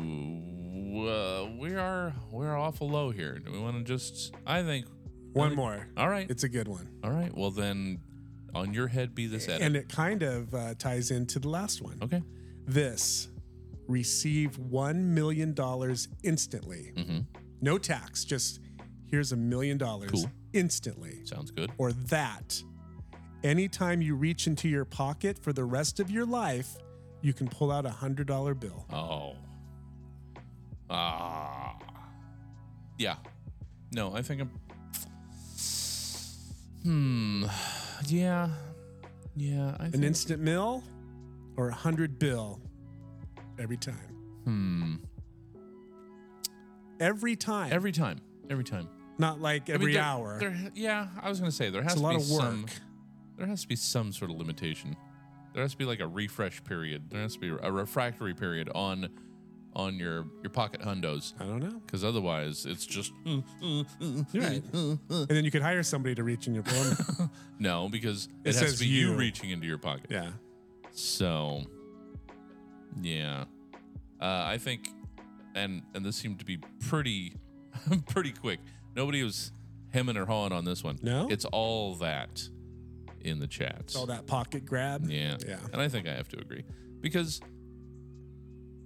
Speaker 2: phew, uh, we are we're awful low here. Do we want to just? I think
Speaker 1: One more.
Speaker 2: All right.
Speaker 1: It's a good one.
Speaker 2: All right. Well then, on your head be this edit.
Speaker 1: And it kind of uh, ties into the last one.
Speaker 2: Okay.
Speaker 1: This receive $1 million instantly.
Speaker 2: Mm-hmm.
Speaker 1: No tax, just here's a million dollars
Speaker 2: Cool.
Speaker 1: instantly.
Speaker 2: Sounds good.
Speaker 1: Or that anytime you reach into your pocket for the rest of your life, you can pull out a hundred dollar bill.
Speaker 2: Oh. Ah. yeah. No, I think I'm. Hmm. Yeah. Yeah. I
Speaker 1: An
Speaker 2: think-
Speaker 1: instant mill or a hundred bill every time.
Speaker 2: Hmm.
Speaker 1: Every time.
Speaker 2: Every time. Every time.
Speaker 1: Not like
Speaker 2: I mean,
Speaker 1: every
Speaker 2: there-
Speaker 1: hour.
Speaker 2: there- yeah, I was gonna say there has
Speaker 1: It's a
Speaker 2: to
Speaker 1: lot
Speaker 2: be
Speaker 1: of work.
Speaker 2: some. There has to be some sort of limitation. There has to be like a refresh period. There has to be a refractory period on on your your pocket hundos.
Speaker 1: I don't know.
Speaker 2: Because otherwise, it's just
Speaker 1: Mm, You're right. and then you could hire somebody to reach in your phone.
Speaker 2: no. Because
Speaker 1: It
Speaker 2: it, has
Speaker 1: says
Speaker 2: to be you.
Speaker 1: you.
Speaker 2: reaching into your pocket.
Speaker 1: Yeah.
Speaker 2: So, yeah, uh, I think, and and this seemed to be pretty pretty quick. Nobody was hemming or hawing on this one.
Speaker 1: No?
Speaker 2: it's all that in the chats.
Speaker 1: All that pocket grab.
Speaker 2: Yeah.
Speaker 1: Yeah.
Speaker 2: And I think I have to agree because,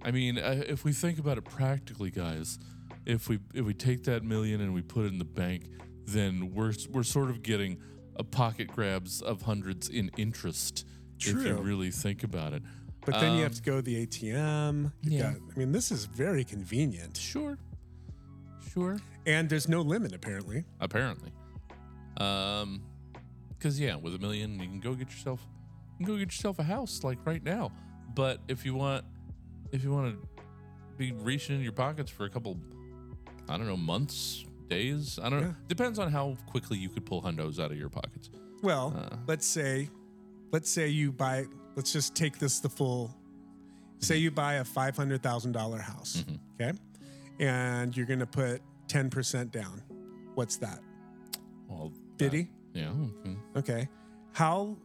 Speaker 2: I mean, uh, if we think about it practically, guys, if we if we take that million and we put it in the bank, then we're we're sort of getting a pocket grabs of hundreds in interest. If you
Speaker 1: True.
Speaker 2: really think about it.
Speaker 1: But then you
Speaker 2: Um,
Speaker 1: have to go to the ATM. You've
Speaker 2: yeah.
Speaker 1: got, I mean, this is very convenient.
Speaker 2: Sure. Sure.
Speaker 1: And there's no limit, apparently.
Speaker 2: apparently. Um, because yeah, with a million, you can go get yourself, you can go get yourself a house like right now. But if you want, if you want to be reaching in your pockets for a couple, I don't know, months, days, I don't know. Depends on how quickly you could pull hundos out of your pockets.
Speaker 1: Well,
Speaker 2: Uh.
Speaker 1: let's say, let's say you buy. Let's just take this the full. Say
Speaker 2: Mm-hmm.
Speaker 1: you buy a five hundred thousand dollar house, okay, and you're gonna put ten percent down. What's that?
Speaker 2: Well,
Speaker 1: Did he?
Speaker 2: Yeah. okay.
Speaker 1: Okay. How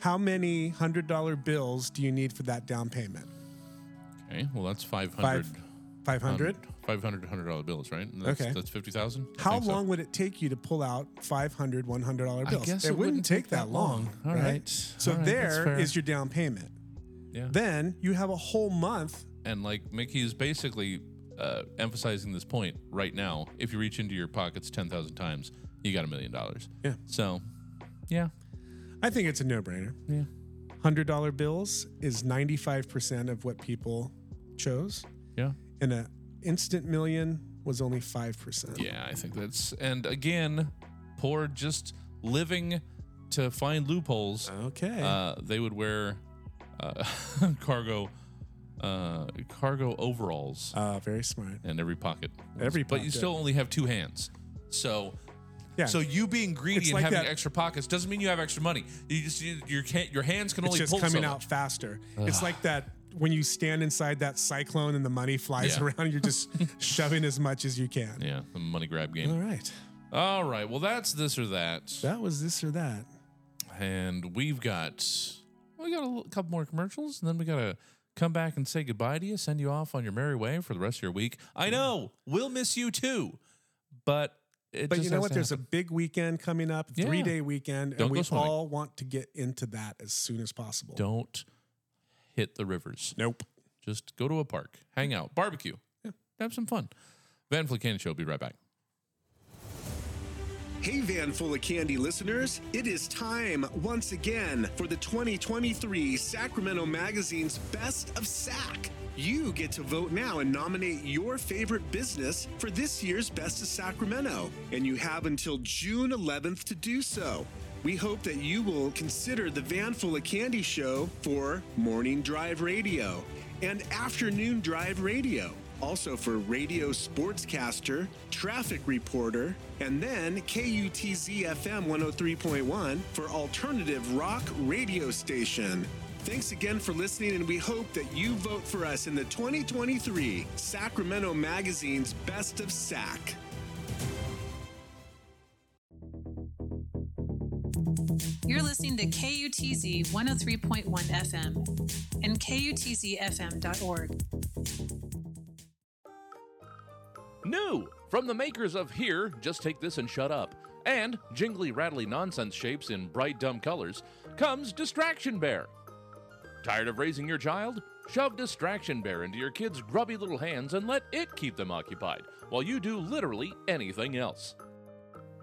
Speaker 1: how many hundred dollar bills do you need for that down payment?
Speaker 2: Okay. Well, that's five hundred.
Speaker 1: Five- 500?
Speaker 2: Five hundred hundred dollar bills, right? And That's,
Speaker 1: Okay.
Speaker 2: That's fifty thousand.
Speaker 1: How long would it take you to pull out 500 $100 dollar
Speaker 2: I
Speaker 1: bills?
Speaker 2: guess
Speaker 1: it, wouldn't take, that long.
Speaker 2: All
Speaker 1: right?
Speaker 2: right.
Speaker 1: So
Speaker 2: All right, that's
Speaker 1: there
Speaker 2: fair.
Speaker 1: is your down payment.
Speaker 2: Yeah.
Speaker 1: Then you have a whole month
Speaker 2: and like Mickey is basically uh, emphasizing this point right now. If you reach into your pockets ten thousand times, you got a million dollars.
Speaker 1: Yeah.
Speaker 2: So, yeah.
Speaker 1: I think it's a no-brainer.
Speaker 2: Yeah.
Speaker 1: Hundred dollar bills is ninety-five percent of what people chose.
Speaker 2: Yeah.
Speaker 1: And a instant million was only five percent.
Speaker 2: Yeah, I think that's and again, poor just living to find loopholes.
Speaker 1: Okay.
Speaker 2: Uh, they would wear uh, cargo uh, cargo overalls.
Speaker 1: Uh, very smart.
Speaker 2: In every pocket.
Speaker 1: Every
Speaker 2: But you
Speaker 1: pocket.
Speaker 2: still only have two hands. So
Speaker 1: Yeah.
Speaker 2: So you being greedy
Speaker 1: It's
Speaker 2: and
Speaker 1: like
Speaker 2: having
Speaker 1: that-
Speaker 2: extra pockets doesn't mean you have extra money. You just you, your can your hands can
Speaker 1: It's
Speaker 2: only
Speaker 1: just
Speaker 2: pull so
Speaker 1: coming
Speaker 2: much.
Speaker 1: out faster. It's
Speaker 2: Ugh.
Speaker 1: like that
Speaker 16: when you stand inside that cyclone and the money flies
Speaker 17: Yeah.
Speaker 16: around, you're just shoving as much as you can.
Speaker 17: Yeah, the money grab game.
Speaker 16: All right.
Speaker 17: All right. Well, that's this or that.
Speaker 16: That was this or that.
Speaker 17: And we've got we got a l- couple more commercials, and then we got to come back and say goodbye to you, send you off on your merry way for the rest of your week.
Speaker 16: Mm.
Speaker 17: I know we'll miss you too, but it
Speaker 16: but
Speaker 17: just
Speaker 16: you know
Speaker 17: has
Speaker 16: what?
Speaker 17: to
Speaker 16: There's a
Speaker 17: happen.
Speaker 16: big weekend coming up,
Speaker 17: Yeah.
Speaker 16: three day weekend,
Speaker 17: Don't
Speaker 16: and
Speaker 17: go
Speaker 16: we
Speaker 17: swimming.
Speaker 16: all want to get into that as soon as possible.
Speaker 17: don't hit the rivers.
Speaker 16: Nope.
Speaker 17: Just go to a park, hang out, barbecue, yeah, have some fun. Van Fleet Candy Show. Be right back.
Speaker 1: Hey, Van Full of Candy listeners, it is time once again for the 2023 Sacramento Magazine's Best of Sac. You get to vote now and nominate your favorite business for this year's Best of Sacramento, and you have until June 11th to do so. We hope that you will consider the Van Full of Candy show for Morning Drive Radio and Afternoon Drive Radio also for radio sportscaster, traffic reporter, and then KUTZ FM 103.1 for alternative rock radio station. Thanks again for listening, and we hope that you vote for us in the 2023 Sacramento Magazine's Best of Sac.
Speaker 3: You're listening to KUTZ 103.1 FM and KUTZFM.org.
Speaker 2: New from the makers of Here, Just Take This and Shut Up, and Jingly Rattly Nonsense Shapes in Bright Dumb Colors comes Distraction Bear. Tired of raising your child? Shove Distraction Bear into your kid's grubby little hands and let it keep them occupied while you do literally anything else.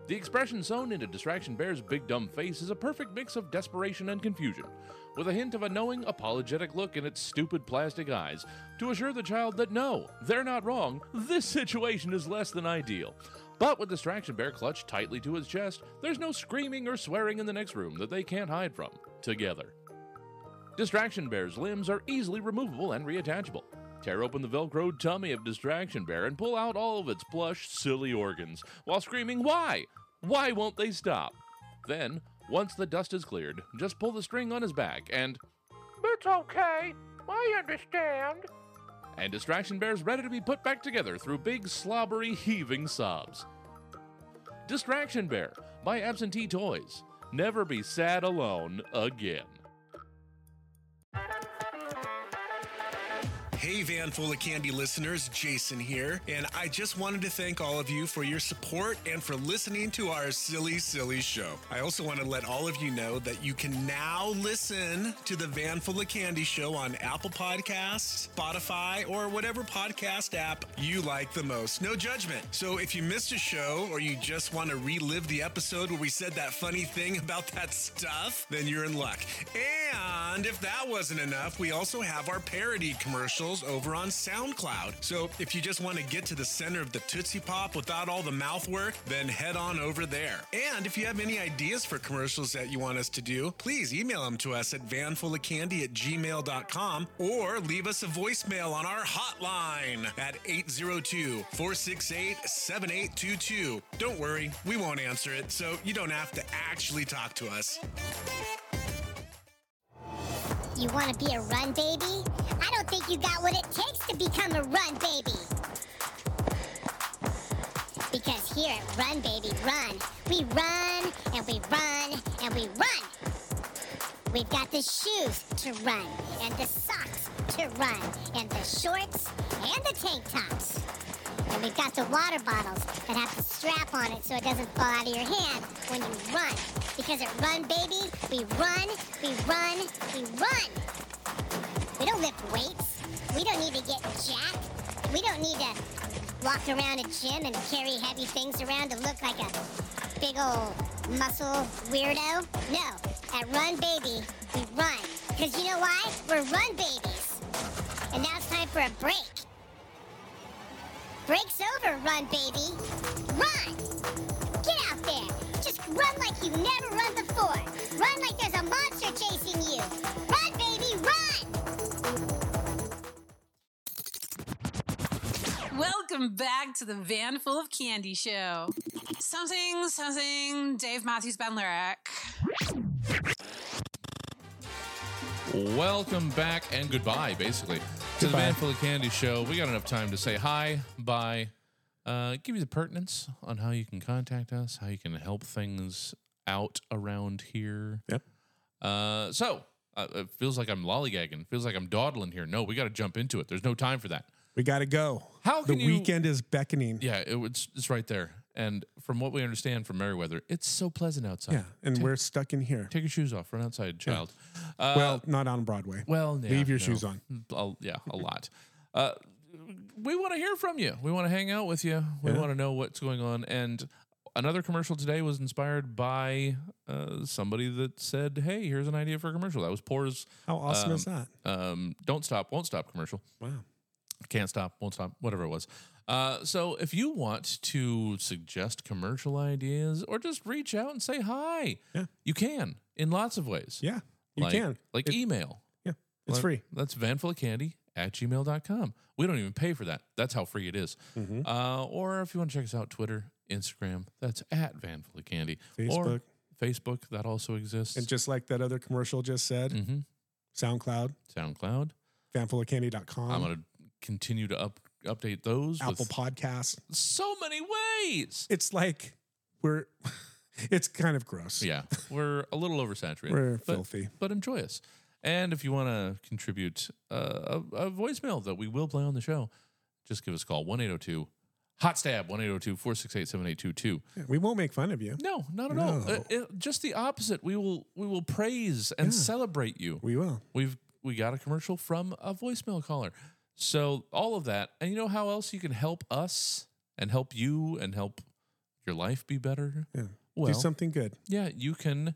Speaker 2: The expression sewn into Distraction Bear's big dumb face is a perfect mix of desperation and confusion, with a hint of a knowing, apologetic look in its stupid plastic eyes to assure the child that no, they're not wrong, this situation is less than ideal. But with Distraction Bear clutched tightly to his chest, there's no screaming or swearing in the next room that they can't hide from, together. Distraction Bear's limbs are easily removable and reattachable. Tear open the Velcroed tummy of Distraction Bear and pull out all of its plush, silly organs while screaming, Why? Why won't they stop? Then, once the dust is cleared, just pull the string on his back and. It's okay. I understand. And Distraction Bear's ready to be put back together through big, slobbery, heaving sobs. Distraction Bear by Absentee Toys. Never be sad alone again.
Speaker 1: Hey, Van Full of Candy listeners, Jason here, and I just wanted to thank all of you for your support and for listening to our silly, silly show. I also want to let all of you know that you can now listen to the Van Full of Candy show on Apple Podcasts, Spotify, or whatever podcast app you like the most. No judgment. So if you missed a show or you just want to relive the episode where we said that funny thing about that stuff, then you're in luck. And if that wasn't enough, we also have our parody commercials over on SoundCloud. So if you just want to get to the center of the Tootsie Pop without all the mouth work, then head on over there. And if you have any ideas for commercials that you want us to do, please email them to us at vanfulofcandy at gmail.com or leave us a voicemail on our hotline at 802 468 7822. Don't worry, we won't answer it, so you don't have to actually talk to us.
Speaker 9: You want to be a run baby? I don't think you got what it takes to become a run baby. Because here at Run Baby Run, we run and we run and we run. We've got the shoes to run and the socks to run and the shorts and the tank tops. And we've got the water bottles that have the strap on it so it doesn't fall out of your hand when you run. Because at Run Baby, we run, we run, we run. We don't lift weights. We don't need to get jacked. We don't need to walk around a gym and carry heavy things around to look like a big old muscle weirdo. No, at Run Baby, we run. Because you know why? We're run babies. And now it's time for a break. Break's over, run, baby. Run! Get out there! Just run like you've never run before! Run like there's a monster chasing you! Run, baby, run!
Speaker 3: Welcome back to the Van Full of Candy Show. Something, something, Dave Matthews Band lyric.
Speaker 2: Welcome back and goodbye, basically, to the Van Full of Candy show. We got enough time to say hi, bye, uh, give you the pertinence on how you can contact us, how you can help things out around here. Yep. Uh, so uh, it feels like I'm lollygagging. Feels like I'm dawdling here. No, we got to jump into it. There's no time for that.
Speaker 1: We got to go.
Speaker 2: How
Speaker 1: the
Speaker 2: can you-
Speaker 1: weekend is beckoning.
Speaker 2: Yeah, it, it's it's right there. And from what we understand from Meriwether, it's so pleasant outside.
Speaker 1: Yeah, and
Speaker 2: Take-
Speaker 1: we're stuck in here.
Speaker 2: Take your shoes off. Run outside, child. Uh,
Speaker 1: well, not on Broadway.
Speaker 2: Well, yeah,
Speaker 1: leave your
Speaker 2: no. Mm.
Speaker 1: shoes on.
Speaker 2: A- yeah, a lot. Uh, we want to hear from you. We want to hang out with you. We
Speaker 1: Yeah.
Speaker 2: want to know what's going on. And another commercial today was inspired by uh, somebody that said, "Hey, here's an idea for a commercial." That was Poor's.
Speaker 1: How awesome is
Speaker 2: um, Um, don't stop, won't stop commercial.
Speaker 1: Wow.
Speaker 2: Can't stop, won't stop, whatever it was. Uh, so if you want to suggest commercial ideas or just reach out and say hi,
Speaker 1: yeah.
Speaker 2: you can in lots of ways.
Speaker 1: Yeah, you
Speaker 2: like,
Speaker 1: can.
Speaker 2: Like email.
Speaker 1: Yeah, it's
Speaker 2: Like-
Speaker 1: free.
Speaker 2: That's vanfulofcandy at gmail.com. We don't even pay for that. That's how free it is.
Speaker 1: Mm-hmm.
Speaker 2: Uh, or if you want to check us out, Twitter, Instagram, that's at vanfulofcandy. Or
Speaker 1: Facebook.
Speaker 2: Facebook, that also exists.
Speaker 1: And just like that other commercial just said,
Speaker 2: Mm-hmm.
Speaker 1: SoundCloud,
Speaker 2: SoundCloud,
Speaker 1: fanfulofcandy.com,
Speaker 2: I'm going to continue to up, update those.
Speaker 1: Apple
Speaker 2: with-
Speaker 1: Podcasts.
Speaker 2: So many ways.
Speaker 1: It's like we're, it's kind of gross.
Speaker 2: Yeah, we're a little oversaturated.
Speaker 1: We're
Speaker 2: but,
Speaker 1: filthy.
Speaker 2: but enjoy us. And if you want to contribute uh, a, a voicemail that we will play on the show, just give us a call one eight zero two hot stab one eight zero two four six eight seven eight two two.
Speaker 1: Yeah, We won't make fun of you.
Speaker 2: No, not at all. Uh, it- just the opposite. We will we will praise and celebrate you.
Speaker 1: We will.
Speaker 2: We've we got a commercial from a voicemail caller. So all of that, and you know how else you can help us and help you and help your life be better.
Speaker 1: Yeah.
Speaker 2: Well,
Speaker 1: Do something good.
Speaker 2: Yeah, you can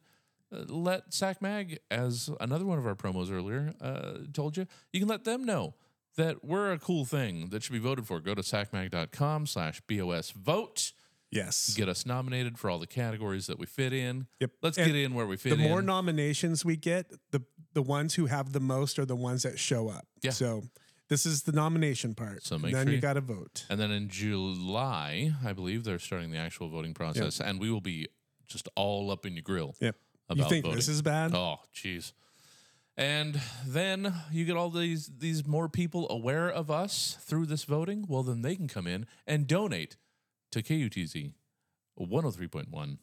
Speaker 2: uh, let Sac Mag, as another one of our promos earlier uh, told you, you can let them know that we're a cool thing that should be voted for. Go to sacmag.com slash BOS vote.
Speaker 1: Yes.
Speaker 2: Get us nominated for all the categories that we fit in.
Speaker 1: Yep.
Speaker 2: Let's
Speaker 1: And
Speaker 2: get in where we fit
Speaker 1: the
Speaker 2: in.
Speaker 1: more nominations we get, the the ones who have the most are the ones that show up.
Speaker 2: Yeah.
Speaker 1: So this is the nomination part.
Speaker 2: So make
Speaker 1: then
Speaker 2: sure
Speaker 1: you got to vote.
Speaker 2: And then in July, I believe they're starting the actual voting process, and we will be just all up in your grill.
Speaker 1: Yep. You
Speaker 2: About
Speaker 1: think
Speaker 2: voting.
Speaker 1: this is bad?
Speaker 2: Oh, jeez. And then you get all these these more people aware of us through this voting. Well, then they can come in and donate to KUTZ 103.1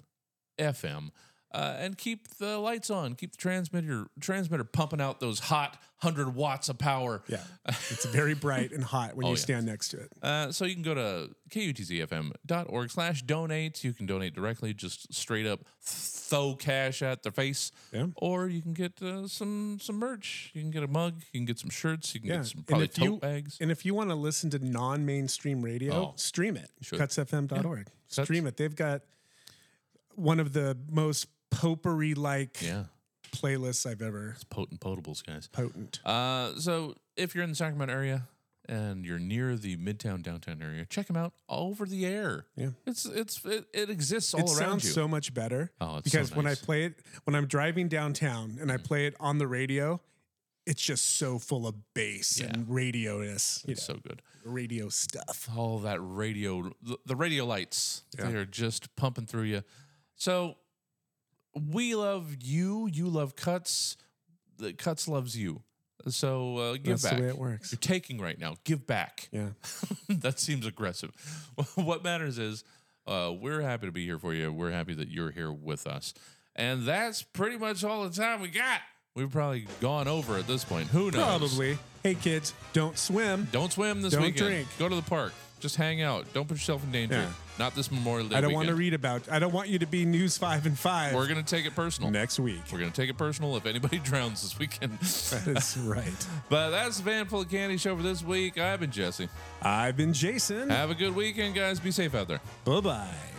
Speaker 2: FM uh, and keep the lights on, keep the transmitter transmitter pumping out those hot 100 watts of power.
Speaker 1: Yeah. It's very bright and hot when
Speaker 2: Oh,
Speaker 1: you
Speaker 2: yeah.
Speaker 1: stand next to it.
Speaker 2: Uh, so you can go to kutzfm.org slash donate. You can donate directly, just straight up throw cash at their face. Or you can get uh, some some merch. You can get a mug. You can get some shirts. You can get some probably
Speaker 1: if
Speaker 2: tote
Speaker 1: you,
Speaker 2: bags.
Speaker 1: And if you want to listen to non-mainstream radio,
Speaker 2: Oh.
Speaker 1: stream it.
Speaker 2: Should.
Speaker 1: Cutsfm.org. Stream it. They've got one of the most potpourri-like
Speaker 2: Yeah.
Speaker 1: playlists I've ever. It's
Speaker 2: potent potables, guys.
Speaker 1: Potent.
Speaker 2: Uh, so if you're in the Sacramento area and you're near the Midtown downtown area, check them out all over the air.
Speaker 1: Yeah.
Speaker 2: It's it's it, it exists all
Speaker 1: it
Speaker 2: around
Speaker 1: sounds
Speaker 2: you.
Speaker 1: so much better.
Speaker 2: Oh, it's so
Speaker 1: because when I
Speaker 2: nice. Mm.
Speaker 1: play it, when I'm driving downtown and I play it on the radio, it's just so full of bass and radio ness.
Speaker 2: It's so good.
Speaker 1: Radio stuff.
Speaker 2: All that radio, the- the radio lights,
Speaker 1: Yeah.
Speaker 2: they are just pumping through you. So we love you. You love Cuts. The Cuts loves you. So uh, give
Speaker 1: That's the
Speaker 2: back.
Speaker 1: way it works.
Speaker 2: You're taking right now. Give back.
Speaker 1: Yeah.
Speaker 2: that seems aggressive. what matters is uh, we're happy to be here for you. We're happy that you're here with us. And that's pretty much all the time we got. We've probably gone over at this point. Who knows?
Speaker 1: Probably. Hey kids, don't swim.
Speaker 2: Don't swim this
Speaker 1: Don't
Speaker 2: weekend.
Speaker 1: drink.
Speaker 2: Go to the park. Just hang out. Don't put yourself in danger.
Speaker 1: Yeah.
Speaker 2: Not this Memorial Day
Speaker 1: I don't want
Speaker 2: weekend.
Speaker 1: to read about. I don't want you to be news five and five.
Speaker 2: We're going to take it personal.
Speaker 1: Next week.
Speaker 2: We're going to take it personal if anybody drowns this weekend.
Speaker 1: That is right.
Speaker 2: but that's the Van Full of Candy show for this week. I've been Jesse.
Speaker 1: I've been Jason.
Speaker 2: Have a good weekend, guys. Be safe out there.
Speaker 1: Bye bye.